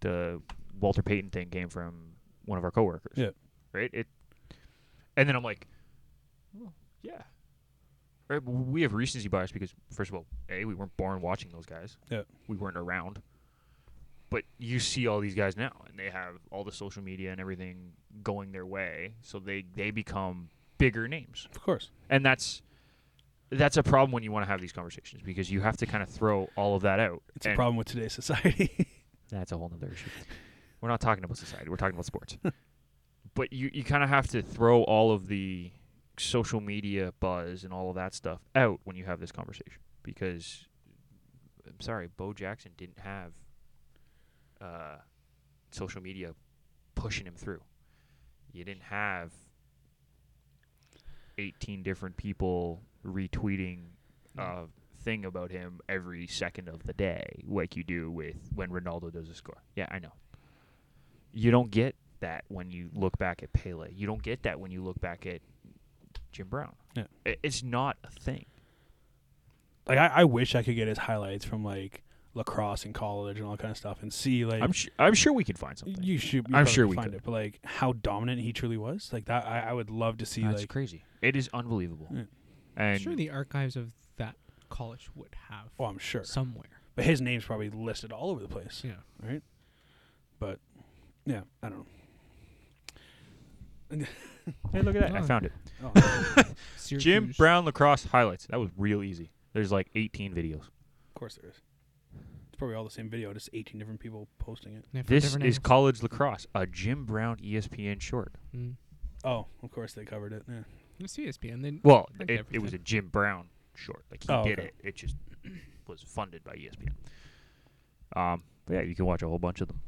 S1: the Walter Payton thing came from one of our coworkers.
S3: Yeah.
S1: Right. It. And then I'm like, well, yeah. Right. but We have recency bias because first of all, a we weren't born watching those guys.
S3: Yeah.
S1: We weren't around. But you see all these guys now, and they have all the social media and everything going their way, so they they become bigger names
S3: Of course.
S1: and that's that's a problem when you want to have these conversations because you have to kind of throw all of that out.
S3: It's a
S1: and
S3: problem with today's society.
S1: That's a whole nother issue. We're not talking about society. We're talking about sports. but you you kind of have to throw all of the social media buzz and all of that stuff out when you have this conversation because I'm sorry, Bo Jackson didn't have uh, social media pushing him through. You didn't have 18 different people retweeting
S3: Mm.
S1: a thing about him every second of the day, like you do with when Ronaldo does a score. Yeah, I know. You don't get that when you look back at Pele. You don't get that when you look back at Jim Brown.
S3: Yeah.
S1: I- It's not a thing.
S3: like I, I wish I could get his highlights from like lacrosse in college and all that kind of stuff, and see like
S1: I'm su- I'm sure we can find something.
S3: you should. you
S1: I'm
S3: probably
S1: sure
S3: could
S1: we
S3: find
S1: could.
S3: it, but like how dominant he truly was, like that. I, I would love to see
S1: That's
S3: like.
S1: crazy. It is unbelievable.
S3: Yeah.
S1: And
S2: sure, the archives of that college would have
S3: Oh, I'm sure.
S2: somewhere.
S3: But his name's probably listed all over the place.
S2: Yeah.
S3: But yeah, I don't know.
S1: hey, look at that! I
S2: Oh.
S1: found it.
S3: Oh,
S1: Jim
S2: Syracuse.
S1: Brown lacrosse highlights. That was real easy. There's like 18 videos.
S3: of course there is. It's probably all the same video, just 18 different people posting it.
S2: Yeah, for
S1: This
S2: different
S1: is
S2: angles.
S1: college lacrosse, a Jim Brown E ESPN short.
S2: Mm.
S3: Oh, of course they covered it. Yeah.
S2: It's ESPN. They
S1: Well,
S2: Like
S1: it, it was a Jim Brown short. Like he
S3: Oh,
S1: did
S3: okay.
S1: it. It just was funded by E ESPN. Um, but yeah, you can watch a whole bunch of them.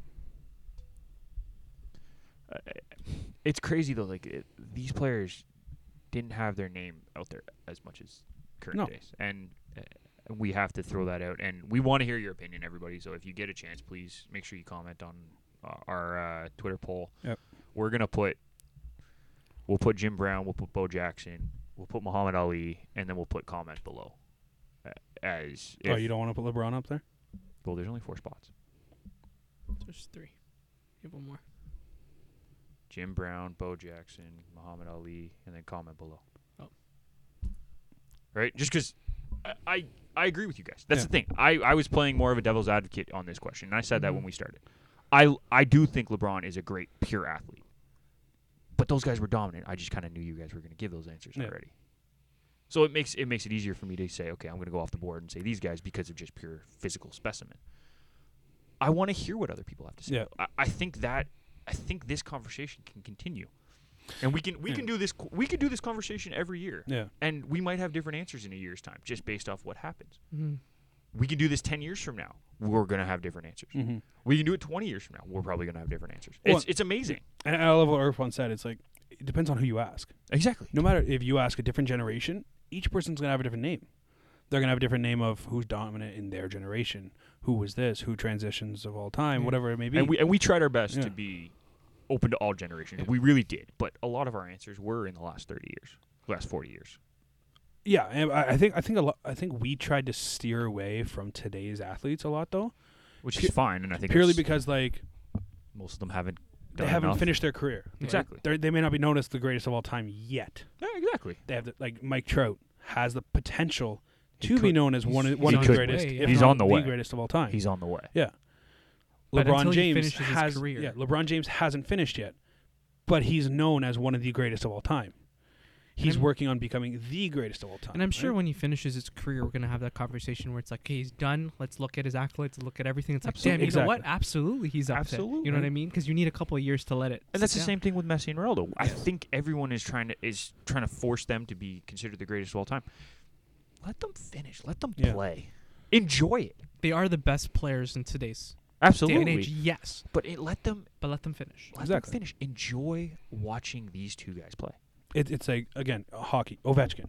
S1: Uh, it's crazy though. Like it, these players didn't have their name out there as much as current
S3: No.
S1: days, and uh, we have to throw that out. And we want to hear your opinion, everybody. So if you get a chance, please make sure you comment on uh, our uh, Twitter poll.
S3: Yep.
S1: We're gonna put we'll put Jim Brown, we'll put Bo Jackson, we'll put Muhammad Ali, and then we'll put comment below. Uh, as
S3: Oh,
S1: if-
S3: you don't want to put LeBron up there?
S1: well, there's only four spots:
S2: There's three. You have one more.
S1: Jim Brown, Bo Jackson, Muhammad Ali, and then comment below.
S2: Oh.
S1: Right, just because I, I I agree with you guys. That's
S3: Yeah. Mm-hmm.
S1: the thing. I I was playing more of a devil's advocate on this question, and I said that when
S2: Mhm.
S1: we started. I I do think LeBron is a great pure athlete, but those guys were dominant. I just kind of knew you guys were going to give those answers
S3: Yeah.
S1: already. So it makes it makes it easier for me to say, okay, I'm going to go off the board and say these guys because of just pure physical specimen. I want to hear what other people have to say.
S3: Yeah.
S1: I, I think that I think this conversation can continue, and we can we
S3: Yeah.
S1: can do this co- we can do this conversation every year,
S3: Yeah.
S1: and we might have different answers in a year's time just based off what happens.
S2: Mm-hmm.
S1: We can do this ten years from now. We're going to have different answers.
S3: Mm-hmm.
S1: We can do it 20 years from now. We're probably going to have different answers.
S3: Well,
S1: it's, it's amazing.
S3: And I love what Irfan said. It's like, it depends on who you ask.
S1: Exactly.
S3: No matter if you ask a different generation, each person's going to have a different name. they're gonna have a different name of who's dominant in their generation, who was this, who transitions of all time,
S2: Yeah.
S3: whatever it may be.
S1: and we and we tried our best
S3: Yeah.
S1: to be open to all generations.
S2: Yeah.
S1: We really did, but a lot of our answers were in the last thirty years, last forty years.
S3: Yeah, and I, I think I think a lot. I think we tried to steer away from today's athletes a lot, though,
S1: Which
S3: Pu-
S1: is fine, and I think
S3: purely
S1: that's-
S3: because like
S1: most of them haven't
S3: they
S1: done
S3: haven't
S1: enough.
S3: finished their career.
S1: exactly.
S3: They're, they may not be known as the greatest of all time yet.
S1: Yeah, exactly.
S3: They have the, like Mike Trout has the potential
S1: He
S3: to be
S1: could.
S3: known as one
S2: He's-
S3: of, one
S1: he
S3: of the
S1: could.
S3: greatest.
S2: Way,
S3: if
S1: He's
S3: not
S1: on the way.
S3: greatest of all time.
S1: He's on the way.
S2: But
S3: LeBron
S2: until he
S3: James
S2: finishes his
S3: has
S2: career.
S3: yeah. LeBron James hasn't finished yet, but he's known as one of the greatest of all time. He's
S2: I'm-
S3: working on becoming the greatest of all time.
S2: And I'm sure
S3: right?
S2: when he finishes his career, we're gonna have that conversation where it's like, okay, he's done. Let's look at his accolades, look at everything. It's like,
S3: Absolutely.
S2: damn, you know what? Absolutely, he's up There. You know what I
S1: Absolutely.
S2: mean? Because you need a couple of years to let it.
S1: And
S2: sit
S1: that's the
S2: down.
S1: same thing with Messi and Ronaldo. I think everyone is trying to is trying to force them to be considered the greatest of all time. Let them finish. Let them
S3: Yeah.
S1: play. Enjoy it.
S2: They are the best players in today's day and age.
S1: Absolutely.
S2: Yes,
S1: But it, let them
S2: but let them finish.
S1: let
S3: Exactly.
S1: them finish. Enjoy watching these two guys play.
S3: it, it's like again hockey Ovechkin.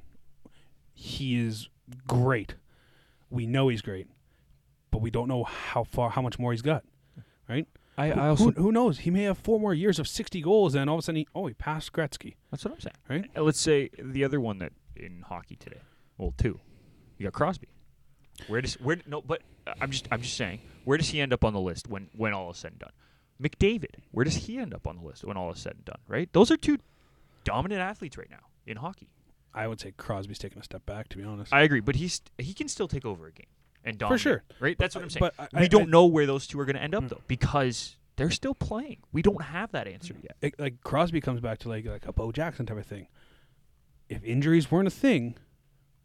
S3: He is great. We know he's great, but we don't know how far, how much more he's got.
S1: I,
S3: Who- who, who knows? He may have four more years of sixty goals, and all of a sudden, he, oh, he passed Gretzky.
S1: that's what I'm saying.
S3: Right?
S1: Uh, Let's say the other one that in hockey today. Well, two. You got Crosby. Where does where no? But uh, I'm just I'm just saying. Where does he end up on the list when when all is said and done? McDavid. Where does he end up on the list when all is said and done? Right. Those are two dominant athletes right now in hockey.
S3: I would say Crosby's taking a step back, to be honest.
S1: I agree, but he's he can still take over a game and dominate.
S3: sure.
S1: Right. That's what I'm saying.
S3: But I-
S1: we
S3: I-
S1: don't
S3: I-
S1: know where those two are going to end up
S3: Mm.
S1: though because they're still playing. We don't have that answer yet.
S3: it- like Crosby comes back to like like a Bo Jackson type of thing. If injuries weren't a thing,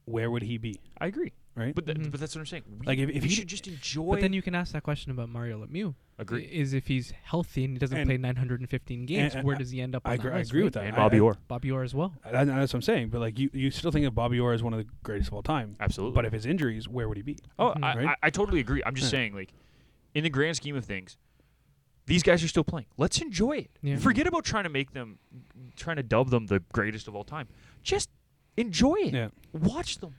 S3: where would he be?
S1: I agree.
S3: Right?
S1: But, th-
S2: Mhm.
S1: but that's what I'm saying. We,
S3: Mm-hmm. Like, if- if
S1: we
S3: you-
S1: should just enjoy.
S2: But then you can ask that question about Mario Lemieux.
S1: agree.
S2: Is if he's healthy and he doesn't
S3: And-
S2: play 915 games,
S3: and
S2: where
S3: I-
S2: does he end up?
S3: I
S2: on that
S3: agree, I
S2: list,
S3: agree
S2: right?
S3: with that.
S1: and
S3: I-
S1: Bobby
S3: I-
S1: Orr.
S2: Bobby Orr as well.
S3: I- I- that's what I'm saying. But like you, you still think of Bobby Orr as one of the greatest of all time.
S1: Absolutely.
S3: But if his injuries, where would he be?
S1: oh,
S2: Mhm.
S1: I,
S3: Right?
S1: I, I totally agree. I'm just
S3: Yeah.
S1: saying, like, in the grand scheme of things, these guys are still playing. Let's enjoy it.
S2: Yeah.
S1: Forget about trying to make them, trying to dub them the greatest of all time. Just enjoy it.
S3: Yeah.
S1: Watch them.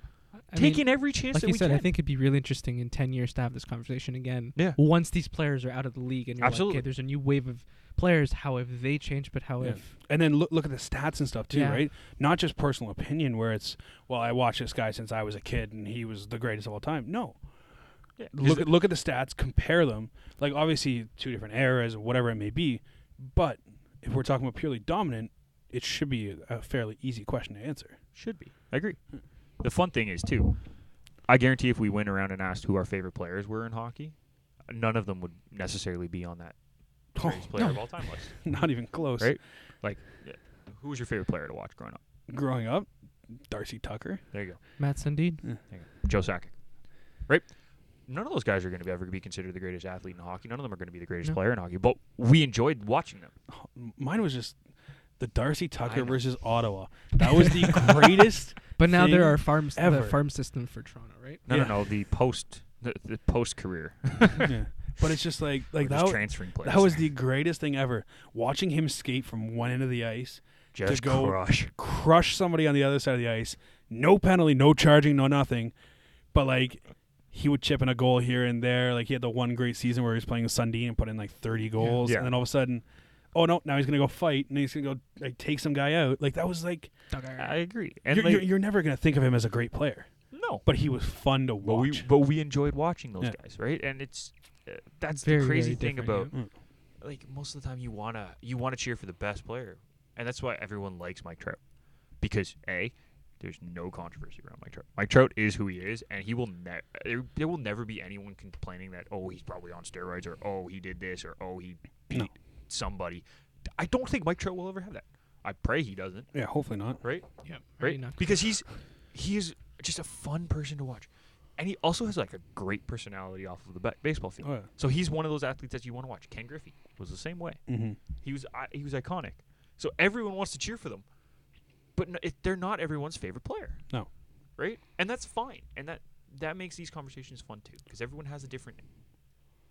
S2: I
S1: Take
S2: mean,
S1: in every chance
S2: like
S1: that
S2: you
S1: we
S2: said,
S1: can.
S2: I think it'd be really interesting in 10 years to have this conversation again.
S1: Yeah.
S2: Once these players are out of the league and you're like,
S1: Absolutely.
S2: okay, there's a new wave of players. How have they changed? But how
S3: Yeah.
S2: if
S3: And then look look at the stats and stuff too,
S2: Oh, Yeah.
S3: right? Not just personal opinion where it's, well, I watched this guy since I was a kid and he was the greatest of all time. No,
S1: Yeah, 'cause
S3: look at look at the stats, compare them. Like obviously two different eras, whatever it may be, but if we're talking about purely dominant, it should be a fairly easy question to answer.
S1: Should be. I agree. The fun thing is too. I guarantee if we went around and asked who our favorite players were in hockey, none of them would necessarily be on that
S3: Oh,
S1: greatest player of all time list.
S3: Not even close.
S1: Right. Like, yeah. who was your favorite player to watch growing up?
S3: Growing up, Darcy Tucker.
S1: There you go.
S2: Matt Sundin?
S1: There you go. Joe Sakic. Right? None of those guys are going to ever be considered the greatest athlete in hockey. None of them are going to be the greatest
S2: No.
S1: player in hockey. But we enjoyed watching them.
S3: Mine was just the Darcy Tucker
S1: know.
S3: versus Ottawa. That was the greatest.
S2: But now
S3: Thing
S2: there are farms. The
S3: ever.
S2: farm system for Toronto, right?
S1: No,
S3: Yeah.
S1: no, no. The post, the, the post career,
S3: Yeah. But it's just like like
S1: We're
S3: that.
S1: just
S3: wa-
S1: transferring players.
S3: That was the greatest thing ever. Watching him skate from one end of the ice,
S1: just
S3: go-
S1: crush.
S3: crush somebody on the other side of the ice, no penalty, no charging, no nothing. But like he would chip in a goal here and there. Like he had the one great season where he was playing with Sundin and put in like thirty goals,
S1: Yeah.
S3: and then all of a sudden, oh no, now he's gonna go fight and he's gonna go like take some guy out. Like that was like
S1: I agree. And
S3: you're,
S1: like,
S3: you're, you're never gonna think of him as a great player,
S1: no,
S3: but he was fun to watch.
S1: but we but we enjoyed watching those
S3: Yeah.
S1: guys, right? And it's uh, that's
S2: Very,
S1: the crazy
S2: very
S1: thing
S2: different,
S1: about
S3: yeah.
S1: like most of the time you wanna you wanna cheer for the best player, and that's why everyone likes Mike Trout because a there's no controversy around Mike Trout. Mike Trout is who he is, and he will ne- there, there will never be anyone complaining that oh he's probably on steroids or oh he did this or oh he beat
S3: No.
S1: somebody. I don't think Mike Trout will ever have that. I pray he doesn't,
S3: yeah, hopefully not.
S1: right?
S2: Yep.
S1: right? Because he's he is just a fun person to watch, and he also has like a great personality off of the ba- baseball field.
S3: Oh, yeah.
S1: So he's one of those athletes that you want to watch. Ken Griffey was the same way.
S3: Mm-hmm.
S1: He was I he was iconic. So everyone wants to cheer for them, but no, it, they're not everyone's favorite player,
S3: No,
S1: right? And that's fine, and that that makes these conversations fun too, because everyone has a different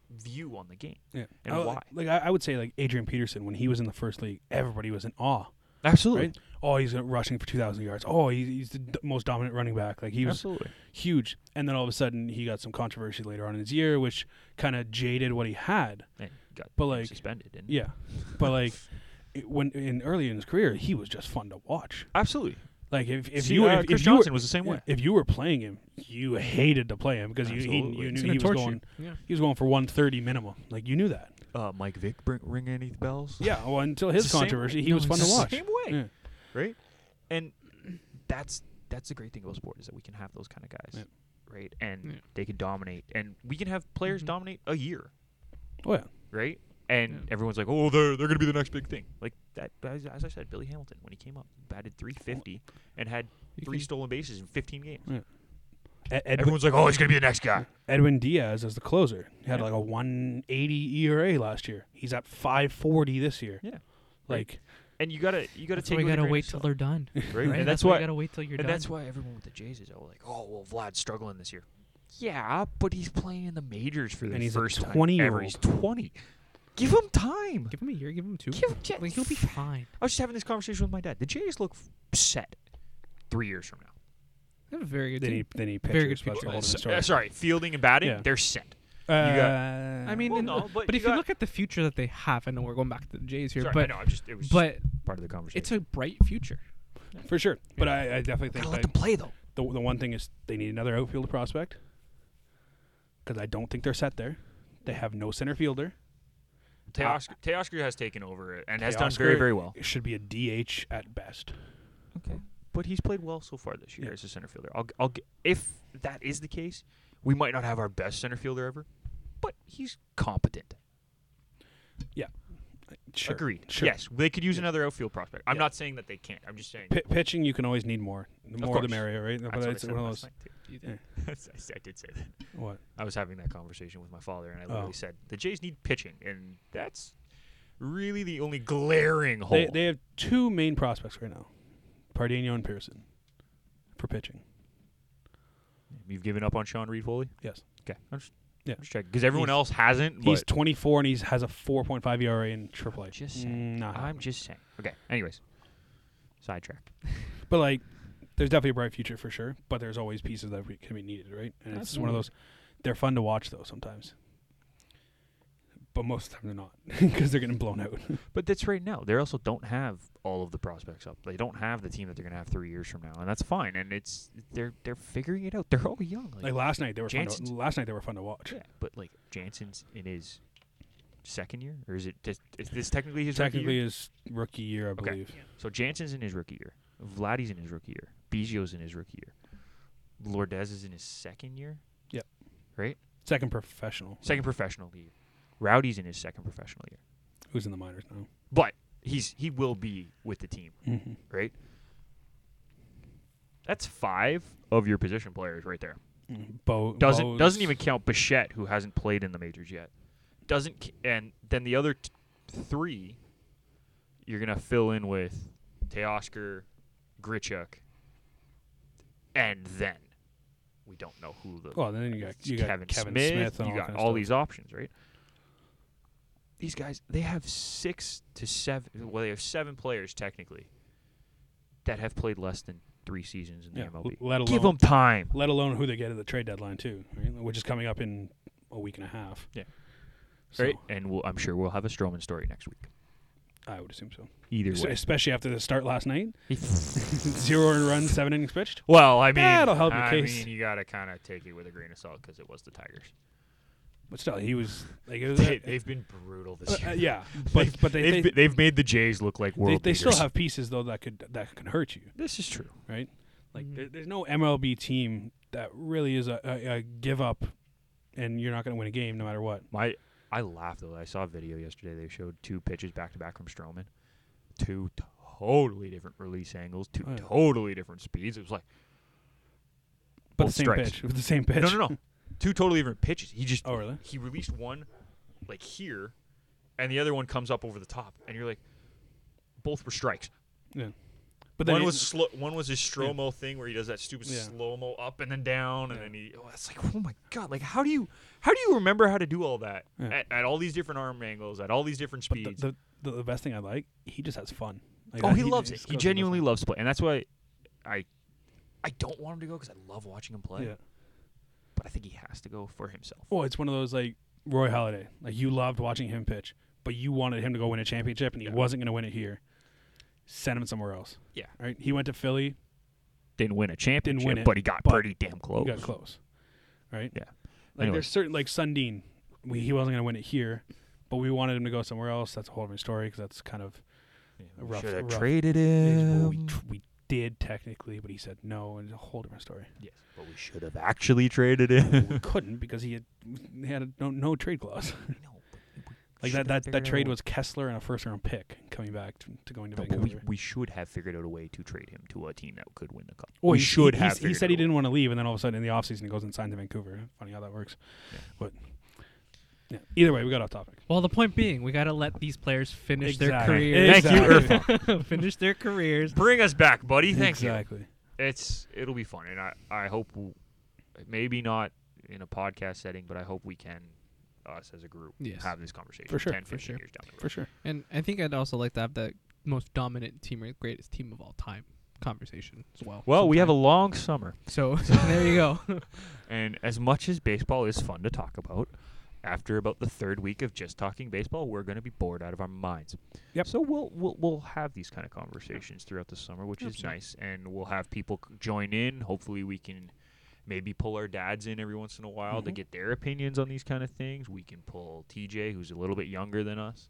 S1: view on the game.
S3: yeah.
S1: And
S3: I-
S1: why?
S3: Like I, I would say, like Adrian Peterson when he was in the first league, everybody was in awe.
S1: Absolutely.
S3: Right? Oh, he's rushing for 2,000 yards. Oh, he's, he's the d- most dominant running back. Like he was
S1: Absolutely.
S3: huge. And then all of a sudden, he got some controversy later on in his year, which kind of jaded what he had.
S1: And he got
S3: But like,
S1: suspended. Didn't he?
S3: yeah, but like it- when in early in his career, he was just fun to watch.
S1: Absolutely.
S3: Like if if
S1: See,
S3: you
S1: uh,
S3: if,
S1: Chris
S3: if you were,
S1: Johnson was the same way.
S3: if you were playing him, you hated to play him because you he,
S1: Absolutely.
S3: you
S1: He's
S3: knew he was going
S2: Yeah.
S3: he was going for 130 minimum. Like you knew that.
S1: Uh, Mike Vick bring, ring any bells?
S3: Yeah, well until his
S1: It's the same-
S3: controversy, he
S2: no,
S3: was
S2: it's
S3: fun to
S2: the
S3: watch.
S1: Same way,
S3: Yeah.
S1: right? And that's that's the great thing about sport is that we can have those kind of guys, right? And
S2: Yeah.
S1: they can dominate, and we can have players
S2: Mhm.
S1: dominate a year,
S3: Oh yeah.
S1: right? And
S2: Yeah.
S1: everyone's like, "Oh, they're they're gonna be the next big thing." Like that, as, as I said, Billy Hamilton when he came up batted 350 and had
S2: You
S1: three
S2: can- Mm.
S1: stolen bases in 15 games.
S3: Ed- Edwin,
S1: Everyone's like, "Oh, he's gonna be the next guy."
S3: Edwin Diaz as the closer he had
S1: Yeah.
S3: like a 180 ERA last year. He's at 540 this year.
S1: Yeah.
S3: Like
S1: And you gotta you gotta
S2: That's why
S1: take.
S2: we
S1: it with a
S2: gotta
S1: grain of
S2: wait till
S1: salt,
S2: they're done.
S1: right?
S2: Right?
S1: And that's
S2: why
S1: why
S2: you gotta wait till you're
S1: and
S2: done.
S1: that's why everyone with the Jays is all like, "Oh, well, Vlad's struggling this year." Yeah, but he's playing in the majors for the
S3: And he's a
S1: first time
S3: 20 year
S1: ever. He's twenty. Give him time.
S2: give him a year. Give him two.
S1: Give him ch-
S2: like he'll be fine.
S1: I was just having this conversation with my dad. The Jays look f- set three years from now.
S2: They have a very good
S3: they
S2: team.
S3: need they need
S2: Very good
S3: pitchers. but that's a
S2: pitcher.
S3: whole
S1: Uh,
S3: different
S1: s-
S3: story.
S1: uh, sorry, fielding and batting,
S3: Yeah.
S1: they're set.
S3: Uh,
S2: I mean,
S1: Well,
S2: and-
S1: no, but you
S2: if you
S1: got-
S2: look at the future that they have, I know we're going back to the Jays here,
S1: Sorry, I
S2: but
S1: know, I'm just it was just
S2: but
S1: part of the
S2: it's
S1: conversation.
S2: a bright future.
S3: for sure. But I, I definitely
S1: gotta
S3: think
S1: let
S3: that
S1: them play though.
S3: the the one thing is they need another outfield prospect because I don't think they're set there. They have no center fielder.
S1: Teoscar, Teoscar has taken over and has done very
S3: Teoscar-
S1: very well.
S3: It should be a DH at best.
S1: Okay. But he's played well so far this year
S3: Yeah.
S1: as a center fielder. I'll, I'll, gi- if that is the case, we might not have our best center fielder ever, but he's competent.
S3: Sure.
S1: Agreed.
S3: Sure.
S1: Yes, they could use
S3: Yeah.
S1: another outfield prospect. I'm
S3: Yeah.
S1: not saying that they can't. I'm just saying.
S3: P- pitching, you can always need more. The more the
S1: course.
S3: merrier, right?
S1: That's
S3: but
S1: what I
S3: it's
S1: said
S3: one of
S1: last
S3: those.
S1: night, too.
S2: You
S3: did.
S1: I s- I did say that.
S3: What?
S1: I was having that conversation with my father, and I literally
S3: Oh.
S1: said the Jays need pitching, and that's really the only glaring hole.
S3: They, they have two main prospects right now, Pardino and Pearson, for pitching.
S1: You've given up on Sean Reed Foley.
S3: Yes.
S1: Okay. I'm just,
S3: Yeah.
S1: I'm just checking because everyone
S3: He's-
S1: else hasn't.
S3: He's
S1: But
S3: 24 and he has E a 4.5 ERA in AAA.
S1: Just
S3: Mm, not
S1: I'm
S3: happening.
S1: just saying. Okay. Anyways, sidetrack.
S3: But like, there's definitely a bright future for sure. But there's always pieces that we, can be needed, right? And it's one
S2: Absolutely.
S3: of those. They're fun to watch though sometimes. But most of the time they're not because they're getting blown out.
S1: But that's right now. They also don't have all of the prospects up. They don't have the team that they're going to have three years from now, and that's fine. And it's they're they're figuring it out. They're all young. Like,
S3: Like last night they were fun
S1: Jansen's-
S3: to, last night they were fun to watch.
S1: yeah, but like Jansen's in his second year, or is it just is this technically his rookie
S3: Technically
S1: year?
S3: his rookie year, I
S1: Okay.
S3: believe.
S1: So Jansen's in his rookie year. Vladdy's in his rookie year. Biggio's in his rookie year. Lourdes is in his second year.
S3: Yep.
S1: Right.
S3: Second professional.
S1: Second professional year. Rowdy's in his second professional year.
S3: Who's in the minors now?
S1: But he's he will be with the team.
S3: Mm-hmm.
S1: right? That's five of your position players right there.
S3: Bo
S1: Doesn't
S3: Bo's-
S1: doesn't even count Bichette, who hasn't played in the majors yet. Doesn't c- and then the other t- three, you're gonna fill in with Teoscar, Grichuk, and then we don't know who the
S3: Well, then you got you got
S1: Kevin,
S3: Kevin,
S1: Smith.
S3: and
S1: you
S3: all that
S1: got
S3: kind of
S1: all
S3: stuff.
S1: these options, right? These guys, they have six to seven. Well, they have seven players technically that have played less than three seasons in the
S3: Yeah,
S1: MLB.
S3: let alone
S1: Give them time.
S3: let alone who they get at the trade deadline too, right? which is coming up in a week and a half.
S1: Yeah.
S3: So,
S1: Right, and we'll, I'm sure we'll have a Stroman story next week.
S3: I would assume so.
S1: Either
S3: Es-
S1: way,
S3: Especially after the start last night,
S1: He-
S3: zero earned runs, seven innings pitched.
S1: well, I mean,
S3: That'll help your
S1: I
S3: case.
S1: mean, you gotta kind of take it with a grain of salt because it was the Tigers.
S3: But still, he was like, it was,
S1: They, have been brutal this
S3: uh,
S1: year.
S3: yeah. But but they
S1: They've,
S3: they,
S1: be- they've made the Jays look like
S3: they,
S1: world.
S3: they still
S1: beaters.
S3: have pieces though that could that can hurt you,
S1: This is true.
S3: right? Like
S1: Mm.
S2: Mhm.
S3: there, there's no MLB team that really is a, a, a give up, and you're not going to win a game no matter what.
S1: My I laughed though. I saw a video yesterday. They showed two pitches back to back from Stroman, two totally different release angles, two
S3: Oh, yeah.
S1: totally different speeds. It was like
S3: But
S1: Both
S3: the same
S1: strikes.
S3: pitch with the same pitch.
S1: no, no, no, two totally different pitches. He just
S3: Oh really?
S1: he released one like here, and the other one comes up over the top, and you're like, both were strikes.
S3: But
S1: one
S3: it-
S1: was slow. One was his slow mo thing where he does that stupid
S3: Yeah.
S1: slow mo up and then down, and
S3: Yeah.
S1: then he. Oh, it's like, oh my god! Like, how do you, how do you remember how to do all that
S3: Yeah.
S1: at, at all these different arm angles, at all these different
S3: But
S1: speeds?
S3: the, the, the best thing I like, uh, he just has fun. Like,
S1: Oh,
S3: I-
S1: he, loves it.
S3: just
S1: He
S3: goes and
S1: genuinely
S3: listens.
S1: loves play, and that's why I I don't want him to go because I love watching him play.
S3: Yeah.
S1: But I think he has to go for himself.
S3: Oh, it's one of those like Roy Holiday. Like you loved watching him pitch, but you wanted him to go win a championship, and he
S1: Yeah.
S3: wasn't going to win it here. Send him somewhere else.
S1: Yeah.
S3: Right. He went to Philly.
S1: Didn't win a championship,
S3: it,
S1: but he got
S3: but
S1: pretty damn close.
S3: He got close. Right.
S1: Yeah.
S3: Like
S1: Anyway.
S3: there's certain like Sundin. We, he wasn't going to win it here, but we wanted him to go somewhere else. That's a whole different story because that's kind of
S1: Yeah,
S3: A
S1: we
S3: rough-
S1: shoulda
S3: rough
S1: traded
S3: is
S1: him.
S3: what we tr- we did technically, but he said no, and it's a whole different story.
S1: yes, but we should have actually traded him.
S3: we couldn't because he had he had a no, no trade clause.
S1: No, but we
S3: Like
S1: shoulda
S3: that that,
S1: figured
S3: that
S1: out
S3: trade
S1: a-
S3: was Kessler and a first round pick coming back to, to going to
S1: No, but
S3: Vancouver.
S1: we, we should have figured out a way to trade him to a team that could win the cup.
S3: Well,
S1: we
S3: he-
S1: should
S3: he,
S1: have.
S3: he's- He
S1: figured
S3: said
S1: out
S3: he
S1: a way.
S3: didn't want to leave, and then all of a sudden in the offseason he goes and signs to Vancouver. Funny how that works.
S1: Yeah.
S3: But yeah. either way, we got off topic.
S2: Well, the point being, we got to let these players finish their
S3: Exactly.
S2: careers.
S1: Thank you,
S3: Exactly.
S2: finish their careers.
S1: Bring us back, buddy. Thank you.
S3: exactly.
S1: it's it'll be fun, and I I hope w- maybe not in a podcast setting, but I hope we can us as a group
S2: Yes.
S1: have this conversation
S3: For sure,
S1: 10,
S2: for
S1: 15
S2: sure.
S1: years down the road.
S3: for sure.
S2: And I think I'd also like to have the most dominant team or greatest team of all time conversation as well.
S1: Well, we have a long summer,
S2: So there you go.
S1: and as much as baseball is fun to talk about, after about the third week of just talking baseball, we're going to be bored out of our minds.
S3: Yep.
S1: So we'll we'll we'll have these kind of conversations throughout the summer, which is
S2: Absolutely.
S1: nice, and we'll have people c- join in. Hopefully, we can. Maybe pull our dads in every once in a while to
S3: Mhm.
S1: get their opinions on these kind of things. We can pull TJ, who's a little bit younger than us,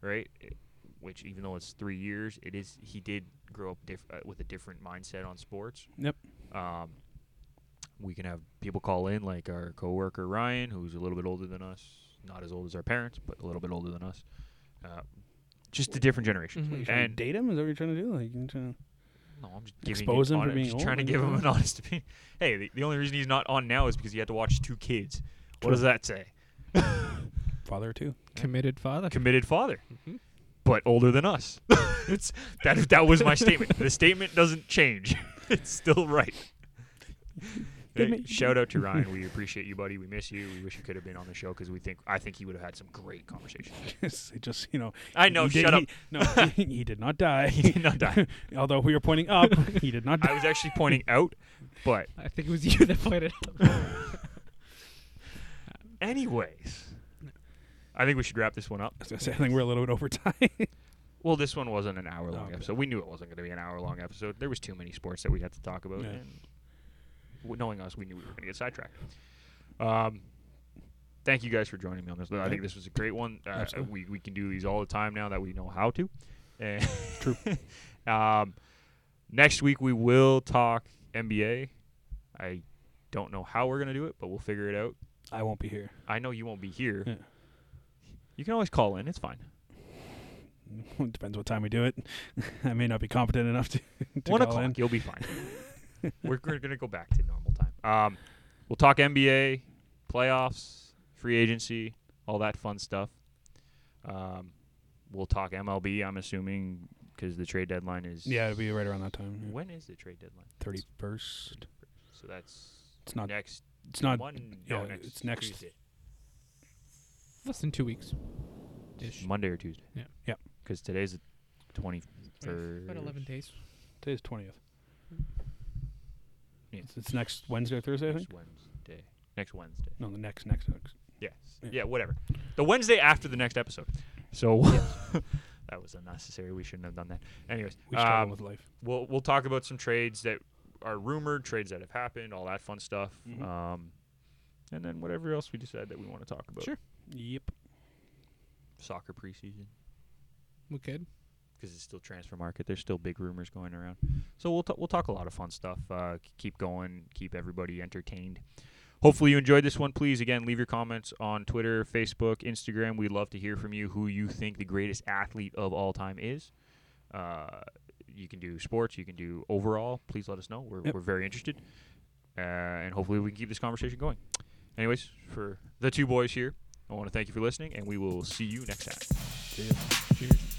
S1: right? It- Which, even though it's three years, it is he did grow up diff- uh, with a different mindset on sports.
S3: Yep.
S1: Um, we can have people call in, like our coworker Ryan, who's a little bit older than us, not as old as our parents, but a little bit older than us. Uh, just a different generation.
S2: Mhm.
S3: You trying to
S1: And
S3: Mm-hmm. date him? Is that what you're trying to do? Like, you trying
S1: no, I'm just giving
S3: Expose
S1: it
S3: him for
S1: hon- I'm
S3: being
S1: just
S3: old
S1: trying to
S3: and
S1: give him
S3: dumb?
S1: an honest opinion. Hey, the, the only reason he's not on now is because he had to watch two kids. What
S3: True.
S1: does that say?
S3: to father too?
S2: Committed father.
S1: Committed father,
S2: Mhm.
S1: but older than us. it's that. That was my statement. The statement doesn't change. it's still right.
S3: Give
S1: Hey,
S3: me-
S1: shout out to Ryan. We appreciate you, buddy. We miss you. We wish you could have been on the show because we think I think he would have had some great conversations.
S3: Yes, it just you know.
S1: I know.
S3: he
S1: Shut up.
S3: did, up. no, he, he did not die.
S1: He did not die.
S3: Although we were pointing up, he did not die.
S1: I was actually pointing out, but
S2: I think it was you that pointed out.
S1: anyways, I think we should wrap this one up.
S3: I was gonna say, I think we're a little bit over time.
S1: Well, this one wasn't an hour long
S3: Okay.
S1: episode. We knew it wasn't going to be an hour long episode. There was too many sports that we had to talk about.
S3: Yeah.
S1: And w- knowing us, we knew we were going to get sidetracked. Um, thank you guys for joining me on this. I think this was a great one. Uh,
S3: Absolutely.
S1: we we can do these all the time now that we know how to. And
S3: True.
S1: um, next week we will talk NBA. I don't know how we're going to do it, but we'll figure it out.
S3: I won't be here.
S1: I know you won't be here.
S3: Yeah.
S1: You can always call in. It's fine.
S3: Depends what time we do it. I may not be competent enough to, to
S1: One
S3: call
S1: o'clock,
S3: in.
S1: you'll be fine. we're we're gonna go back to normal time. Um, we'll talk NBA playoffs, free agency, all that fun stuff. Um, we'll talk MLB. I'm assuming because the trade deadline is
S3: Yeah, it'll be right around that time.
S1: When is the trade deadline?
S3: Thirty first.
S1: So that's
S3: It's not.
S1: next.
S3: It's not.
S1: Mon-
S3: yeah,
S1: no, next
S3: it's next-
S1: Tuesday.
S2: Less than two weeks. Ish.
S1: Monday or Tuesday.
S2: Yeah.
S3: Yep.
S1: Because today's the twenty first.
S2: About 11 days.
S3: Today's twentieth.
S1: Yeah.
S3: It's, it's next Wednesday or Thursday, I think.
S1: Next Wednesday. Next Wednesday.
S3: No, the next, next, next.
S1: Yes.
S3: Yeah.
S1: Yeah, whatever. The Wednesday after the next episode. So that was unnecessary. We shouldn't have done that. Anyways,
S3: We struggle
S1: um,
S3: with life.
S1: we'll we'll talk about some trades that are rumored, trades that have happened, all that fun stuff.
S3: Mhm.
S1: Um, and then whatever else we decide that we want to talk about.
S2: Sure.
S3: Yep.
S1: Soccer preseason
S2: We could.
S1: because it's still transfer market. There's still big rumors going around. So we'll t- we'll talk a lot of fun stuff. Uh, k- keep going. Keep everybody entertained. Hopefully you enjoyed this one. Please again leave your comments on Twitter, Facebook, Instagram. We'd love to hear from you who you think the greatest athlete of all time is. Uh, you can do sports. You can do overall. Please let us know. We're
S3: Yep.
S1: we're very interested. Uh, and hopefully we can keep this conversation going. Anyways, for the two boys here, I want to thank you for listening, and we will see you next time.
S2: Cheers.